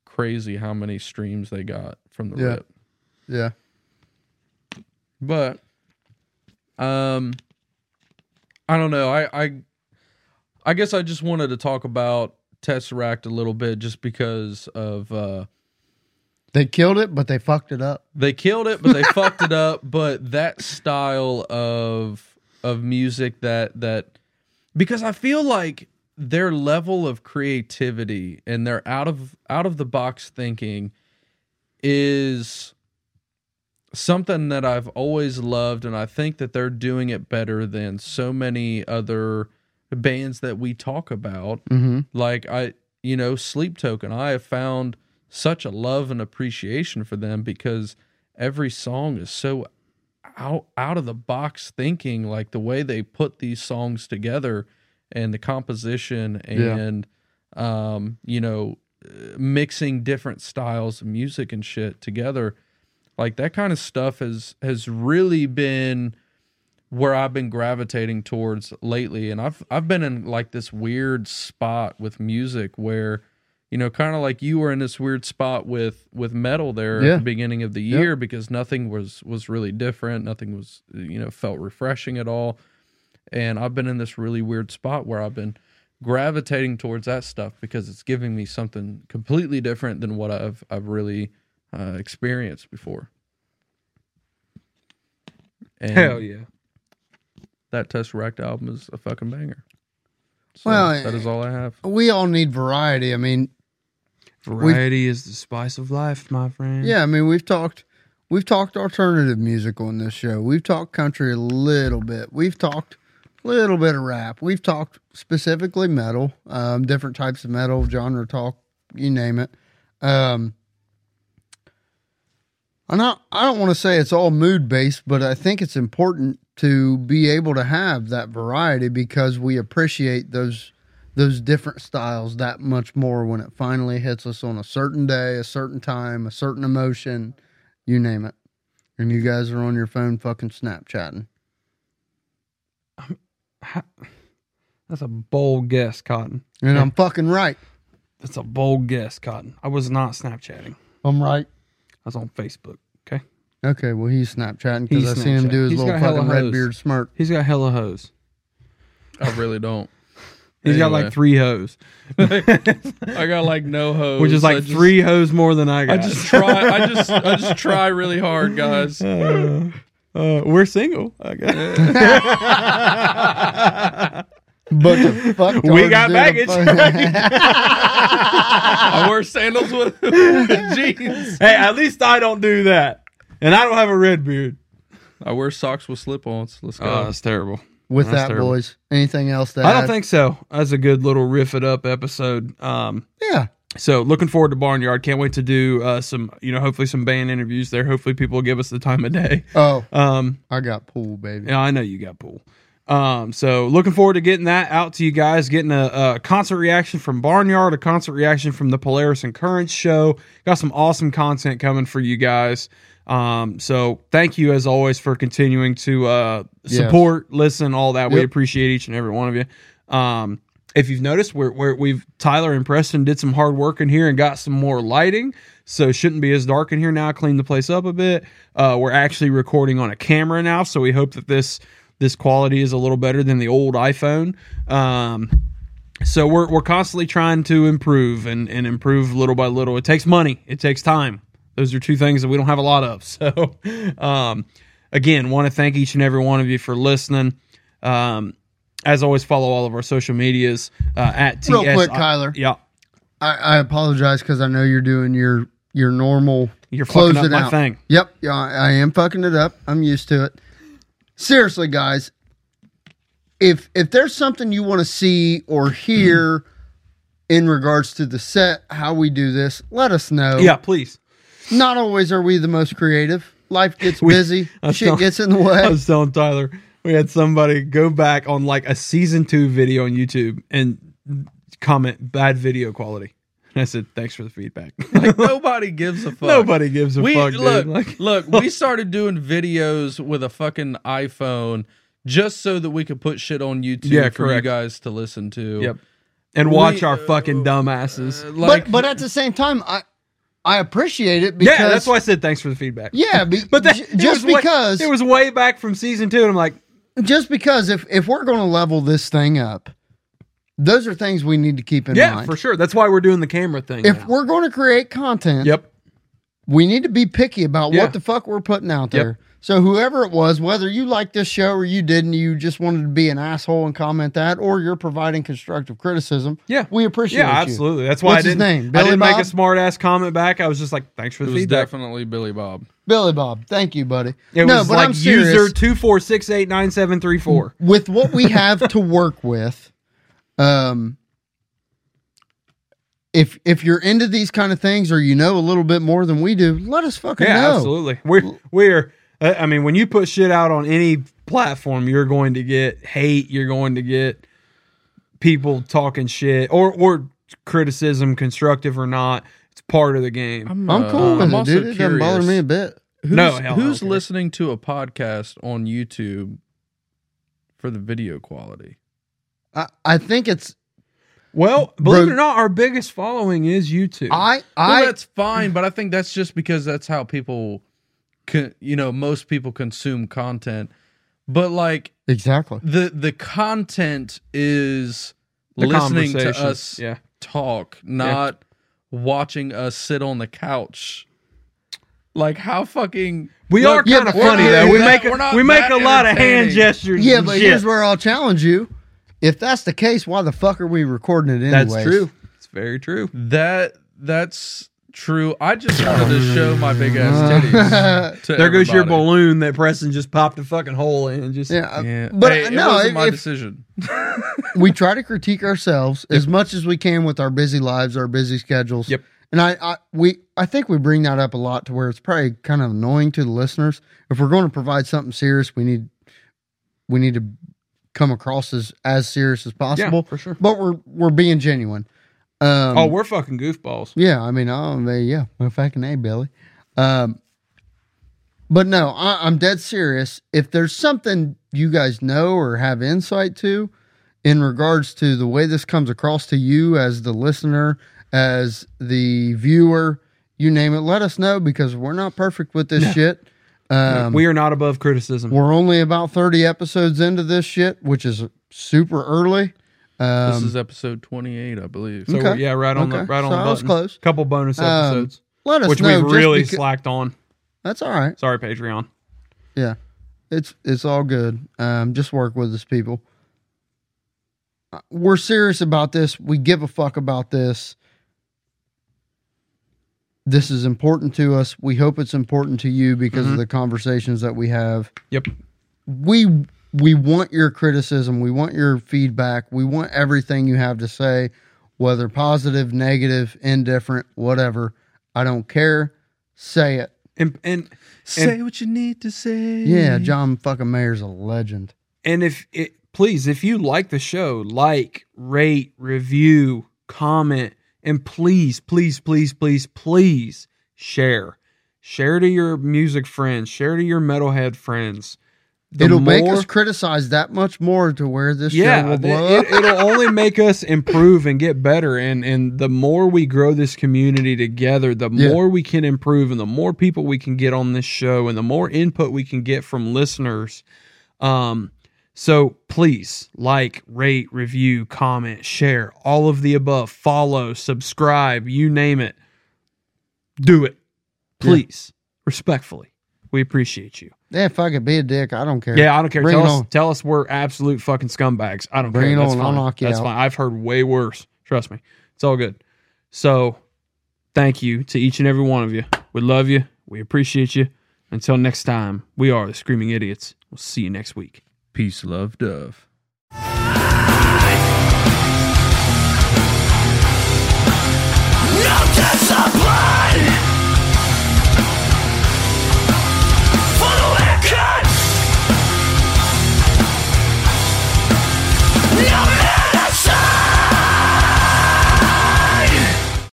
Speaker 4: crazy how many streams they got from the
Speaker 3: Yeah.
Speaker 4: rip.
Speaker 3: Yeah.
Speaker 4: But um I don't know. I I I guess I just wanted to talk about Tesseract a little bit just because of uh
Speaker 3: They killed it, but they fucked it up.
Speaker 4: they killed it but they fucked it up, but that style of of music that that because I feel like their level of creativity and their out of out of the box thinking is something that I've always loved, and I think that they're doing it better than so many other bands that we talk about.
Speaker 3: Mhm.
Speaker 4: Like I, you know, Sleep Token, I have found such a love and appreciation for them because every song is so out out of the box thinking, like the way they put these songs together and the composition
Speaker 3: Yeah.
Speaker 4: and um, you know, mixing different styles of music and shit together like that kind of stuff has has really been where I've been gravitating towards lately and I've I've been in like this weird spot with music where you know kind of like you were in this weird spot with with metal there
Speaker 3: Yeah.
Speaker 4: at the beginning of the year because nothing was was really different nothing was you know felt refreshing at all and I've been in this really weird spot where I've been gravitating towards that stuff because it's giving me something completely different than what I've I've really uh, experienced before. And
Speaker 2: Hell yeah.
Speaker 4: That Tesseract album is a fucking banger. So
Speaker 3: Well,
Speaker 4: that is all I have.
Speaker 3: We all need variety. I mean,
Speaker 2: Variety is the spice of life, my friend.
Speaker 3: yeah, I mean, we've talked we've talked alternative music on this show. We've talked country a little bit. We've talked a little bit of rap. We've talked specifically metal, um, different types of metal, genre talk, you name it. Um and I, I don't want to say it's all mood based, but I think it's important to be able to have that variety because we appreciate those those different styles that much more when it finally hits us on a certain day, a certain time, a certain emotion, you name it. And you guys are on your phone fucking Snapchatting.
Speaker 2: That's a bold guess, Cotton.
Speaker 3: And I'm fucking right.
Speaker 2: That's a bold guess, Cotton. I was not Snapchatting.
Speaker 3: I'm right.
Speaker 2: I was on Facebook. Okay.
Speaker 3: Okay, well he's Snapchatting because
Speaker 2: He's
Speaker 3: I seen him do
Speaker 2: Snapchatting.
Speaker 3: his
Speaker 2: He's
Speaker 3: little
Speaker 2: got hella
Speaker 3: fucking
Speaker 2: hoes.
Speaker 3: red beard smirk.
Speaker 2: He's got hella hoes.
Speaker 4: I really don't.
Speaker 2: He's got
Speaker 4: Anyway.
Speaker 2: like three hoes,
Speaker 4: I got like no hoes,
Speaker 2: which is
Speaker 4: I
Speaker 2: like
Speaker 4: just-
Speaker 2: three hoes more than I
Speaker 4: I
Speaker 2: got.
Speaker 4: just try. I just I just try really hard, guys.
Speaker 2: uh, uh, we're single. I guess.
Speaker 3: But the fuck
Speaker 2: We got baggage.
Speaker 4: I wear sandals with with jeans.
Speaker 2: hey, at least I don't do that, and I don't have a red beard.
Speaker 4: I wear socks with slip-ons. Let's go.
Speaker 2: Oh, that's terrible.
Speaker 3: With
Speaker 2: That's
Speaker 3: that,
Speaker 2: terrible.
Speaker 3: boys. Anything else that
Speaker 2: I don't think so. That's a good little riff it up episode. Um,
Speaker 3: Yeah.
Speaker 2: so looking forward to Barnyard. Can't wait to do uh, some, you know, hopefully some band interviews there. Hopefully people will give us the time of day.
Speaker 3: Oh,
Speaker 2: Um,
Speaker 3: I got pool, baby.
Speaker 2: yeah, I know you got pool. Um, so looking forward to getting that out to you guys, getting a, a concert reaction from Barnyard, a concert reaction from the Polaris and Currents show. Got some awesome content coming for you guys. Um, so thank you as always for continuing to uh support, listen, all that. We
Speaker 3: Yep.
Speaker 2: appreciate each and every one of you. Um, if you've noticed, we're, we're we've Tyler and Preston did some hard work in here and got some more lighting, so it shouldn't be as dark in here now. I cleaned the place up a bit. Uh, we're actually recording on a camera now, so we hope that this this quality is a little better than the old iPhone. Um, so we're we're constantly trying to improve and and improve little by little. It takes money. It takes time. Those are two things that we don't have a lot of. So, um, again, want to thank each and every one of you for listening. Um, as always, follow all of our social medias uh, at TS.
Speaker 3: Real quick, Tyler.
Speaker 2: Yeah,
Speaker 3: I, I apologize because I know you're doing your your normal.
Speaker 2: You're fucking
Speaker 3: close
Speaker 2: up
Speaker 3: it
Speaker 2: my
Speaker 3: out.
Speaker 2: thing.
Speaker 3: Yep, yeah, I I am fucking it up. I'm used to it. Seriously, guys, if if there's something you want to see or hear in regards to the set, how we do this, let us know.
Speaker 2: yeah, please.
Speaker 3: Not always are we the most creative. Life gets
Speaker 2: We-
Speaker 3: busy.
Speaker 2: I was
Speaker 3: Shit
Speaker 2: telling-
Speaker 3: gets in the
Speaker 2: I
Speaker 3: way.
Speaker 2: was telling Tyler we had somebody go back on like a season two video on YouTube and comment bad video quality. And I said, thanks for the feedback.
Speaker 4: Like nobody gives a fuck.
Speaker 2: Nobody gives a
Speaker 4: we
Speaker 2: fuck, dude.
Speaker 4: look
Speaker 2: Like-
Speaker 4: look we started doing videos with a fucking iphone just so that we could put shit on YouTube
Speaker 2: Yeah,
Speaker 4: for you
Speaker 2: correct.
Speaker 4: guys to listen to.
Speaker 2: Yep. And
Speaker 4: We-
Speaker 2: watch our
Speaker 3: uh,
Speaker 2: fucking dumbasses.
Speaker 4: Like,
Speaker 3: but but at the same time, I I appreciate it because
Speaker 2: yeah, that's why I said thanks for the feedback.
Speaker 3: Yeah, be,
Speaker 2: But that,
Speaker 3: ju-
Speaker 2: it was
Speaker 3: just
Speaker 2: way-
Speaker 3: because
Speaker 2: it was way back from season two, and I'm like,
Speaker 3: just because if if we're going to level this thing up, those are things we need to keep in
Speaker 2: yeah,
Speaker 3: mind.
Speaker 2: for sure. That's why we're doing the camera thing.
Speaker 3: If
Speaker 2: now.
Speaker 3: we're going to create content,
Speaker 2: yep,
Speaker 3: we need to be picky about
Speaker 2: Yeah.
Speaker 3: what the fuck we're putting out there. So whoever it was, whether you liked this show or you didn't, you just wanted to be an asshole and comment that, or you're providing constructive criticism.
Speaker 2: Yeah.
Speaker 3: we appreciate.
Speaker 2: yeah,
Speaker 3: you.
Speaker 2: absolutely. That's why
Speaker 3: What's
Speaker 2: I
Speaker 3: his
Speaker 2: didn't.
Speaker 3: name?
Speaker 2: I
Speaker 3: Billy
Speaker 2: didn't make
Speaker 3: Bob?
Speaker 2: a smart ass comment back. I was just like, thanks for
Speaker 4: it
Speaker 2: the
Speaker 4: was
Speaker 2: feedback.
Speaker 4: definitely Billy Bob.
Speaker 3: Billy Bob. Thank you, buddy.
Speaker 2: It
Speaker 3: no,
Speaker 2: was
Speaker 3: but
Speaker 2: like
Speaker 3: I'm serious.
Speaker 2: user two four six eight nine seven three four.
Speaker 3: with what we have to work with, um, if if you're into these kind of things or you know a little bit more than we do, let us fucking
Speaker 2: Yeah,
Speaker 3: know.
Speaker 2: absolutely. We're we're. uh, I mean, when you put shit out on any platform, you're going to get hate. You're going to get people talking shit or or criticism, constructive or not. It's part of the game.
Speaker 3: I'm
Speaker 4: uh,
Speaker 3: cool with
Speaker 4: I'm
Speaker 3: it,
Speaker 4: also
Speaker 3: dude. It doesn't bother
Speaker 4: curious.
Speaker 3: me a bit.
Speaker 4: Who's,
Speaker 2: No, hell no,
Speaker 4: who's
Speaker 2: okay.
Speaker 4: listening to a podcast on YouTube for the video quality?
Speaker 3: I, I think it's
Speaker 2: well, believe
Speaker 3: Bro-
Speaker 2: it or not, our biggest following is YouTube.
Speaker 3: I
Speaker 4: Well,
Speaker 3: I
Speaker 4: that's fine, but I think that's just because that's how people, con- you know, most people consume content. But like
Speaker 3: exactly.
Speaker 4: the the content is
Speaker 2: The
Speaker 4: listening to
Speaker 2: conversations.
Speaker 4: us
Speaker 2: Yeah.
Speaker 4: talk, not watching us sit on the couch. Like how fucking
Speaker 2: We
Speaker 4: Look,
Speaker 2: are
Speaker 3: yeah,
Speaker 2: kind of
Speaker 3: but
Speaker 2: funny
Speaker 3: we're-
Speaker 2: though. We
Speaker 4: we're
Speaker 2: make
Speaker 4: not- we're not
Speaker 2: we make
Speaker 4: that
Speaker 2: a lot of hand
Speaker 4: entertaining.
Speaker 2: gestures.
Speaker 3: Yeah,
Speaker 2: and
Speaker 3: but
Speaker 2: shit.
Speaker 3: here's where I'll challenge you. If that's the case, why the fuck are we recording it anyway?
Speaker 2: that's true. It's very true.
Speaker 4: that that's true. I just wanted to show my big ass titties. to
Speaker 2: There goes your
Speaker 4: everybody.
Speaker 2: balloon that Preston just popped a fucking hole in. And just
Speaker 3: Yeah, uh,
Speaker 4: Yeah.
Speaker 3: but
Speaker 4: Hey,
Speaker 3: uh,
Speaker 4: it
Speaker 3: no,
Speaker 4: wasn't
Speaker 3: if,
Speaker 4: my
Speaker 3: if
Speaker 4: decision.
Speaker 3: we try to critique ourselves as much as we can with our busy lives, our busy schedules.
Speaker 2: Yep.
Speaker 3: And I, I we I think we bring that up a lot to where it's probably kind of annoying to the listeners. If we're going to provide something serious, we need we need to come across as as serious as possible.
Speaker 2: for sure.
Speaker 3: But we're we're being genuine. Um,
Speaker 2: Oh, we're fucking goofballs.
Speaker 3: yeah, I mean, oh, I don't know. Yeah, well, fucking a Billy. Um, but no, I, I'm dead serious. If there's something you guys know or have insight to in regards to the way this comes across to you as the listener, as the viewer, you name it, let us know because we're not perfect with this shit. Um,
Speaker 2: we are not above criticism.
Speaker 3: we're only about 30 episodes into this shit, which is super early. Um,
Speaker 4: this is episode twenty eight, I believe.
Speaker 2: So
Speaker 3: Okay.
Speaker 2: we're- yeah, right on the
Speaker 3: Okay.
Speaker 2: right on
Speaker 3: So
Speaker 2: the
Speaker 3: I was
Speaker 2: button.
Speaker 3: close.
Speaker 2: Couple bonus episodes,
Speaker 3: let us
Speaker 2: which
Speaker 3: know.
Speaker 2: we've
Speaker 3: just
Speaker 2: really
Speaker 3: becau-
Speaker 2: slacked on.
Speaker 3: That's all right.
Speaker 2: Sorry, Patreon.
Speaker 3: Yeah, it's it's all good. Um, just work with us, people. Uh, We're serious about this. We give a fuck about this. This is important to us. We hope it's important to you because of the conversations that we have.
Speaker 2: Yep.
Speaker 3: We we want your criticism. We want your feedback. We want everything you have to say, whether positive, negative, indifferent, whatever. I don't care. Say it.
Speaker 2: And and
Speaker 4: Say what you need to say.
Speaker 3: Yeah, John fucking Mayer's a legend.
Speaker 2: and if it please, if you like the show, like, rate, review, comment, and please, please, please, please, please share. Share to your music friends. Share to your metalhead friends. The
Speaker 3: It'll make
Speaker 2: more-
Speaker 3: us criticize that much more to where this show
Speaker 2: yeah
Speaker 3: will
Speaker 2: it,
Speaker 3: blow up.
Speaker 2: it, will only make us improve and get better and and the more we grow this community together the
Speaker 3: Yeah.
Speaker 2: more we can improve and the more people we can get on this show and the more input we can get from listeners um so please like rate review comment share all of the above follow subscribe you name it do it please respectfully we appreciate you
Speaker 3: yeah, fuck it, be a dick. I don't care.
Speaker 2: yeah, I don't care.
Speaker 3: Bring
Speaker 2: tell
Speaker 3: it
Speaker 2: us,
Speaker 3: on.
Speaker 2: tell us we're absolute fucking scumbags. I don't
Speaker 3: Bring
Speaker 2: care.
Speaker 3: it
Speaker 2: That's
Speaker 3: on. I'll
Speaker 2: fine.
Speaker 3: knock you
Speaker 2: That's
Speaker 3: out.
Speaker 2: fine. I've heard way worse. Trust me. It's all good. So, thank you to each and every one of you. We love you. We appreciate you. Until next time, we are the Screaming Idiots. We'll see you next week.
Speaker 4: Peace, love, dove.
Speaker 5: No discipline for the wicked. No